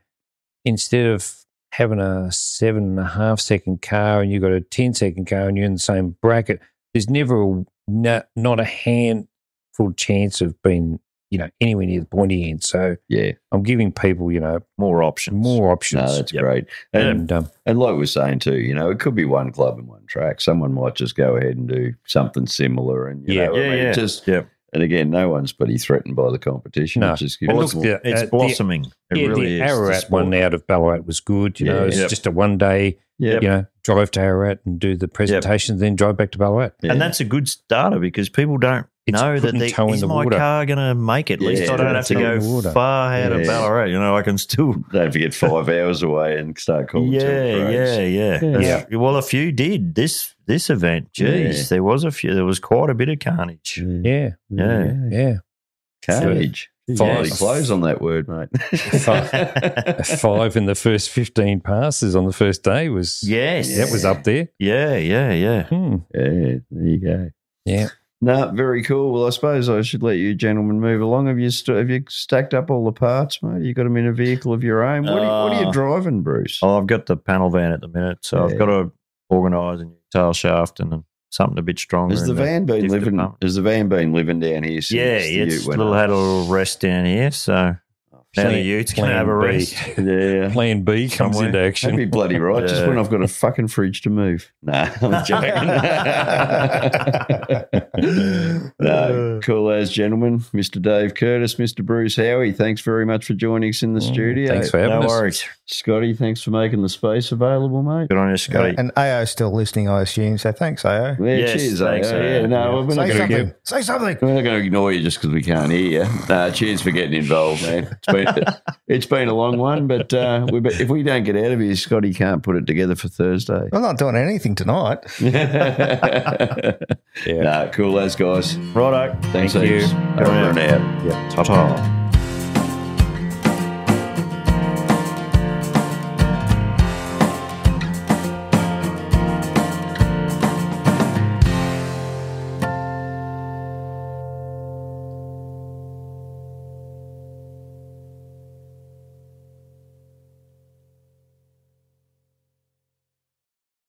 instead of having a seven and a half second car and you've got a ten second car and you're in the same bracket, there's never a, not, not a handful chance of being you know anywhere near the pointy end. So yeah, I'm giving people you know More options. more options. no, that's Yep. great. And and um, and like we we're saying too, you know, it could be one club and one track. Someone might just go ahead and do something similar, and you Yeah. know, I Yeah, mean, yeah. Just Yep. and again, no one's pretty threatened by the competition. No. It's just And gives look, the- It's uh, the- blossoming. it yeah, really the is. The Ararat sport. one out of Ballarat was good. You know, Yeah. it's Yep. just a one day, Yep. you know, drive to Ararat and do the presentation, then drive back to Ballarat. Yeah. And that's a good starter because people don't It's know that putting they, toe in is the my water. car going to make it? At least Yeah, I don't have it's to toe in the go water. far out of Yeah. Ballarat. You know, I can still. don't forget five hours away and start calling. Yeah, yeah, yeah, Yeah. That's- Well, a few did this this event. Geez, Yeah. there was a few. There was quite a bit of carnage. Yeah, Mm. Yeah. yeah. Carnage. Five- Five close on that word, mate. A five in the first 15 passes on the first day was, Yes, that was up there. Yeah, yeah, yeah. Hmm. Yeah, there you go. Yeah. No, very cool. Well, I suppose I should let you gentlemen move along. Have you st- have you stacked up all the parts, mate? You got them in a vehicle of your own. What, are, you, what are Uh, you driving, Bruce? Oh, I've got the panel van at the minute, so I've Yeah. got to organise a new tail shaft and then something a bit stronger. Has the in the- van been diff living? department. Has the van been living down here? Since yeah, the it's ute went little up? had a little rest down here, so now the Plan- youth's gonna have a plan B. rest. Yeah, Plan B comes Somewhere. into that'd be action. bloody right. Just Yeah. when I've got a fucking fridge to move. Nah, I'm joking. no, Uh. cool as gentlemen, Mr. Dave Curtis, Mr. Bruce Howie. Thanks very much for joining us in the Mm, studio. Hmm. Thanks for having no us. worries. Scotty, thanks for making the space available, mate. Good on you, Scotty. And AO's still listening, I assume. So thanks, AO. Yeah, Yes, cheers. thanks, eh? eh? yeah, no, we're not Say going to something. Say something. We're not going to ignore you just because we can't hear you. Nah, cheers for getting involved, man. It's been, it's been a long one, but uh, we, if we don't get out of here, Scotty can't put it together for Thursday. I'm not doing anything tonight. yeah. Nah, cool as guys. Righto. Thanks, Thank you. heaps. Over and out. Ta ta.